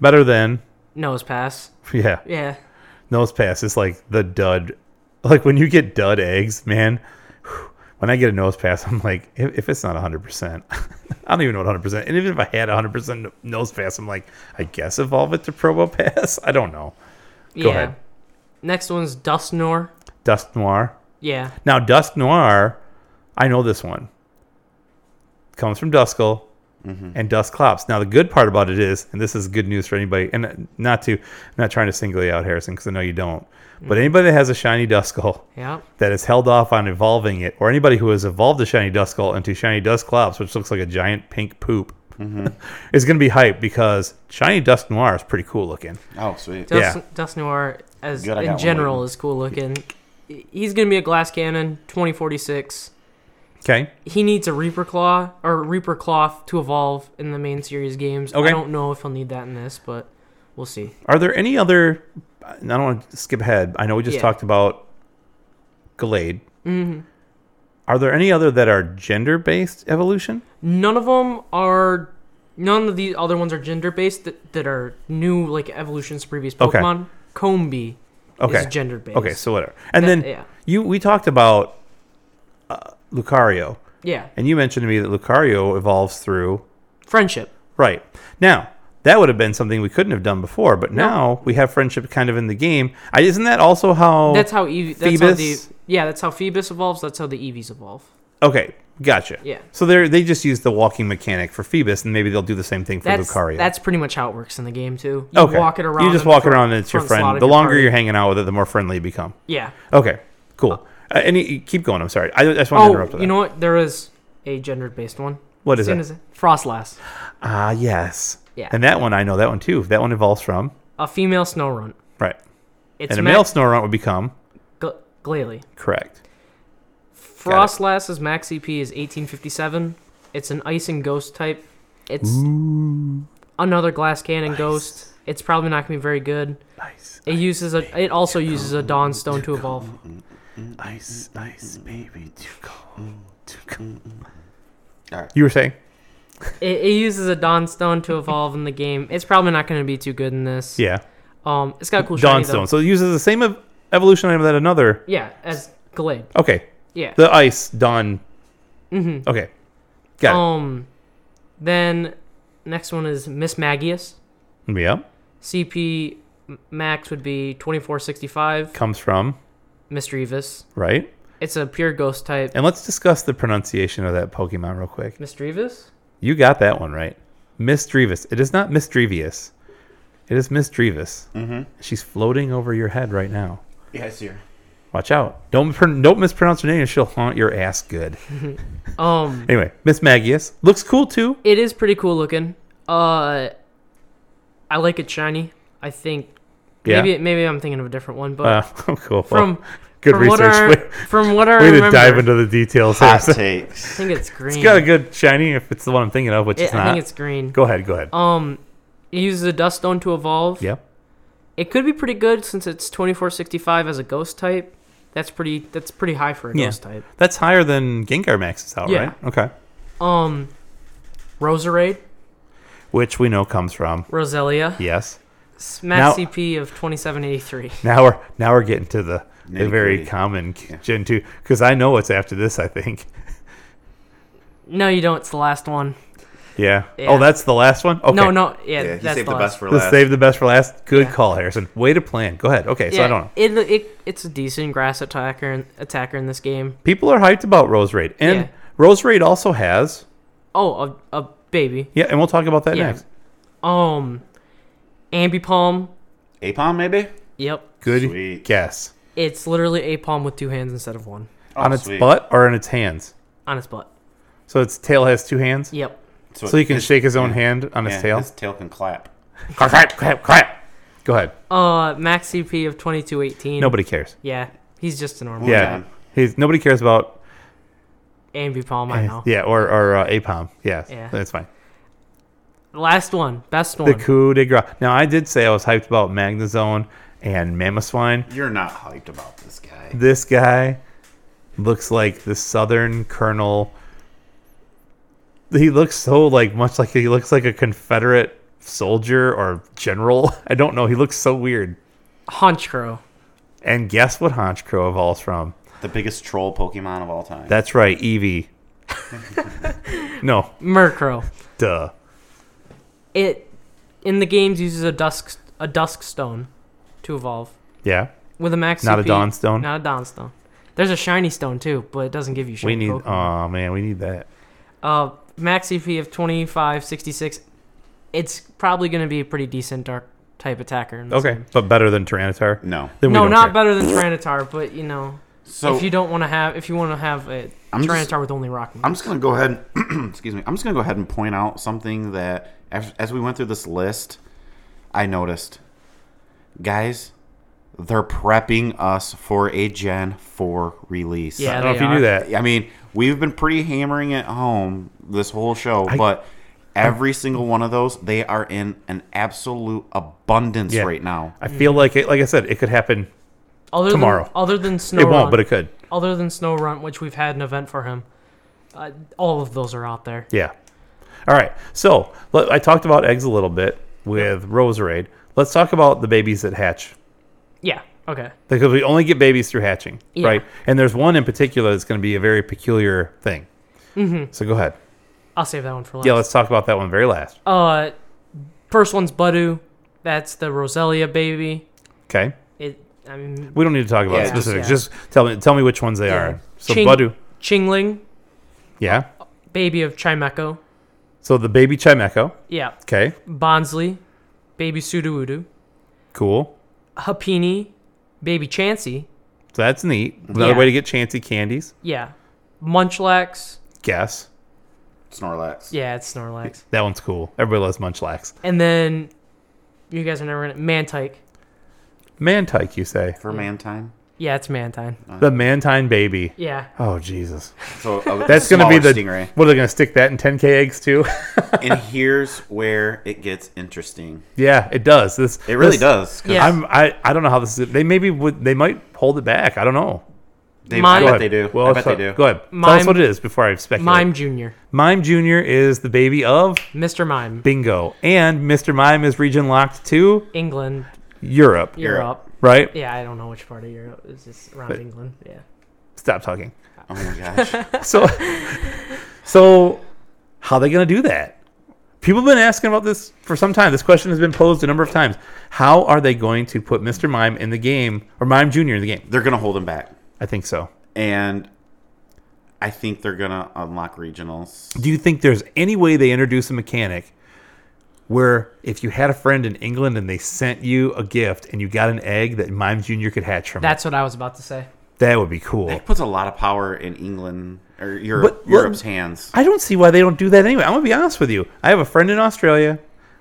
S1: better than
S3: Nose Pass.
S1: yeah.
S3: Yeah.
S1: Nose pass is like the dud. Like when you get dud eggs, man. When I get a nose pass, I'm like, if, if it's not 100%, I don't even know what 100%. And even if I had 100% nose pass, I'm like, I guess evolve it to Probo Pass. I don't know.
S3: Yeah.
S1: Go ahead.
S3: Next one's Dusknor.
S1: Dust Noir.
S3: Yeah.
S1: Now, Dust Noir, I know this one. Comes from Duskull and Dust Clops. Now, the good part about it is, and this is good news for anybody, and not to, I'm not trying to single you out, Harrison, because I know you don't, but anybody that has a shiny Duskull,
S3: Yeah.
S1: that has held off on evolving it, or anybody who has evolved a shiny Duskull into shiny Dusclops, which looks like a giant pink poop, is going to be hyped because shiny Dusk Noir is pretty cool looking.
S2: Oh, sweet.
S1: Yeah.
S3: Dust, Dust Noir, as
S2: Good, I got
S3: in
S2: one
S3: general,
S2: waiting.
S3: is cool looking. He's gonna be a glass cannon, 2046.
S1: Okay,
S3: He needs a Reaper Claw or Reaper Cloth to evolve in the main series games.
S1: Okay.
S3: I don't know if he'll need that in this, but we'll see.
S1: are there any other? I don't want to skip ahead. I know we just
S3: Yeah.
S1: talked about Gallade. Mm-hmm. Are there any other that are gender based evolution?
S3: None of them are. None of the other ones are gender based that, that are new, like evolutions to previous
S1: Okay.
S3: Pokemon. Combi
S1: Okay,
S3: is gender based.
S1: Okay, so whatever. And
S3: That-
S1: then
S3: yeah.
S1: you we talked about uh, Lucario,
S3: yeah,
S1: and you mentioned to me that Lucario evolves through
S3: friendship.
S1: Right. Now, that would have been something we couldn't have done before, but now we have friendship kind of in the game. I, isn't that also how.
S3: That's how Eevee. That's how the
S1: Oh, Phoebus?
S3: yeah. That's how Phoebus evolves. That's how the Eevees evolve.
S1: Okay, gotcha.
S3: Yeah.
S1: So they they just use the walking mechanic for Phoebus, and maybe they'll do the same thing for
S3: That's
S1: Lucario.
S3: that's pretty much how it works in the game too. You
S1: okay.
S3: walk it around.
S1: You just
S3: in the
S1: walk
S3: front-
S1: around, and it's your
S3: front slot
S1: friend.
S3: of
S1: The
S3: your
S1: longer
S3: party.
S1: you're hanging out with it, the more friendly you become.
S3: yeah.
S1: Okay, cool. Uh, and you- you keep going. I'm sorry. I, I just want to
S3: Oh,
S1: interrupt. with
S3: you
S1: that.
S3: know what? There is a gender-based one.
S1: What is
S3: Soon
S1: it?
S3: as Frostlass,
S1: Ah, yes.
S3: Yeah.
S1: And that one, I know that one too. That one evolves from
S3: a female snow runt.
S1: right,
S3: It's
S1: and a
S3: ma-
S1: male Snorunt would become
S3: Gl- Glalie.
S1: correct.
S3: Frostlass's max EP is 1857. It's an ice and ghost type. It's another glass cannon ghost. It's probably not gonna be very good.
S1: Ice,
S3: It uses a. It also uses a dawn stone to evolve.
S1: ice, ice, baby, too cold, too cold.
S2: All right.
S1: You were saying?
S3: It, it uses a Dawnstone to evolve in the game. It's probably not going to be too good in this.
S1: Yeah.
S3: Um, it's got a cool shiny, though.
S1: Dawnstone. So it uses the same ev- evolution item that another.
S3: Yeah, as Glade.
S1: Okay.
S3: Yeah.
S1: The ice dawn. Mm-hmm. Okay. Got
S3: um, then next one is Miss Magius. Oh.
S1: it. Yeah.
S3: CP m- max would be 2465.
S1: Comes from
S3: Mr. Evis.
S1: right.
S3: It's a pure ghost type.
S1: And let's discuss the pronunciation of that Pokemon real quick.
S3: Mr. Evis?
S1: You got that one right. Miss Drevis. It is not Miss Drevius. It is Miss Drevis. Mm-hmm. She's floating over your head right now.
S2: Yeah, I see her.
S1: Watch out. Don't pron- don't mispronounce her name and she'll haunt your ass good.
S3: Um,
S1: Anyway, Miss Magius looks cool too.
S3: it is pretty cool looking. Uh, I like it shiny. I think
S1: Yeah.
S3: Maybe maybe I'm thinking of a different one, but
S1: Uh, cool.
S3: from
S1: good
S3: from what
S1: research.
S3: I-
S1: Way-
S3: from what I
S1: Way
S3: remember,
S1: to dive into the details.
S2: Hot
S1: Harrison.
S3: I
S2: takes.
S3: think it's green.
S1: It's got a good shiny if it's the one I'm thinking of, which
S3: It-
S1: it's
S3: I
S1: not.
S3: think it's green.
S1: Go ahead, go ahead.
S3: Um, it uses a dust stone to evolve.
S1: yeah.
S3: It could be pretty good since it's 2465 as a ghost type. That's pretty. That's pretty high for a
S1: Yeah.
S3: ghost type.
S1: That's higher than Gengar Max is out,
S3: Yeah.
S1: right? Okay.
S3: Um, Roserade,
S1: Which we know comes from.
S3: Roselia,
S1: Yes.
S3: max
S1: Now-
S3: CP of 2783.
S1: Now we're now we're getting to the, the very
S2: Nitty-gritty.
S1: common Gen 2 because I know what's after this, I think.
S3: No, you don't. It's the last one.
S1: Yeah.
S3: Yeah.
S1: Oh, that's the last one? Okay.
S3: No, no. Yeah,
S2: Yeah, he
S3: that's
S2: saved the
S3: the last.
S2: best for
S1: Let's
S2: last.
S1: save the best for last. Good
S3: Yeah.
S1: call, Harrison. Way to plan. Go ahead. Okay, so I don't know.
S3: It, it, it's a decent grass attacker in, attacker in this game.
S1: People are hyped about Rose Raid. And
S3: Yeah.
S1: Rose Raid also has
S3: Oh, a, a baby.
S1: Yeah, and we'll talk about that
S3: Yeah.
S1: next.
S3: Um, Ambipalm.
S2: Apom, maybe?
S3: Yep.
S1: Good
S2: Sweet.
S1: guess.
S3: It's literally a palm with two hands instead of one
S2: Oh,
S1: on its
S2: sweet.
S1: butt or on its hands?
S3: on its butt.
S1: So its tail has two hands?
S3: Yep.
S1: So he can
S2: his-
S1: shake his own hand on
S2: yeah,
S1: his tail?
S2: His tail can clap.
S1: Clap, clap, clap, clap. Go ahead.
S3: Uh, max CP of 2218.
S1: Nobody cares.
S3: Yeah, he's just a normal.
S2: Moving
S1: Yeah.
S2: on.
S1: He's, nobody cares about
S3: Ambipalm, I know.
S1: yeah or or uh, Apom. Yeah,
S3: Yeah.
S1: that's fine.
S3: Last one, best one.
S1: The coup de grace. Now I did say I was hyped about Magnazone and Mamoswine.
S2: You're not hyped about this guy.
S1: This guy looks like the Southern Colonel. He looks so like much like he looks like a Confederate soldier or general. I don't know. He looks so weird.
S3: Honchcrow.
S1: And guess what Honchcrow evolves from?
S2: The biggest troll Pokemon of all time.
S1: That's right, Eevee. no,
S3: Murkrow.
S1: duh.
S3: It in the games uses a dusk a dusk stone to evolve
S1: Yeah.
S3: with a max.
S1: Not a
S3: CP,
S1: Dawnstone?
S3: Not a dawn stone. There's a shiny stone too, but it doesn't give you
S1: We
S3: shiny.
S1: need.
S3: Pokemon.
S1: Oh man, we need that.
S3: Uh, max CP of 2566. It's probably going to be a pretty decent dark type attacker. In this
S1: Okay,
S3: game.
S1: but better than Tyranitar.
S2: no.
S1: Then we
S3: No,
S1: don't
S3: not
S1: care.
S3: better than Tyranitar, but you know,
S2: So
S3: if you don't want to have, if you want to have a
S2: I'm
S3: Tyranitar
S2: just-
S3: with only rock. moves.
S2: I'm just gonna go ahead. And, excuse me. I'm just gonna go ahead and point out something that as, as we went through this list, I noticed. Guys, they're prepping us for a Gen 4 release.
S1: I
S3: Yeah.
S1: don't know if
S3: they
S1: you knew
S3: are.
S1: that.
S2: I mean, we've been pretty hammering it home this whole show, but every single one of those, they are in an absolute abundance
S1: Yeah.
S2: right now.
S1: I feel like it. Like I said, it could happen.
S3: other
S1: tomorrow.
S3: Than, other than Snow
S1: it won't,
S3: Run,
S1: but it could.
S3: other than Snow Run, which we've had an event for him, uh, all of those are out there.
S1: Yeah. All right. So let, I talked about eggs a little bit with Roserade. Let's talk about the babies that hatch
S3: Yeah. Okay.
S1: because we only get babies through hatching,
S3: Yeah.
S1: right? And there's one in particular that's going to be a very peculiar thing. Mm-hmm. So go ahead.
S3: I'll save that one for last.
S1: Yeah, let's talk about that one very last.
S3: uh, first one's Budu. That's the Roselia baby.
S1: Okay.
S3: It. I mean,
S1: We don't need to talk about
S2: Yeah,
S1: specifics.
S3: just-
S1: Just tell me tell me which ones they
S3: Yeah.
S1: are. So
S3: Ching-
S1: Budu.
S3: Chingling,
S1: Yeah.
S3: baby of Chimeco.
S1: So the baby Chimeco.
S3: Yeah.
S1: Okay.
S3: Bonsley, baby Sudowoodo.
S1: Cool.
S3: Hapini, baby Chansey.
S1: So that's neat. Another
S3: Yeah.
S1: way to get Chansey candies.
S3: Yeah. Munchlax.
S1: Guess.
S2: Snorlax.
S3: Yeah, it's Snorlax.
S1: That one's cool. Everybody loves Munchlax.
S3: And then you guys are never gonna Mantike.
S1: Mantike, you say.
S2: For man time.
S3: Yeah, it's Mantine.
S1: The Mantine baby.
S3: yeah.
S1: Oh Jesus.
S2: So Uh. a
S1: That's gonna be the
S2: smaller stingray.
S1: What are they gonna stick that in ten K eggs too?
S2: and here's where it gets interesting.
S1: yeah, it does. This
S2: It really
S1: this-
S2: does. 'cause
S3: Yeah.
S1: I'm I, I don't know how this is they maybe would they might hold it back. I don't know.
S2: They,
S3: Mine-
S2: I
S3: Go
S2: bet
S1: ahead.
S2: they do.
S1: Well,
S2: I bet
S1: so-
S2: they do.
S1: Go ahead. Tell us
S3: Mime-
S1: what it is before I speculate.
S3: Mime
S1: Mime,
S3: Junior.
S1: Mime Junior is the baby of
S3: Mr. Mime.
S1: Bingo, and Mr. Mime is region locked to
S3: England.
S1: Europe,
S3: Europe.
S1: right?
S3: Yeah, I don't know which part of Europe. Is this around England? Yeah.
S1: Stop talking.
S2: Oh my gosh.
S1: So, so how they going to do that? People have been asking about this for some time. This question has been posed a number of times. How are they going to put Mr. Mime in the game or Mime Junior in the game?
S2: they're gonna hold him back,
S1: I think so.
S2: and I think they're gonna unlock regionals.
S1: Do you think there's any way they introduce a mechanic where if you had a friend in England and they sent you a gift and you got an egg that Mime Junior could hatch from it?
S3: That's what I was about to say.
S1: That would be cool.
S2: It puts a lot of power in England or Europe,
S1: But-
S2: Europe's
S1: but-
S2: hands.
S1: I don't see why they don't do that anyway. I'm gonna be honest with you. I have a friend in Australia.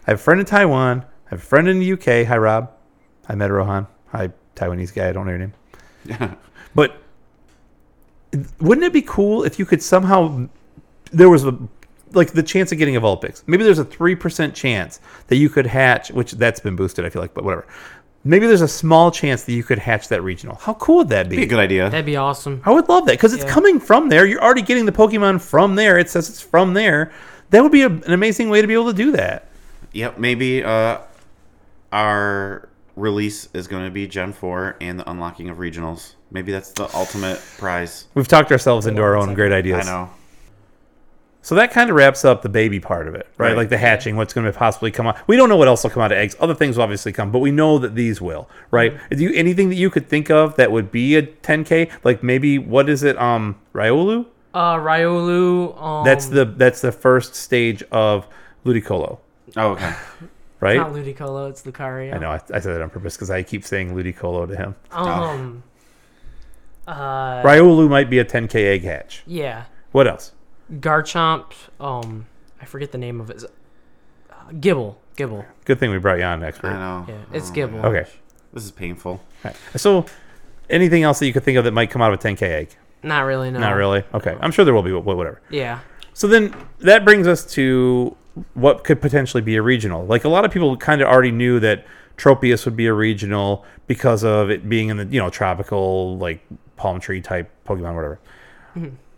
S1: I have a friend in Taiwan. I have a friend in the UK. Hi Rob. I met Rohan. Hi, Taiwanese guy. I don't know your name. But wouldn't it be cool if you could somehow there was a like the chance of getting a Vulpix? Maybe there's a three percent chance that you could hatch, which that's been boosted, I feel like, but whatever. Maybe there's a small chance that you could hatch that regional. How cool would that
S2: Be a
S1: be?
S2: good idea.
S3: That'd be awesome.
S1: I would love that because it's
S3: Yeah.
S1: coming from there. You're already getting the Pokemon from there. It says it's from there. That would be a, an amazing way to be able to do that.
S2: Yep, maybe uh, our release is going to be Gen 4 and the unlocking of regionals. Maybe that's the ultimate prize.
S1: We've talked ourselves into our own great ideas.
S2: I know.
S1: So that kind of wraps up the baby part of it, right?
S2: Right.
S1: Like the hatching, what's going to possibly come out. We don't know what else will come out of eggs. Other things will obviously come, but we know that these will, right?
S2: Mm-hmm.
S1: If you anything that you could think of that would be a 10k, like maybe what is it? Um, Ryolu.
S3: Uh, Ryolu. Um,
S1: That's the that's the first stage of Ludicolo,
S2: Oh, okay.
S1: right?
S3: not Ludicolo. It's Lucario.
S1: I know I, I said that on purpose because I keep saying Ludicolo to him. Ah.
S3: Um. Uh.
S1: Ryolu might be a 10k egg hatch.
S3: Yeah.
S1: What else?
S3: Garchomp. Um. I forget the name of it. Uh, Gibble. Gibble.
S1: Good thing we brought you on,
S2: I
S1: expert.
S2: know.
S3: Yeah. It's
S2: Oh,
S3: Gibble.
S1: Okay.
S2: This is painful.
S1: All right. So anything else that you could think of that might come out of a 10k egg?
S3: Not really. No.
S1: Not really. Okay. I'm sure there will be, but whatever.
S3: Yeah.
S1: So then that brings us to what could potentially be a regional. Like a lot of people kind of already knew that Tropius would be a regional because of it being in the you know tropical like palm tree type Pokemon, whatever.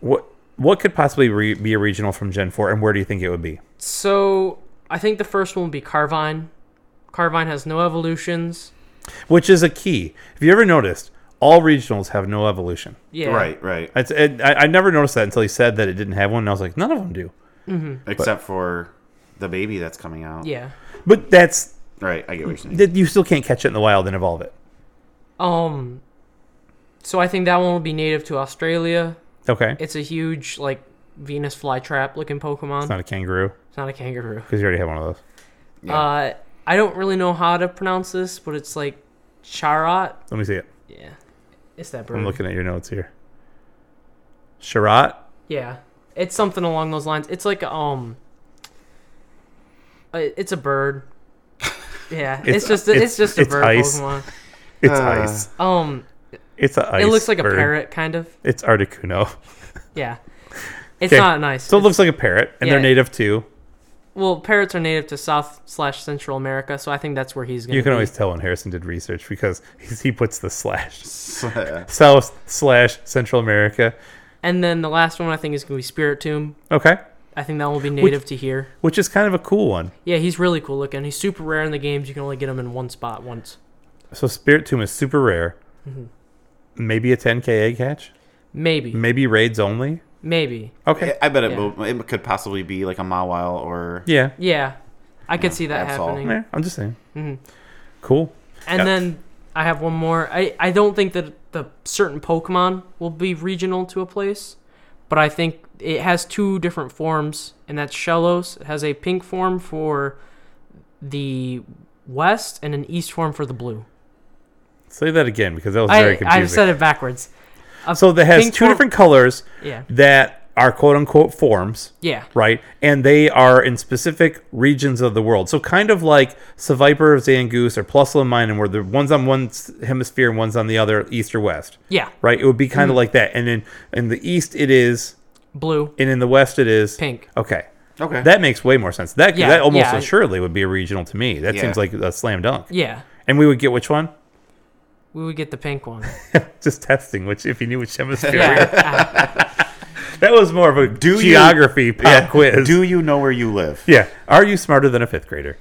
S1: What what could possibly re- be a regional from Gen Four, and where do you think it would be?
S3: So I think the first one would be Carvine. Carvine has no evolutions.
S1: Which is a key. If you ever noticed, all regionals have no evolution.
S3: Yeah.
S2: Right, right.
S1: It's, it, I, I never noticed that until he said that it didn't have one, and I was like, none of them do.
S2: Except for the baby that's coming out.
S3: Yeah.
S1: But that's
S2: Right, I get what you're saying.
S1: that you still can't catch it in the wild and evolve it.
S3: Um. So I think that one will be native to Australia.
S1: Okay, it's
S3: It's a huge like Venus flytrap looking Pokemon. It's
S1: not a kangaroo
S3: not a kangaroo.
S1: because you already have one of those.
S3: Uh, I don't really know how to pronounce this, but it's like Charat.
S1: Let me see it.
S3: Yeah, it's that bird.
S1: I'm looking at your notes here. Sharat.
S3: Yeah, it's something along those lines. It's like um, uh, it's a bird. Yeah, it's,
S1: It's-
S3: just a, it's,
S1: it's-
S3: just a
S1: it's
S3: bird
S1: ice.
S3: Pokemon.
S1: It's ice.
S3: Um,
S1: It's a ice.
S3: it looks like
S1: bird.
S3: a parrot, kind of.
S1: It's Articuno.
S3: Yeah, it's
S1: 'Kay.
S3: not nice.
S1: So it looks like a parrot, and
S3: Yeah.
S1: they're native too.
S3: well, parrots are native to South slash Central America, so I think that's where he's gonna.
S1: You can
S3: be.
S1: always tell when Harrison did research because he's, he puts the slash
S2: So-
S1: South slash Central America.
S3: And then the last one I think is gonna be Spirit Tomb.
S1: Okay,
S3: I think that will be native to here.
S1: which is kind of a cool one.
S3: Yeah, he's really cool looking. He's super rare in the games. You can only get him in one spot once.
S1: So Spirit Tomb is super rare.
S3: Mm-hmm.
S1: Maybe a 10k egg hatch.
S3: Maybe.
S1: Maybe raids only.
S3: Maybe.
S1: Okay.
S2: I bet it,
S3: Yeah.
S2: will- it could possibly be like a Mawile or.
S1: Yeah.
S3: Yeah. I could see that
S2: that's all.
S3: happening.
S1: Yeah, I'm just saying.
S3: Mm-hmm.
S1: Cool.
S3: And then I have one more. I, I don't think that the certain Pokemon will be regional to a place, but I think it has two different forms, and that's Shellos. It has a pink form for the west and an east form for the blue.
S1: Say that again because that was very
S3: I,
S1: confusing.
S3: I've said it backwards. A
S1: So that has
S3: pink
S1: two
S3: form-
S1: different colors
S3: Yeah.
S1: that are quote unquote forms,
S3: Yeah.
S1: right? And they are in specific regions of the world. So kind of like Seviper, Zangoose, or Plusle and Minun, where the one's on one s- hemisphere and one's on the other, east or west,
S3: Yeah. Mm-hmm.
S1: right? It would be kind of like that. And in in the east it is,
S3: Blue.
S1: and in the west it is
S3: Pink.
S1: Okay.
S2: Okay.
S1: That makes way more sense. That
S3: Yeah,
S1: that almost
S3: yeah.
S1: assuredly would be a regional to me. That
S2: Yeah.
S1: seems like a slam dunk.
S3: Yeah.
S1: And we would get which one?
S3: We would get the pink one.
S1: Just testing which if you knew which hemisphere.
S3: Yeah.
S1: That was more of a
S2: you-
S1: geography pop
S2: Yeah,
S1: quiz.
S2: Do you know where you live?
S1: Yeah. Are you smarter than a fifth grader?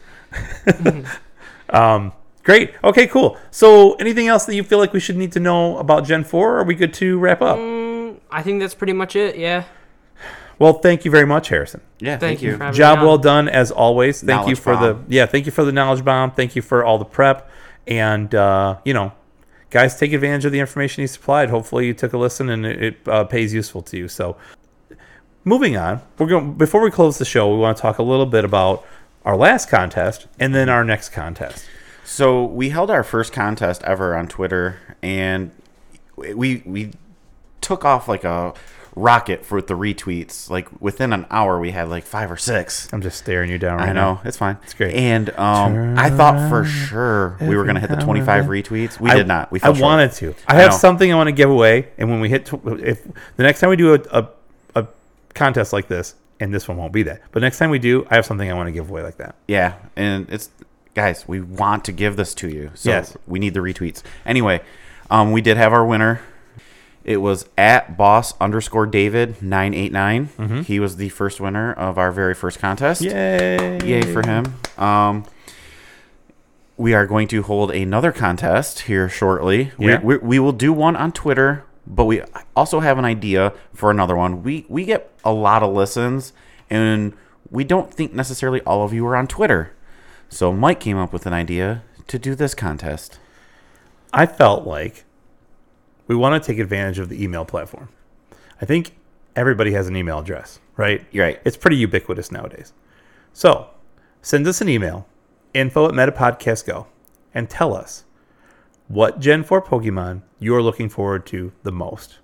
S3: Mm-hmm.
S1: um, great. Okay, cool. So, anything else that you feel like we should need to know about Gen 4? Are we good to wrap up?
S3: Mm. I think that's pretty much it. Yeah.
S1: Well, thank you very much, Harrison.
S2: Yeah,
S3: Thank,
S2: thank,
S3: you.
S2: you.
S3: for having
S1: Job
S3: me on.
S1: well done, as always. Thank you
S2: Knowledge
S1: for
S2: bomb.
S1: the yeah. Thank you for the knowledge bomb. Thank you for all the prep, and uh, you know, guys, take advantage of the information you supplied. Hopefully, you took a listen and it, it uh, pays useful to you. So, moving on, we're going before we close the show. We want to talk a little bit about our last contest and then our next contest.
S2: So we held our first contest ever on Twitter, and we we took off like a rocket for the retweets. Like within an hour, we had like five or six.
S1: I'm just staring you down right
S2: I
S1: now.
S2: know it's fine. It's
S1: great.
S2: And um, I thought for sure we were gonna hit the 25 retweets. We
S1: I-
S2: did not. We
S1: I
S2: fell short.
S1: wanted to. I
S2: I
S1: have
S2: know.
S1: something I want to give away, and when we hit, tw- if the next time we do a, a a contest like this, and this one won't be that, but next time we do, I have something I want to give away like that.
S2: Yeah, and it's guys, we want to give this to you, so
S1: Yes.
S2: we need the retweets. Anyway, um, we did have our winner. It was at boss underscore David nine eight nine. He was the first winner of our very first contest.
S1: Mm-hmm. Yay!
S2: Yay for him. Um, we are going to hold another contest here shortly.
S1: Yeah.
S2: We, we, we will do one on Twitter, but we also have an idea for another one. We we get a lot of listens, and we don't think necessarily all of you are on Twitter. So Mike came up with an idea to do this contest.
S1: I felt like we want to take advantage of the email platform. I think everybody has an email address, right?
S2: You're right.
S1: It's pretty ubiquitous nowadays. So send us an email, info at Metapodcast Go, and tell us what Gen 4 Pokemon you're looking forward to the most.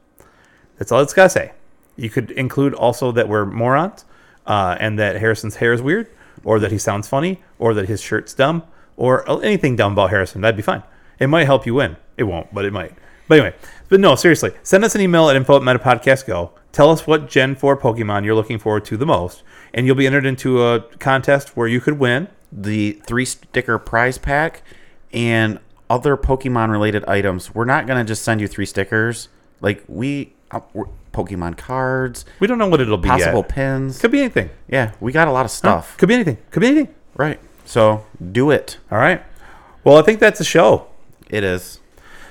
S1: That's all it's got to say. You could include also that we're morons uh, and that Harrison's hair is weird or that he sounds funny or that his shirt's dumb or anything dumb about Harrison. That'd be fine. It might help you win. It won't, but it might. But anyway, but no, seriously, send us an email at info at metapodcast go. Tell us what Gen 4 Pokemon you're looking forward to the most, and you'll be entered into a contest where you could win.
S2: the three sticker prize pack and other Pokemon related items. We're not gonna just send you three stickers. Like we, uh, we're, Pokemon cards,
S1: We don't know what it'll be
S2: possible
S1: yet.
S2: pins.
S1: Could be anything.
S2: Yeah, we got a lot of stuff.
S1: Could be anything. Could be anything.
S2: Right. So do it.
S1: All right. Well, I think that's a show.
S2: It is.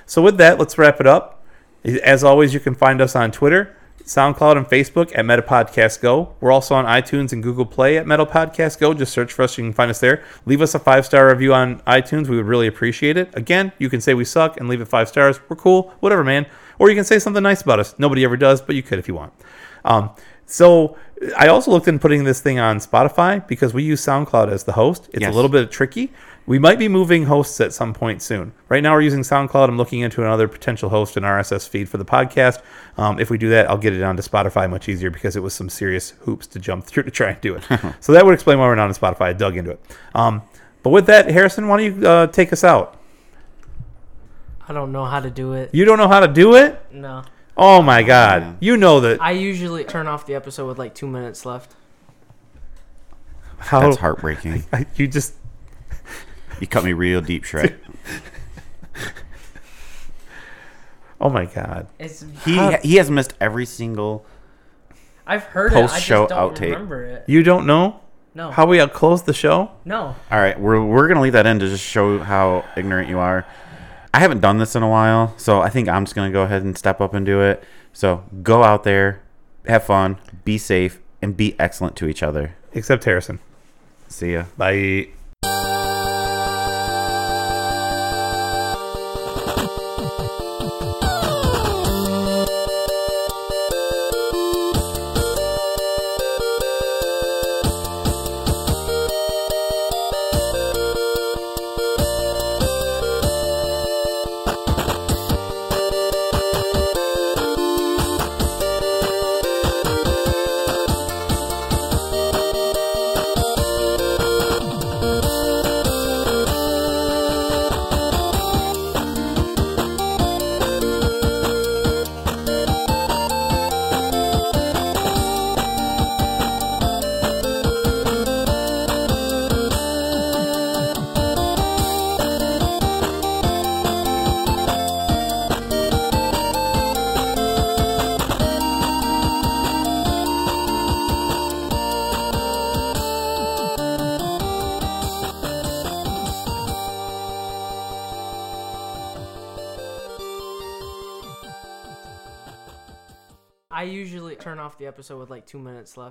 S1: So with that, let's wrap it up. As always, you can find us on Twitter, SoundCloud, and Facebook at Metapodcast Go. We're also on iTunes and Google Play at Metal Podcast Go. Just search for us; you can find us there. Leave us a five star review on iTunes; we would really appreciate it. Again, you can say we suck and leave it five stars. We're cool, whatever, man. Or you can say something nice about us. Nobody ever does, but you could if you want. Um, so I also looked into putting this thing on Spotify because we use SoundCloud as the host. It's
S2: Yes.
S1: a little bit tricky. We might be moving hosts at some point soon. Right now, we're using SoundCloud. I'm looking into another potential host and RSS feed for the podcast. Um, if we do that, I'll get it onto Spotify much easier because it was some serious hoops to jump through to try and do it. so that would explain why we're not on Spotify. I dug into it. Um, but with that, Harrison, why don't you uh, take us out?
S7: I don't know how to do it.
S1: You don't know how to do it?
S7: No.
S1: Oh my God!
S2: man.
S1: You know that
S7: I usually turn off the episode with like two minutes left.
S1: how Oh.
S2: That's heartbreaking.
S1: you just
S2: You cut me real deep, Shrek.
S1: oh my God.
S7: It's
S2: He he has missed every single.
S7: I've heard it. I just
S2: Post-show
S7: don't
S2: outtake.
S7: remember it.
S1: You don't know
S7: No.
S1: how we uh, close the show?
S7: no.
S2: All right, we're we're gonna leave that in to just show how ignorant you are. I haven't done this in a while, so I think I'm just gonna go ahead and step up and do it. So go out there, have fun, be safe, and be excellent to each other.
S1: Except Harrison.
S2: See ya.
S1: Bye.
S7: I usually turn off the episode with like two minutes left.